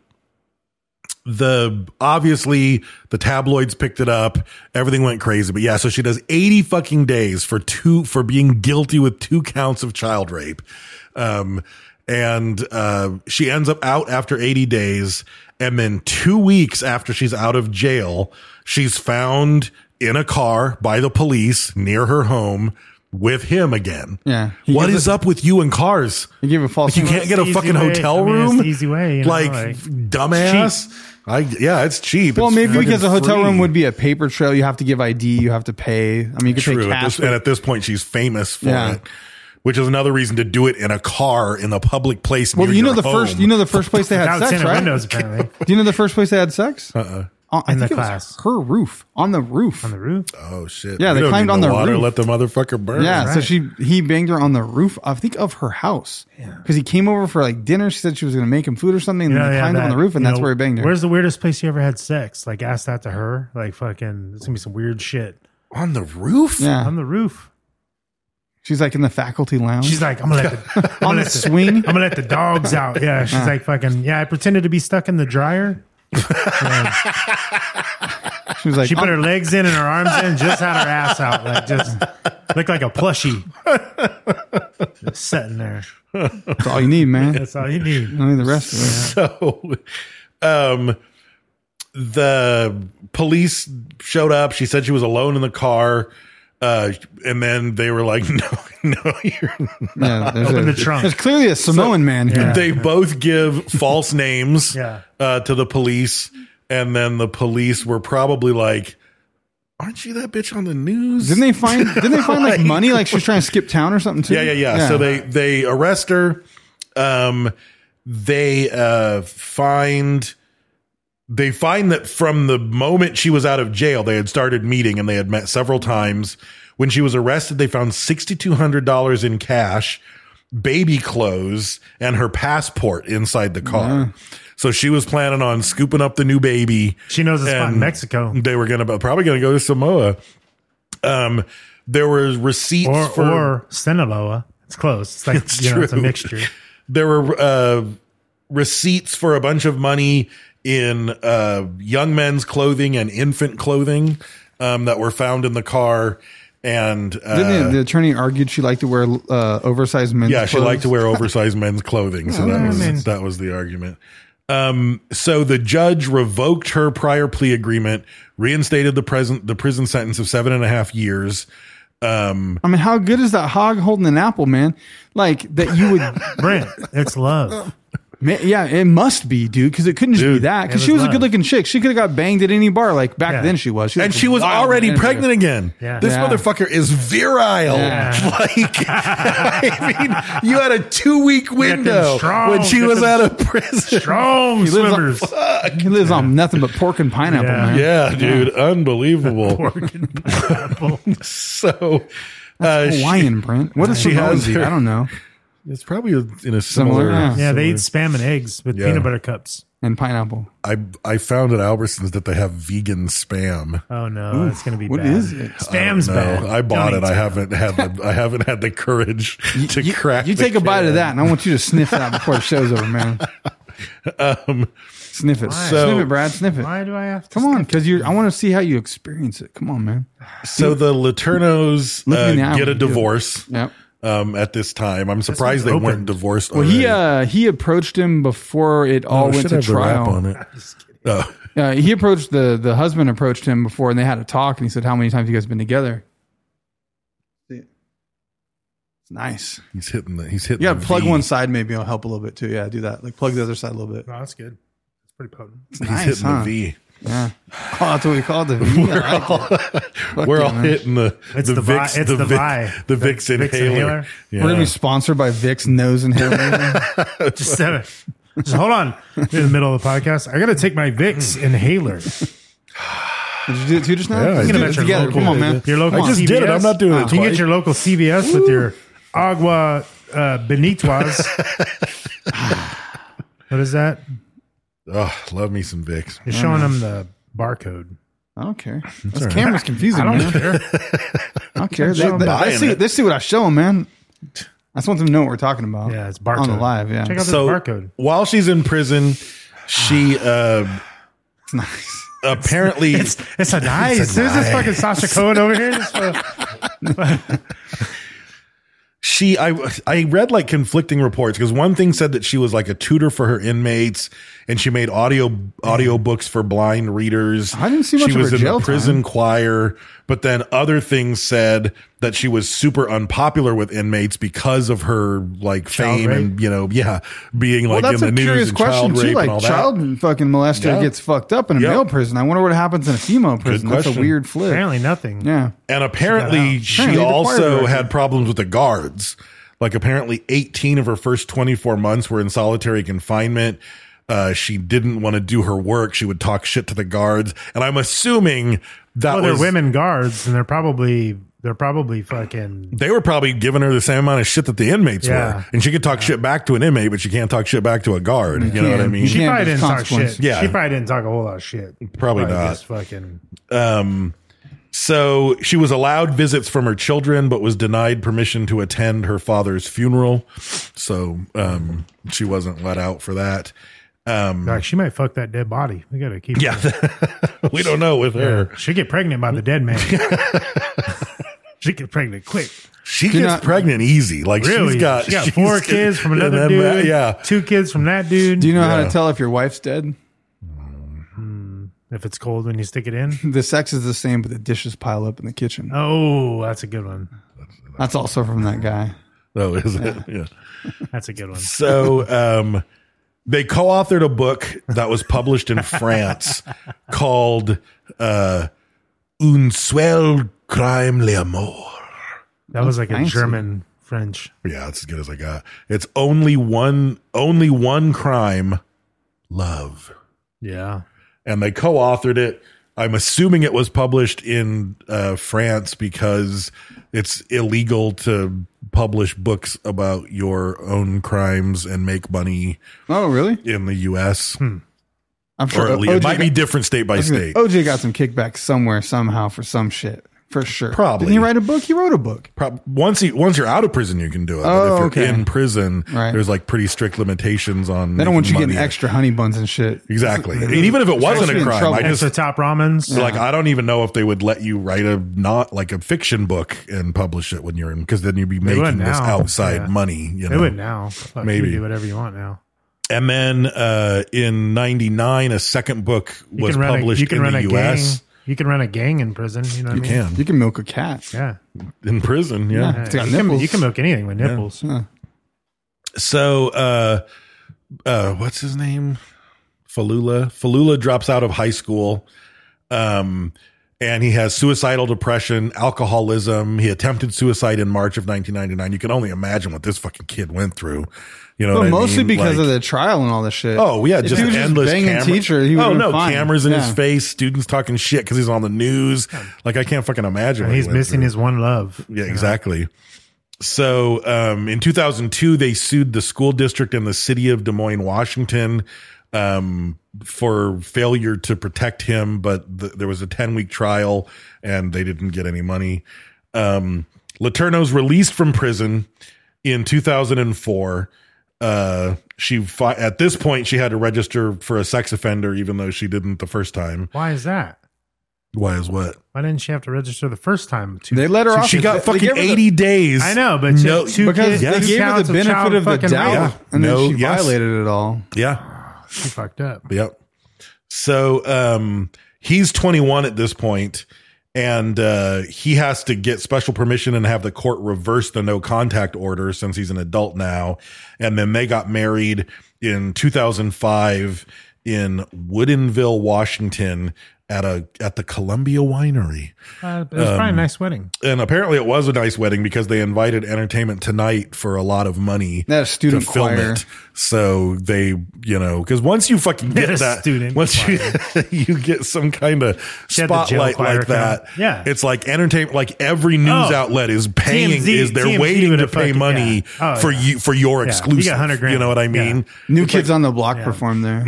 Speaker 5: the obviously the tabloids picked it up everything went crazy but yeah so she does 80 fucking days for two for being guilty with two counts of child rape um and uh she ends up out after 80 days and then 2 weeks after she's out of jail she's found in a car by the police near her home with him again
Speaker 2: Yeah. He
Speaker 5: what
Speaker 2: gives
Speaker 5: is up with you and cars
Speaker 2: I give a false.
Speaker 5: you can't get a
Speaker 3: Easy
Speaker 5: fucking
Speaker 3: way.
Speaker 5: hotel
Speaker 3: I mean, it's
Speaker 5: room.
Speaker 3: the easy way, you know,
Speaker 5: like,
Speaker 3: like-
Speaker 5: dumbass. I yeah, it's cheap.
Speaker 2: well,
Speaker 5: It's
Speaker 2: maybe
Speaker 5: fucking
Speaker 2: because the hotel
Speaker 5: free.
Speaker 2: room would be a paper trail. You have to give ID. You have to pay. I mean, you could pay
Speaker 5: true. At
Speaker 2: cash.
Speaker 5: this, and at this point, she's famous for
Speaker 2: Yeah.
Speaker 5: it, which is another reason to do it in a car in a public place.
Speaker 2: well,
Speaker 5: near
Speaker 2: you know
Speaker 5: your
Speaker 2: the
Speaker 5: home.
Speaker 2: first. You know the first place they had
Speaker 3: Without
Speaker 2: sex,
Speaker 3: tinted
Speaker 2: right?
Speaker 3: windows, apparently
Speaker 2: Do you know the first place they had sex? Uh-uh. I
Speaker 3: In
Speaker 2: think
Speaker 3: the
Speaker 2: it was
Speaker 3: class.
Speaker 2: her roof on the roof.
Speaker 3: on the roof.
Speaker 5: Oh shit!
Speaker 2: Yeah,
Speaker 5: We
Speaker 2: they
Speaker 5: don't
Speaker 2: climbed
Speaker 5: need
Speaker 2: on the
Speaker 5: water.
Speaker 2: roof.
Speaker 5: Let the motherfucker burn.
Speaker 2: yeah, so
Speaker 3: right.
Speaker 2: she he banged her on the roof. I think of her house because he came over for like dinner. She said she was going to make him food or something. And
Speaker 3: Yeah,
Speaker 2: they
Speaker 3: yeah,
Speaker 2: climbed up on
Speaker 3: that-
Speaker 2: the roof, and
Speaker 3: you
Speaker 2: that's
Speaker 3: know,
Speaker 2: where he banged her.
Speaker 3: Where's the weirdest place you ever had sex? Like, ask that to her. Like, fucking, it's gonna be some weird shit
Speaker 5: on the roof.
Speaker 2: yeah,
Speaker 3: on the roof.
Speaker 2: she's like in the faculty lounge.
Speaker 3: She's like, I'm gonna let the, I'm
Speaker 2: on
Speaker 3: gonna
Speaker 2: the
Speaker 3: let the,
Speaker 2: swing.
Speaker 3: I'm gonna let the dogs out. Yeah, she's like, fucking, yeah. I pretended to be stuck in the dryer.
Speaker 2: She was like,
Speaker 3: She put
Speaker 2: "I'm-
Speaker 3: her legs in and her arms in, just had her ass out, like just looked like a plushie, just sitting there.
Speaker 2: that's all you "Oh, need, man.
Speaker 3: That's all you need.
Speaker 2: I mean, the rest of it.
Speaker 5: so um the police showed up she said she was alone in the car uh and then they were like no no you're not.
Speaker 2: Yeah, there's
Speaker 3: Open
Speaker 2: a-
Speaker 3: the trunk.
Speaker 2: There's clearly a Samoan man here.
Speaker 5: they both give false names
Speaker 3: Yeah.
Speaker 5: uh to the police and then the police were probably like aren't you that bitch on the news
Speaker 2: Didn't they find? Didn't they find like
Speaker 5: Like-
Speaker 2: money? Like she was trying to skip town or something too.
Speaker 5: Yeah, yeah, yeah. So they they arrest her. Um, they uh find they find that from the moment she was out of jail, they had started meeting and they had met several times. When she was arrested, they found sixty two hundred dollars in cash, baby clothes, and her passport inside the car.
Speaker 3: Mm-hmm.
Speaker 5: So she was planning on scooping up the new baby.
Speaker 3: She knows a spot in
Speaker 5: And
Speaker 3: Mexico.
Speaker 5: They were gonna probably gonna go to Samoa. Um, there were receipts
Speaker 3: or
Speaker 5: for
Speaker 3: or Sinaloa. It's close. It's like
Speaker 5: It's
Speaker 3: you know, it's a
Speaker 5: true.
Speaker 3: mixture.
Speaker 5: there were uh, receipts for a bunch of money in uh, young men's clothing and infant clothing um, that were found in the car. And
Speaker 2: Didn't the, the
Speaker 5: uh,
Speaker 2: attorney argued she liked to wear uh, oversized men's?
Speaker 5: yeah, she
Speaker 2: clothes?
Speaker 5: liked to wear oversized men's clothing. So that was
Speaker 3: mean-
Speaker 5: that was the argument. Um, so the judge revoked her prior plea agreement, reinstated the present the prison sentence of seven and a half years. Um,
Speaker 2: I mean, how good is that hog holding an apple, man? Like that you would,
Speaker 3: Brent, it's love.
Speaker 2: ma- yeah, it must be, dude, because it couldn't just be
Speaker 5: Dude,
Speaker 2: that.
Speaker 3: it
Speaker 2: Because
Speaker 3: was
Speaker 2: she was a
Speaker 3: love.
Speaker 2: good looking chick. She could have got banged at any bar, like back
Speaker 3: Yeah.
Speaker 2: then she was.
Speaker 5: and
Speaker 2: a
Speaker 5: she was
Speaker 2: wild
Speaker 5: already
Speaker 2: man.
Speaker 5: pregnant again.
Speaker 3: Yeah.
Speaker 5: This
Speaker 2: Yeah.
Speaker 5: motherfucker is virile.
Speaker 2: Yeah.
Speaker 5: Like, I mean, you had a two week window
Speaker 3: strong,
Speaker 5: when she
Speaker 3: get
Speaker 5: was
Speaker 3: them
Speaker 5: out of prison.
Speaker 3: Strong
Speaker 2: lives on-
Speaker 3: swimmers.
Speaker 2: He lives on nothing but pork and pineapple,
Speaker 3: Yeah.
Speaker 2: man.
Speaker 5: Yeah, dude, unbelievable. so, uh, she-
Speaker 2: Hawaiian, Brent. What is
Speaker 5: She
Speaker 2: she
Speaker 5: has her-
Speaker 2: I don't know.
Speaker 5: it's probably in a
Speaker 2: Similar,
Speaker 5: similar.
Speaker 2: yeah.
Speaker 3: Yeah, they eat spam and eggs with
Speaker 5: Yeah.
Speaker 3: peanut butter cups.
Speaker 2: And pineapple.
Speaker 5: I I found at Albertsons that they have vegan spam.
Speaker 3: Oh no, it's gonna be
Speaker 2: what
Speaker 3: bad.
Speaker 2: is it?
Speaker 3: Spam's
Speaker 5: No,
Speaker 3: bad.
Speaker 5: I bought
Speaker 3: Don't
Speaker 5: it.
Speaker 3: eat
Speaker 5: I
Speaker 3: spam.
Speaker 5: haven't had the I haven't had the courage to
Speaker 2: you,
Speaker 5: crack.
Speaker 2: You
Speaker 5: the
Speaker 2: take a bite of
Speaker 5: can.
Speaker 2: that, and I want you to sniff that before the show's over, man. sniff it,
Speaker 5: Um, So-
Speaker 2: sniff it, Brad, sniff it.
Speaker 3: Why do I have to?
Speaker 2: Come on, because you. I want to see how you experience it. Come on, man.
Speaker 5: So the Laternos
Speaker 2: Look me in the eye
Speaker 5: uh, get
Speaker 2: when
Speaker 5: a
Speaker 2: you do it.
Speaker 5: divorce.
Speaker 2: Yep.
Speaker 5: um, at this time. I'm surprised they
Speaker 3: one's
Speaker 5: weren't
Speaker 3: open.
Speaker 5: divorced.
Speaker 2: Well, he
Speaker 5: already.
Speaker 2: uh, he approached him before it
Speaker 5: Oh,
Speaker 2: all
Speaker 5: we
Speaker 2: went
Speaker 5: should
Speaker 2: to
Speaker 5: have the wrap
Speaker 2: trial.
Speaker 5: on it. Oh,
Speaker 2: Uh, he approached the the husband approached him before, and they had a talk, and he said, "How many times you guys been together?" It's nice.
Speaker 5: he's hitting the. He's hitting.
Speaker 2: You got
Speaker 5: the
Speaker 2: to plug
Speaker 5: V.
Speaker 2: one side, maybe it'll help a little bit too. Yeah, do that. Like plug the other side a little bit.
Speaker 3: No, Oh, that's good. It's pretty potent.
Speaker 2: It's
Speaker 5: He's
Speaker 2: nice,
Speaker 5: hitting
Speaker 2: huh?
Speaker 5: the V.
Speaker 2: Yeah. Oh, that's what we called it. V. I like it. Fuck
Speaker 5: We're
Speaker 2: yeah,
Speaker 5: all
Speaker 2: man.
Speaker 5: hitting the.
Speaker 3: It's the Vi-
Speaker 5: Vicks-
Speaker 3: it's the
Speaker 5: Vic-
Speaker 3: Vi.
Speaker 5: The
Speaker 3: The
Speaker 5: Vicks
Speaker 3: Vicks
Speaker 5: inhaler.
Speaker 3: inhaler.
Speaker 5: Yeah.
Speaker 2: We're gonna be sponsored by Vicks Nose and Hair. Laser.
Speaker 3: Just said it. Just hold on. We're in the middle of the podcast. I got to take my Vicks
Speaker 5: Hmm.
Speaker 3: inhaler.
Speaker 2: Did you do it too just now?
Speaker 5: Yeah, I
Speaker 2: Let's
Speaker 5: did. Get
Speaker 2: do it
Speaker 5: him at
Speaker 3: your
Speaker 2: together.
Speaker 3: local-
Speaker 2: Come on, man.
Speaker 3: Your local
Speaker 5: I just
Speaker 3: CVS.
Speaker 5: did it. I'm not doing it
Speaker 3: You can
Speaker 5: twice.
Speaker 3: get your local CVS with your agua uh, benitoas. what is that?
Speaker 5: Oh, love me some Vicks.
Speaker 3: You're showing them the barcode.
Speaker 2: I don't care. This camera's confusing,
Speaker 3: I don't
Speaker 2: man.
Speaker 3: care.
Speaker 2: I don't care. They,
Speaker 3: Show 'em
Speaker 2: they,
Speaker 5: buying
Speaker 2: they see,
Speaker 5: it.
Speaker 2: they see what I show them, man. I just want them to know what we're talking about.
Speaker 3: Yeah, it's barcode.
Speaker 2: on the live. Yeah,
Speaker 3: Check out this
Speaker 5: So
Speaker 3: barcode.
Speaker 5: while she's in prison, she uh,
Speaker 2: it's nice.
Speaker 5: apparently
Speaker 3: It's a nice. There's this fucking Sasha Cohen over here. Just, uh,
Speaker 5: she I I read like conflicting reports because one thing said that she was like a tutor for her inmates and she made audio audio books for blind readers.
Speaker 2: I didn't see much
Speaker 5: She
Speaker 2: of
Speaker 5: was
Speaker 2: her
Speaker 5: in
Speaker 2: jail
Speaker 5: the prison
Speaker 2: time.
Speaker 5: choir, but then other things said that she was super unpopular with inmates because of her like
Speaker 3: Child
Speaker 5: fame and you know yeah being
Speaker 2: Well,
Speaker 5: like
Speaker 2: that's
Speaker 5: in the news
Speaker 2: a curious
Speaker 5: and child
Speaker 2: question
Speaker 5: rape
Speaker 2: too.
Speaker 5: and all
Speaker 2: Like
Speaker 5: that.
Speaker 2: child fucking molester
Speaker 5: Yeah.
Speaker 2: gets fucked up in a
Speaker 5: Yeah.
Speaker 2: male prison. I wonder what happens in a female prison. That's a
Speaker 5: question.
Speaker 2: weird flip.
Speaker 3: apparently nothing.
Speaker 2: Yeah.
Speaker 5: And apparently,
Speaker 3: out.
Speaker 5: she
Speaker 2: Apparently the choir
Speaker 5: also
Speaker 2: director.
Speaker 5: had problems with the guards. Like, apparently, 18 of her first 24 months were in solitary confinement. Uh, she didn't want to do her work. She would talk shit to the guards. And I'm assuming that
Speaker 3: Well, they're
Speaker 5: was
Speaker 3: women guards, and they're probably they're probably fucking.
Speaker 5: They were probably giving her the same amount of shit that the inmates
Speaker 3: Yeah.
Speaker 5: were. And she could talk shit back to an inmate, but she can't talk shit back to a guard. You, know what I
Speaker 2: can't.
Speaker 5: mean?
Speaker 3: She
Speaker 2: Yeah,
Speaker 3: probably
Speaker 2: there's
Speaker 3: didn't talk
Speaker 2: consequences.
Speaker 3: shit.
Speaker 5: Yeah.
Speaker 3: she probably didn't talk a whole lot of shit.
Speaker 5: Probably not.
Speaker 3: Just fucking.
Speaker 5: Um, so she was allowed visits from her children, but was denied permission to attend her father's funeral. So um, she wasn't let out for that. Um,
Speaker 3: Like she might fuck that dead body. We gotta keep.
Speaker 5: yeah, we don't know with her.
Speaker 3: she get pregnant by the dead man. she get pregnant quick.
Speaker 5: She gets
Speaker 2: not-
Speaker 5: pregnant easy. Like
Speaker 3: Really?
Speaker 5: she's got,
Speaker 3: she got
Speaker 5: she's
Speaker 3: four
Speaker 5: got-
Speaker 3: kids from
Speaker 5: and
Speaker 3: another
Speaker 5: then that-
Speaker 3: dude.
Speaker 5: yeah,
Speaker 3: two kids from that dude.
Speaker 2: Do you know how
Speaker 5: Yeah.
Speaker 2: to tell if your wife's dead?
Speaker 3: if it's cold when you stick it in.
Speaker 2: The sex is the same, but the dishes pile up in the kitchen.
Speaker 3: Oh, that's a good one.
Speaker 2: That's also from that guy.
Speaker 5: oh, is it? Yeah.
Speaker 3: That's a good one.
Speaker 5: So um, they co-authored a book that was published in France called uh, "Un Swell Crime L'amour."
Speaker 3: That was like a
Speaker 2: fancy.
Speaker 3: German French.
Speaker 5: Yeah, that's as good as I got. It's only one, only one crime, love,
Speaker 3: Yeah.
Speaker 5: and they co-authored it. I'm assuming it was published in uh, France because it's illegal to publish books about your own crimes and make money
Speaker 2: Oh, really?
Speaker 5: in the U.S.
Speaker 2: Hmm. I'm
Speaker 5: Or
Speaker 2: sure
Speaker 5: at least, it might
Speaker 2: got-
Speaker 5: be different state by
Speaker 2: I was gonna-
Speaker 5: state.
Speaker 2: OJ got some kickback somewhere, somehow, for some shit. For sure.
Speaker 5: Probably.
Speaker 2: Didn't he write a book? He wrote a book.
Speaker 5: Prob- once you once you're out of prison, you can do it.
Speaker 2: Oh,
Speaker 5: but if you're
Speaker 2: okay.
Speaker 5: in prison,
Speaker 2: Right.
Speaker 5: there's like pretty strict limitations on.
Speaker 2: They don't want you
Speaker 5: making
Speaker 2: getting
Speaker 5: money.
Speaker 2: extra honey buns and shit.
Speaker 5: Exactly, and even if it wasn't
Speaker 2: supposed to be
Speaker 5: a
Speaker 2: in
Speaker 5: crime,
Speaker 2: trouble.
Speaker 5: I just
Speaker 3: Extra top ramens.
Speaker 5: So, like I don't even know if they would let you write a not like a fiction book and publish it when you're in because then you'd be making
Speaker 3: wouldn't
Speaker 5: this
Speaker 3: now.
Speaker 5: outside
Speaker 3: Yeah.
Speaker 5: money. You
Speaker 3: They
Speaker 5: know?
Speaker 3: would now. Fuck,
Speaker 5: Maybe.
Speaker 3: You can do whatever you want now.
Speaker 5: And then uh, in '99, a second book
Speaker 3: You
Speaker 5: was
Speaker 3: can run a,
Speaker 5: published
Speaker 3: you can
Speaker 5: in
Speaker 3: run
Speaker 5: the
Speaker 3: a
Speaker 5: U.S.
Speaker 3: gang. You can run a gang in prison. You know what
Speaker 5: You
Speaker 3: I mean?
Speaker 5: can
Speaker 2: You can milk a cat.
Speaker 3: Yeah.
Speaker 5: in prison, yeah.
Speaker 2: Yeah. It's got
Speaker 3: You can,
Speaker 2: nipples.
Speaker 3: you can milk anything with nipples.
Speaker 5: So, uh, uh, what's his name? Falula. Falula drops out of high school. Um, and he has suicidal depression, alcoholism. He attempted suicide in March of 1999. You can only imagine what this fucking kid went through. You know,
Speaker 2: But
Speaker 5: what I
Speaker 2: mostly
Speaker 5: mean?
Speaker 2: because
Speaker 5: Like-
Speaker 2: of the trial and all this shit.
Speaker 5: Oh yeah,
Speaker 2: If
Speaker 5: just
Speaker 2: he was
Speaker 5: endless
Speaker 2: banging
Speaker 5: camera-
Speaker 2: teacher. He
Speaker 5: oh
Speaker 2: would've
Speaker 5: no,
Speaker 2: been fine.
Speaker 5: cameras in
Speaker 2: Yeah.
Speaker 5: his face, students talking shit because he's on the news. Like I can't fucking imagine.
Speaker 3: And
Speaker 5: what he
Speaker 3: he's
Speaker 5: went
Speaker 3: missing
Speaker 5: through.
Speaker 3: his one love.
Speaker 5: Yeah, exactly. So um, in 2002, they sued the school district and the city of Des Moines, Washington, um, for failure to protect him. But th- there was a 10 week trial and they didn't get any money. Um, Laterno's released from prison in 2004. Uh, she fi- at this point she had to register for a sex offender, even though she didn't the first time.
Speaker 3: Why is that?
Speaker 5: Why is what?
Speaker 3: Why didn't she have to register the first time? To,
Speaker 2: They let her off.
Speaker 5: She
Speaker 2: They-
Speaker 5: got
Speaker 2: they
Speaker 5: fucking
Speaker 2: gave her the-
Speaker 5: 80 days.
Speaker 3: I know, but she- two
Speaker 2: because
Speaker 3: kids,
Speaker 2: they
Speaker 3: two
Speaker 2: gave her
Speaker 3: counts
Speaker 2: the benefit
Speaker 3: child
Speaker 2: of the
Speaker 3: fucking
Speaker 2: doubt,
Speaker 3: rape.
Speaker 5: Yeah.
Speaker 2: and then
Speaker 5: No,
Speaker 2: she
Speaker 5: yes.
Speaker 2: violated it all.
Speaker 5: Yeah.
Speaker 3: She fucked up.
Speaker 5: Yep. So um, he's 21 at this point, and uh, he has to get special permission and have the court reverse the no contact order since he's an adult now. And then they got married in 2005 in Woodinville, Washington. at a at the Columbia Winery.
Speaker 3: Uh, it was
Speaker 5: Um,
Speaker 3: probably a nice wedding.
Speaker 5: and apparently it was a nice wedding because they invited entertainment tonight for a lot of money
Speaker 2: That student choir.
Speaker 5: so they you know because once you fucking get
Speaker 3: That
Speaker 5: that
Speaker 3: student
Speaker 5: once you you get some kind of
Speaker 3: had the jail
Speaker 5: spotlight
Speaker 3: choir
Speaker 5: like that
Speaker 3: account. Yeah.
Speaker 5: it's like entertainment like every news
Speaker 3: Oh.
Speaker 5: outlet is paying
Speaker 3: TMZ
Speaker 5: is they're
Speaker 3: TMZ
Speaker 5: waiting to
Speaker 3: would've
Speaker 5: pay
Speaker 3: fucking-
Speaker 5: money
Speaker 3: yeah. Oh,
Speaker 5: for
Speaker 3: yeah.
Speaker 5: you for your
Speaker 3: Yeah. You get
Speaker 5: exclusive
Speaker 3: 100 grand.
Speaker 5: you know what i mean
Speaker 3: Yeah.
Speaker 2: New Kids on the Block performed there.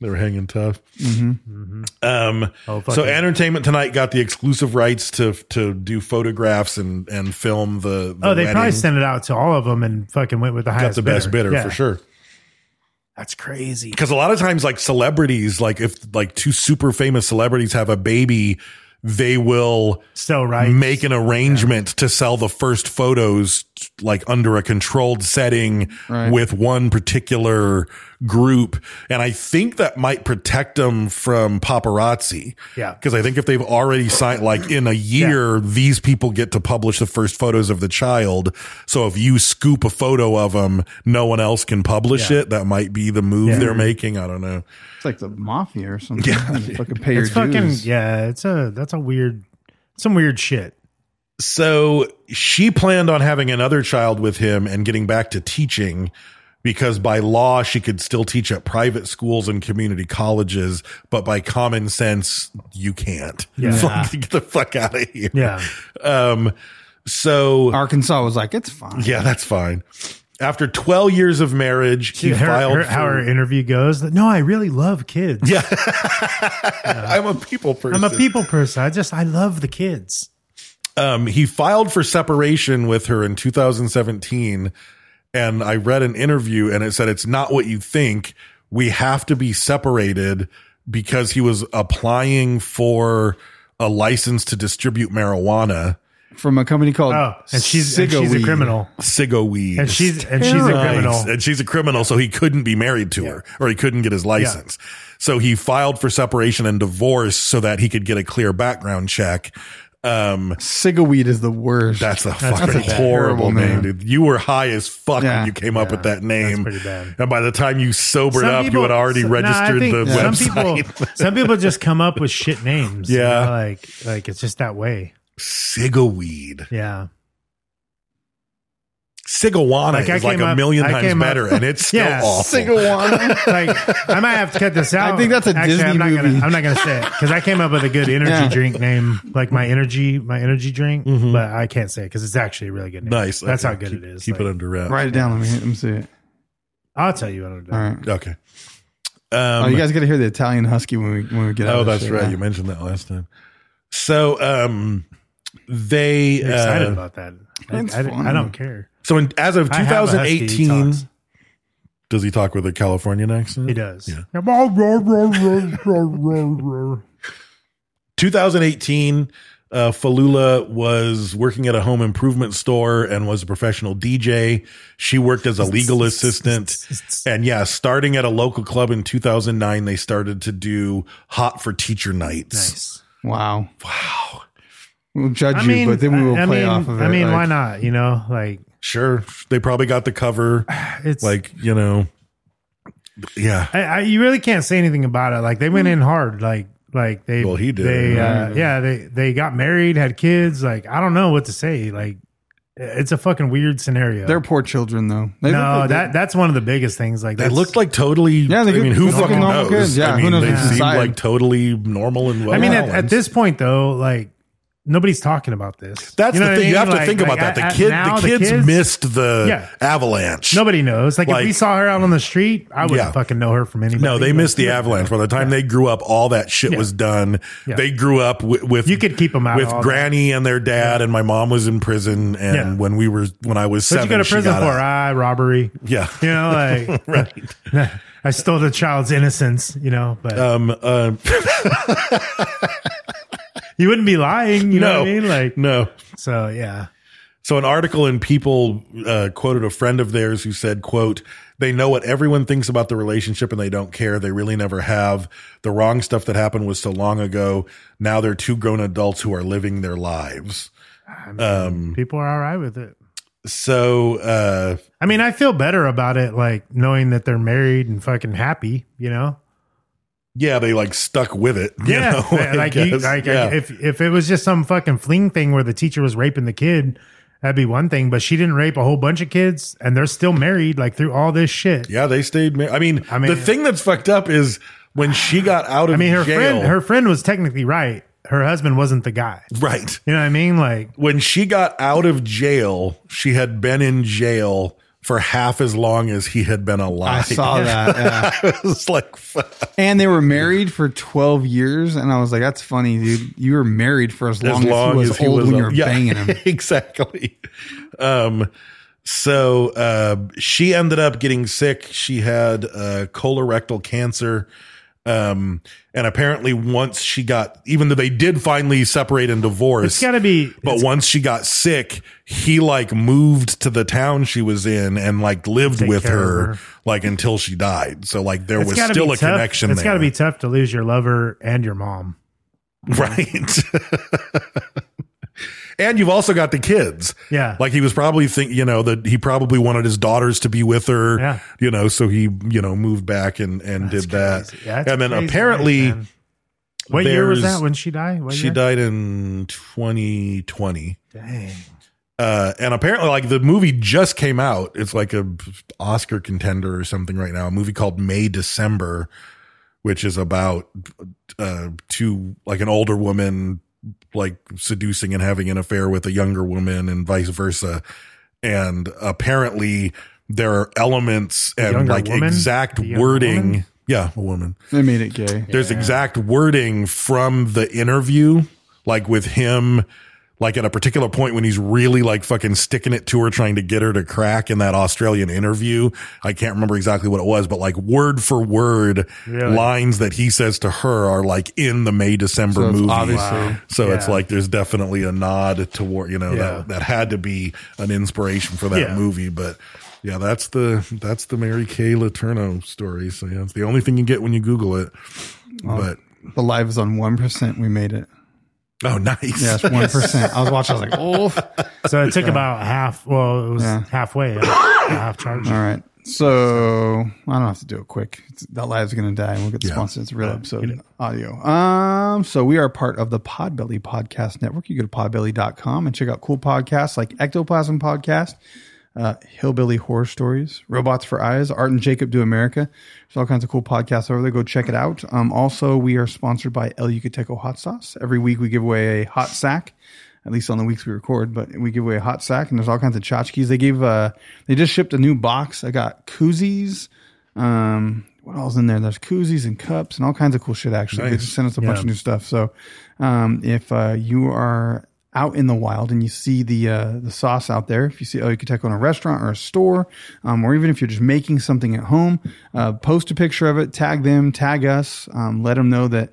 Speaker 5: They were hanging tough.
Speaker 3: Mm-hmm.
Speaker 5: Um,
Speaker 3: Oh, fuck
Speaker 5: so
Speaker 3: yeah.
Speaker 5: Entertainment Tonight got the exclusive rights to to do photographs and and film the. the
Speaker 3: Oh, they probably
Speaker 5: wedding.
Speaker 3: sent it out to all of them and fucking went with the
Speaker 5: got
Speaker 3: highest.
Speaker 5: the best bidder
Speaker 3: Yeah.
Speaker 5: for sure.
Speaker 3: That's crazy.
Speaker 5: Because a lot of times, like celebrities, like if like two super famous celebrities have a baby, they will
Speaker 3: So right.
Speaker 5: make an arrangement to sell the first photos like under a controlled setting
Speaker 2: Right.
Speaker 5: with one particular group and i think that might protect them from paparazzi
Speaker 3: Yeah.
Speaker 5: because i think if they've already signed like in a year these people get to publish the first photos of the child so if you scoop a photo of them no one else can publish
Speaker 3: Yeah.
Speaker 5: it that might be the move
Speaker 3: Yeah.
Speaker 5: they're making i don't know
Speaker 2: It's like the mafia or something. Yeah, fucking pay your
Speaker 3: it's fucking
Speaker 2: dues.
Speaker 3: yeah. It's a that's a weird some weird shit.
Speaker 5: so she planned on having another child with him and getting back to teaching because by law she could still teach at private schools and community colleges but by common sense you can't
Speaker 3: Yeah.
Speaker 5: Fuck, get the fuck out of here
Speaker 3: Yeah.
Speaker 5: um so
Speaker 2: Arkansas was like, it's fine.
Speaker 5: yeah that's fine after 12 years of marriage he
Speaker 3: Dude, her,
Speaker 5: filed
Speaker 3: her- how
Speaker 5: for-
Speaker 3: her interview goes. No, I really love kids.
Speaker 5: yeah i'm a people person
Speaker 3: I'm a people person. I just I love the kids.
Speaker 5: um, he filed for separation with her in 2017 and i read an interview and it said it's not what you think we have to be separated because he was applying for a license to distribute marijuana
Speaker 2: From a company called
Speaker 3: Oh, and she's and
Speaker 2: Siggo
Speaker 3: she's a
Speaker 2: Weed.
Speaker 3: criminal.
Speaker 5: Sigo weed.
Speaker 3: And she's and she's a
Speaker 5: Nice.
Speaker 3: criminal.
Speaker 5: And she's a criminal, so he couldn't be married to her or he couldn't get his license. So he filed for separation and divorce so that he could get a clear background check. Um,
Speaker 2: Cigaweed is the worst.
Speaker 5: That's a
Speaker 3: That's
Speaker 5: fucking
Speaker 3: pretty bad.
Speaker 5: horrible
Speaker 2: Terrible
Speaker 5: name,
Speaker 2: name.
Speaker 5: dude. You were high as fuck
Speaker 2: Yeah.
Speaker 5: when you came up with that name.
Speaker 3: pretty bad.
Speaker 5: And by the time you sobered
Speaker 3: Some
Speaker 5: up, you
Speaker 3: people-
Speaker 5: had already
Speaker 3: so- no, I
Speaker 5: registered
Speaker 3: think
Speaker 5: the
Speaker 3: some
Speaker 5: website.
Speaker 3: People, some people just come up with shit names. you
Speaker 5: Yeah.
Speaker 3: know, like like it's just that way.
Speaker 5: Sigaweed.
Speaker 3: Yeah.
Speaker 5: Sigawana
Speaker 3: Like, I
Speaker 5: is like
Speaker 3: came
Speaker 5: a
Speaker 3: up-
Speaker 5: million
Speaker 3: I
Speaker 5: times
Speaker 3: came up-
Speaker 5: better, and it's still
Speaker 3: Yeah,
Speaker 5: awful.
Speaker 2: Cigawana.
Speaker 3: like I might have to cut this out.
Speaker 2: I think that's a Disney
Speaker 3: I'm not
Speaker 2: movie.
Speaker 3: Gonna, I'm not gonna say it because I came up with a good energy
Speaker 2: Yeah. Mm-hmm.
Speaker 3: drink name, like my energy, my energy drink, but I can't say it because it's actually a really good name.
Speaker 5: nice.
Speaker 3: That's
Speaker 5: Okay,
Speaker 3: how good
Speaker 5: keep-
Speaker 3: it is.
Speaker 5: Keep
Speaker 3: Like,
Speaker 5: it under wraps.
Speaker 2: Write it down. Let me, let me see it.
Speaker 3: I'll tell you what I'm doing.
Speaker 2: All right.
Speaker 5: Okay. Um,
Speaker 2: Oh, you guys got to hear the Italian husky when we when we get out.
Speaker 5: oh,
Speaker 2: of this
Speaker 5: that's
Speaker 2: shit.
Speaker 5: right. You mentioned that last time. So um, they.
Speaker 3: I'm excited
Speaker 5: uh,
Speaker 3: about that. I,
Speaker 2: That's
Speaker 3: I, don't- I
Speaker 2: fun.
Speaker 3: don't care.
Speaker 5: so in, as of
Speaker 3: I have a husky, he
Speaker 5: 2018,
Speaker 3: talks.
Speaker 5: does he talk with a Californian accent?
Speaker 3: He does.
Speaker 5: 2018, uh, Falula was working at a home improvement store and was a professional DJ. She worked as a legal assistant. And yeah, starting at a local club in 2009, they started to do Hot for Teacher Nights.
Speaker 3: Nice.
Speaker 2: Wow. Wow. We'll judge
Speaker 3: I mean,
Speaker 2: you, but then we will
Speaker 3: I, I
Speaker 2: play
Speaker 3: mean,
Speaker 2: off of it.
Speaker 3: I mean,
Speaker 2: like-
Speaker 3: why not? You know, like
Speaker 5: Sure. They probably got the cover.
Speaker 3: it's like
Speaker 5: Like, you know, yeah.
Speaker 3: I, I, you really can't say anything about it. Like they went in hard. Like like they.
Speaker 5: Well, he did.
Speaker 3: They, uh, yeah, they they got married, had kids. Like I don't know what to say. Like it's a fucking weird scenario.
Speaker 2: They're poor children, though. They look
Speaker 3: no,
Speaker 2: like they-
Speaker 3: that that's one of the biggest things. Like
Speaker 5: They
Speaker 3: that's-
Speaker 5: looked like totally.
Speaker 2: Yeah, they
Speaker 5: I mean,
Speaker 2: look-
Speaker 5: who
Speaker 2: they look
Speaker 5: fucking
Speaker 2: normal
Speaker 5: knows?
Speaker 2: kids. Yeah,
Speaker 5: I
Speaker 2: who
Speaker 5: mean,
Speaker 2: knows
Speaker 5: they
Speaker 2: what's
Speaker 5: seemed
Speaker 2: inside?
Speaker 5: like totally normal and well.
Speaker 3: I mean, at, at
Speaker 5: balanced.
Speaker 3: this point though, like nobody's talking about this.
Speaker 5: That's
Speaker 3: You know
Speaker 5: the thing.
Speaker 3: what I mean?
Speaker 5: You have to
Speaker 3: Like-
Speaker 5: think about
Speaker 3: like,
Speaker 5: that. The
Speaker 3: at-
Speaker 5: kid,
Speaker 3: now
Speaker 5: the kids, missed the
Speaker 3: Yeah.
Speaker 5: avalanche.
Speaker 3: Nobody knows. Like,
Speaker 5: Like-
Speaker 3: if we saw her out on the street, I wouldn't
Speaker 5: Yeah.
Speaker 3: fucking know her from anybody.
Speaker 5: no, they
Speaker 3: Like,
Speaker 5: missed the avalanche. By the time they grew up, all that shit
Speaker 3: Yeah.
Speaker 5: was done.
Speaker 3: Yeah.
Speaker 5: They grew up with, with
Speaker 3: You could keep 'em out of
Speaker 5: with
Speaker 3: all that.
Speaker 5: Granny and their dad, and my mom was in prison. And
Speaker 3: Yeah.
Speaker 5: when we were when I was
Speaker 3: What'd
Speaker 5: seven,
Speaker 3: you go to
Speaker 5: she
Speaker 3: prison
Speaker 5: got
Speaker 3: for?
Speaker 5: out.
Speaker 3: Ah, robbery.
Speaker 5: Yeah.
Speaker 3: You know, like I stole the child's innocence. You know, but
Speaker 5: Um, uh,
Speaker 3: you wouldn't be lying. You know
Speaker 5: no,
Speaker 3: what I mean? Like,
Speaker 5: no.
Speaker 3: so yeah.
Speaker 5: So an article in People uh, quoted a friend of theirs who said, "quote They know what everyone thinks about the relationship, and they don't care. They really never have. The wrong stuff that happened was so long ago. Now they're two grown adults who are living their lives."
Speaker 3: people are all right with it.
Speaker 5: So uh,
Speaker 3: I mean, I feel better about it, like knowing that they're married and fucking happy, you know?
Speaker 5: yeah, they like stuck with it. you
Speaker 3: Yeah,
Speaker 5: know, I
Speaker 3: like, you,
Speaker 5: guess.
Speaker 3: like
Speaker 5: Yeah.
Speaker 3: I- if if it was just some fucking fling thing where the teacher was raping the kid, that'd be one thing. But she didn't rape a whole bunch of kids, and they're still married like through all this shit.
Speaker 5: Yeah, they stayed. mar- I mean,
Speaker 3: I mean-
Speaker 5: the thing that's fucked up is when she got out of
Speaker 3: I mean, her
Speaker 5: jail.
Speaker 3: friend her friend was technically right. Her husband wasn't the guy.
Speaker 5: right
Speaker 3: You know what I mean? Like,
Speaker 5: when she got out of jail, she had been in jail for half as long as he had been
Speaker 2: I
Speaker 5: alive.
Speaker 2: saw that. yeah.
Speaker 5: it was like fuck.
Speaker 2: And they were married for 12 years. And I was like, that's funny, dude. You were married for as long as, he was old when you were
Speaker 5: up- yeah,
Speaker 2: banging him.
Speaker 5: exactly. Um, so uh, she ended up getting sick. She had uh, colorectal cancer. Um, and apparently, once she got, even though they did finally separate and divorce,
Speaker 3: It's gotta be-
Speaker 5: But
Speaker 3: it's-
Speaker 5: once she got sick, he like moved to the town she was in and like lived
Speaker 3: Take
Speaker 5: with
Speaker 3: care of
Speaker 5: her,
Speaker 3: her.
Speaker 5: like until she died. So like there
Speaker 3: it's
Speaker 5: was
Speaker 3: gotta
Speaker 5: still
Speaker 3: be
Speaker 5: a
Speaker 3: tough.
Speaker 5: connection.
Speaker 3: It's
Speaker 5: there.
Speaker 3: got to be tough to lose your lover and your mom.
Speaker 5: Right. and you've also got the kids.
Speaker 3: Yeah.
Speaker 5: Like he was probably think, you know, that he probably wanted his daughters to be with her,
Speaker 3: Yeah.
Speaker 5: you know, so he, you know, moved back and, and
Speaker 3: That's
Speaker 5: did that.
Speaker 3: crazy. That's
Speaker 5: and then
Speaker 3: crazy,
Speaker 5: apparently
Speaker 3: man. What year was
Speaker 5: there's-
Speaker 3: that when she died? What
Speaker 5: she
Speaker 3: year?
Speaker 5: died in 2020.
Speaker 3: Dang.
Speaker 5: Uh, and apparently like the movie just came out. It's like a Oscar contender or something right now, a movie called May December, which is about uh two like an older woman like seducing and having an affair with a younger woman and vice versa and apparently there are elements and
Speaker 3: younger
Speaker 5: like
Speaker 3: woman?
Speaker 5: exact
Speaker 3: The younger
Speaker 5: wording
Speaker 3: woman?
Speaker 5: yeah a woman
Speaker 2: They made it gay.
Speaker 5: there's exact wording from the interview like with him like at a particular point when he's really like fucking sticking it to her trying to get her to crack in that australian interview i can't remember exactly what it was but like word for word
Speaker 3: Really?
Speaker 5: lines that he says to her are like in the may december
Speaker 2: So it's
Speaker 5: movie
Speaker 2: obviously- Wow.
Speaker 5: so it's
Speaker 3: Yeah.
Speaker 5: like there's definitely a nod toward you know
Speaker 3: Yeah.
Speaker 5: that, that had to be an inspiration for that
Speaker 3: Yeah.
Speaker 5: movie but yeah, that's the that's the Mary Kay Letourneau story. So yeah, it's the only thing you get when you Google it.
Speaker 3: Oh.
Speaker 5: But
Speaker 2: The live is on 1%. We made it.
Speaker 5: oh, nice.
Speaker 2: Yes, 1%. I was watching. I was like, oh.
Speaker 3: So it took about half. Well, it was
Speaker 2: Yeah.
Speaker 3: halfway. uh, half charge.
Speaker 2: All right. So I don't have to do it quick. It's, that live's gonna die. We'll get
Speaker 5: Yeah.
Speaker 2: sponsored. It's a real episode audio. Um, so we are part of the Podbelly Podcast Network. You go to podbelly.com and check out cool podcasts like Ectoplasm Podcast, uh, Hillbilly Horror Stories, Robots for Eyes, Art and Jacob Do America. There's all kinds of cool podcasts over there. Go check it out. Um, also, we are sponsored by El Yucateco Hot Sauce. Every week we give away a hot sack at least on the weeks we record, but we give away a hot sack and there's all kinds of tchotchkes. They gave uh they just shipped a new box. I got koozies. Um what else in there? There's koozies and cups and all kinds of cool shit actually. They
Speaker 5: Nice.
Speaker 2: just sent us a bunch of new stuff. So um if uh you are out in the wild and you see the uh the sauce out there, if you see El Yucateco in a restaurant or a store, um, or even if you're just making something at home, uh post a picture of it, tag them, tag us, um, let them know that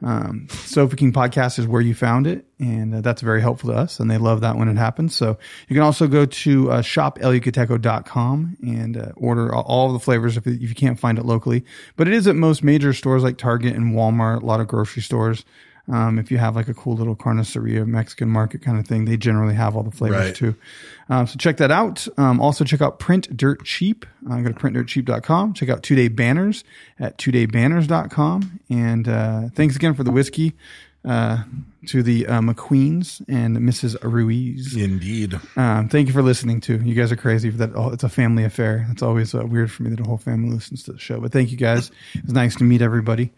Speaker 2: um, Sofa King Podcast is where you found it, and uh, that's very helpful to us, and they love that when it happens. So you can also go to uh, shopelucateco.com and uh, order all- all the flavors if, if you can't find it locally. But it is at most major stores like Target and Walmart, a lot of grocery stores. Um, if you have like a cool little carniceria, Mexican market kind of thing, they generally have all the flavors
Speaker 5: Right.
Speaker 2: too. Um, so check that out. Um, also check out Print Dirt Cheap. Uh, go to printdirtcheap.com. Check out two day banners at two daybanners.com. And uh, thanks again for the whiskey uh, to the uh, McQueens and Mrs. Ruiz.
Speaker 5: Indeed.
Speaker 2: Um, thank you for listening too. You guys are crazy. That oh, it's a family affair. It's always uh, weird for me that a whole family listens to the show. But thank you guys. It's nice to meet everybody.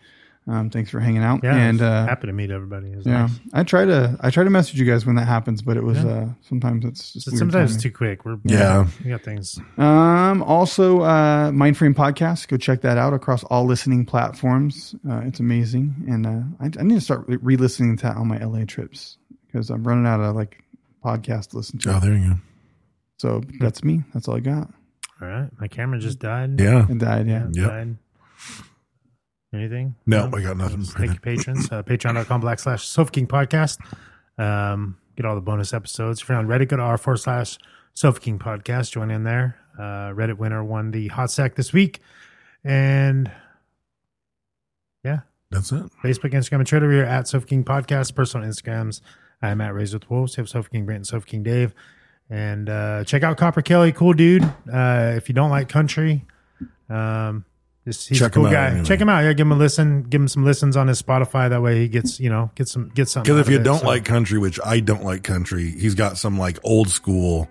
Speaker 2: Um, thanks for hanging out.
Speaker 3: Yeah,
Speaker 2: and uh,
Speaker 3: happy to meet everybody. It was
Speaker 2: yeah,
Speaker 3: nice.
Speaker 2: I try to I try to message you guys when that happens, but it was uh, sometimes it's just
Speaker 3: So
Speaker 2: weird
Speaker 3: sometimes
Speaker 2: timing.
Speaker 3: it's too quick. We're
Speaker 5: Yeah.
Speaker 3: we got things.
Speaker 2: Um, also, uh, Mindframe Podcast. Go check that out across all listening platforms. Uh, it's amazing, and uh, I, I need to start re listening to that on my LA trips because I'm running out of like podcasts to listen to.
Speaker 5: Oh, there you
Speaker 2: So that's me. That's all I got.
Speaker 3: All right, my camera just died.
Speaker 5: go. Yeah.
Speaker 2: I died. Yeah.
Speaker 3: It
Speaker 5: Yep.
Speaker 3: died. Anything?
Speaker 5: No, I got nothing.
Speaker 3: Thank you, patrons. Uh, Patreon.com backslash Sofa King Podcast. Um, get all the bonus episodes. If you're on Reddit, go to r forward slash Sofa King Podcast. Join in there. Uh, Reddit winner won the hot sack this week, and yeah,
Speaker 5: That's it.
Speaker 3: Facebook, Instagram, and Twitter. We are at Sofa King Podcast. Personal Instagrams. I'm at Raised with Wolves. You have Sofa King Brent and Sofa King Dave. And uh, check out Copper Kelly, cool dude. Uh, if you don't like country, um, Just, he's
Speaker 5: Check
Speaker 3: a cool
Speaker 5: him out,
Speaker 3: guy.
Speaker 5: anyway.
Speaker 3: Check him out. Yeah, give him a listen. Give him some listens on his Spotify. That way he gets you know gets some gets something.
Speaker 5: Because
Speaker 3: out
Speaker 5: if
Speaker 3: of
Speaker 5: you
Speaker 3: it,
Speaker 5: don't
Speaker 3: so.
Speaker 5: like country, which I don't like country, he's got some like old school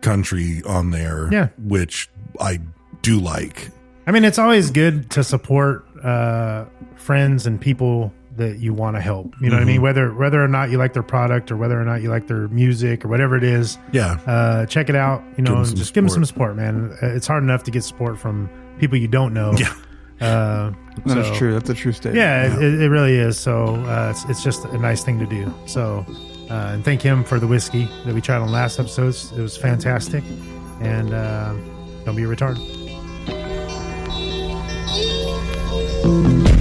Speaker 5: country on there,
Speaker 3: Yeah.
Speaker 5: which I do like.
Speaker 3: I mean, it's always good to support uh, friends and people that you want to help. You know what I
Speaker 5: Mm-hmm.
Speaker 3: mean? Whether whether or not you like their product or whether or not you like their music or whatever it is,
Speaker 5: Yeah.
Speaker 3: uh, check it out. You know,
Speaker 5: them
Speaker 3: and
Speaker 5: some
Speaker 3: just give them some
Speaker 5: support.
Speaker 3: support, man. Uh, It's hard enough to get support from people you don't know.
Speaker 5: Yeah.
Speaker 3: uh,
Speaker 2: That is
Speaker 3: so-
Speaker 2: true. That's a true statement.
Speaker 3: Yeah, It, it really is. So uh, it's it's just a nice thing to do. So uh, and thank him for the whiskey that we tried on last episodes. It was fantastic, and uh, don't be a retard.
Speaker 6: Thank you.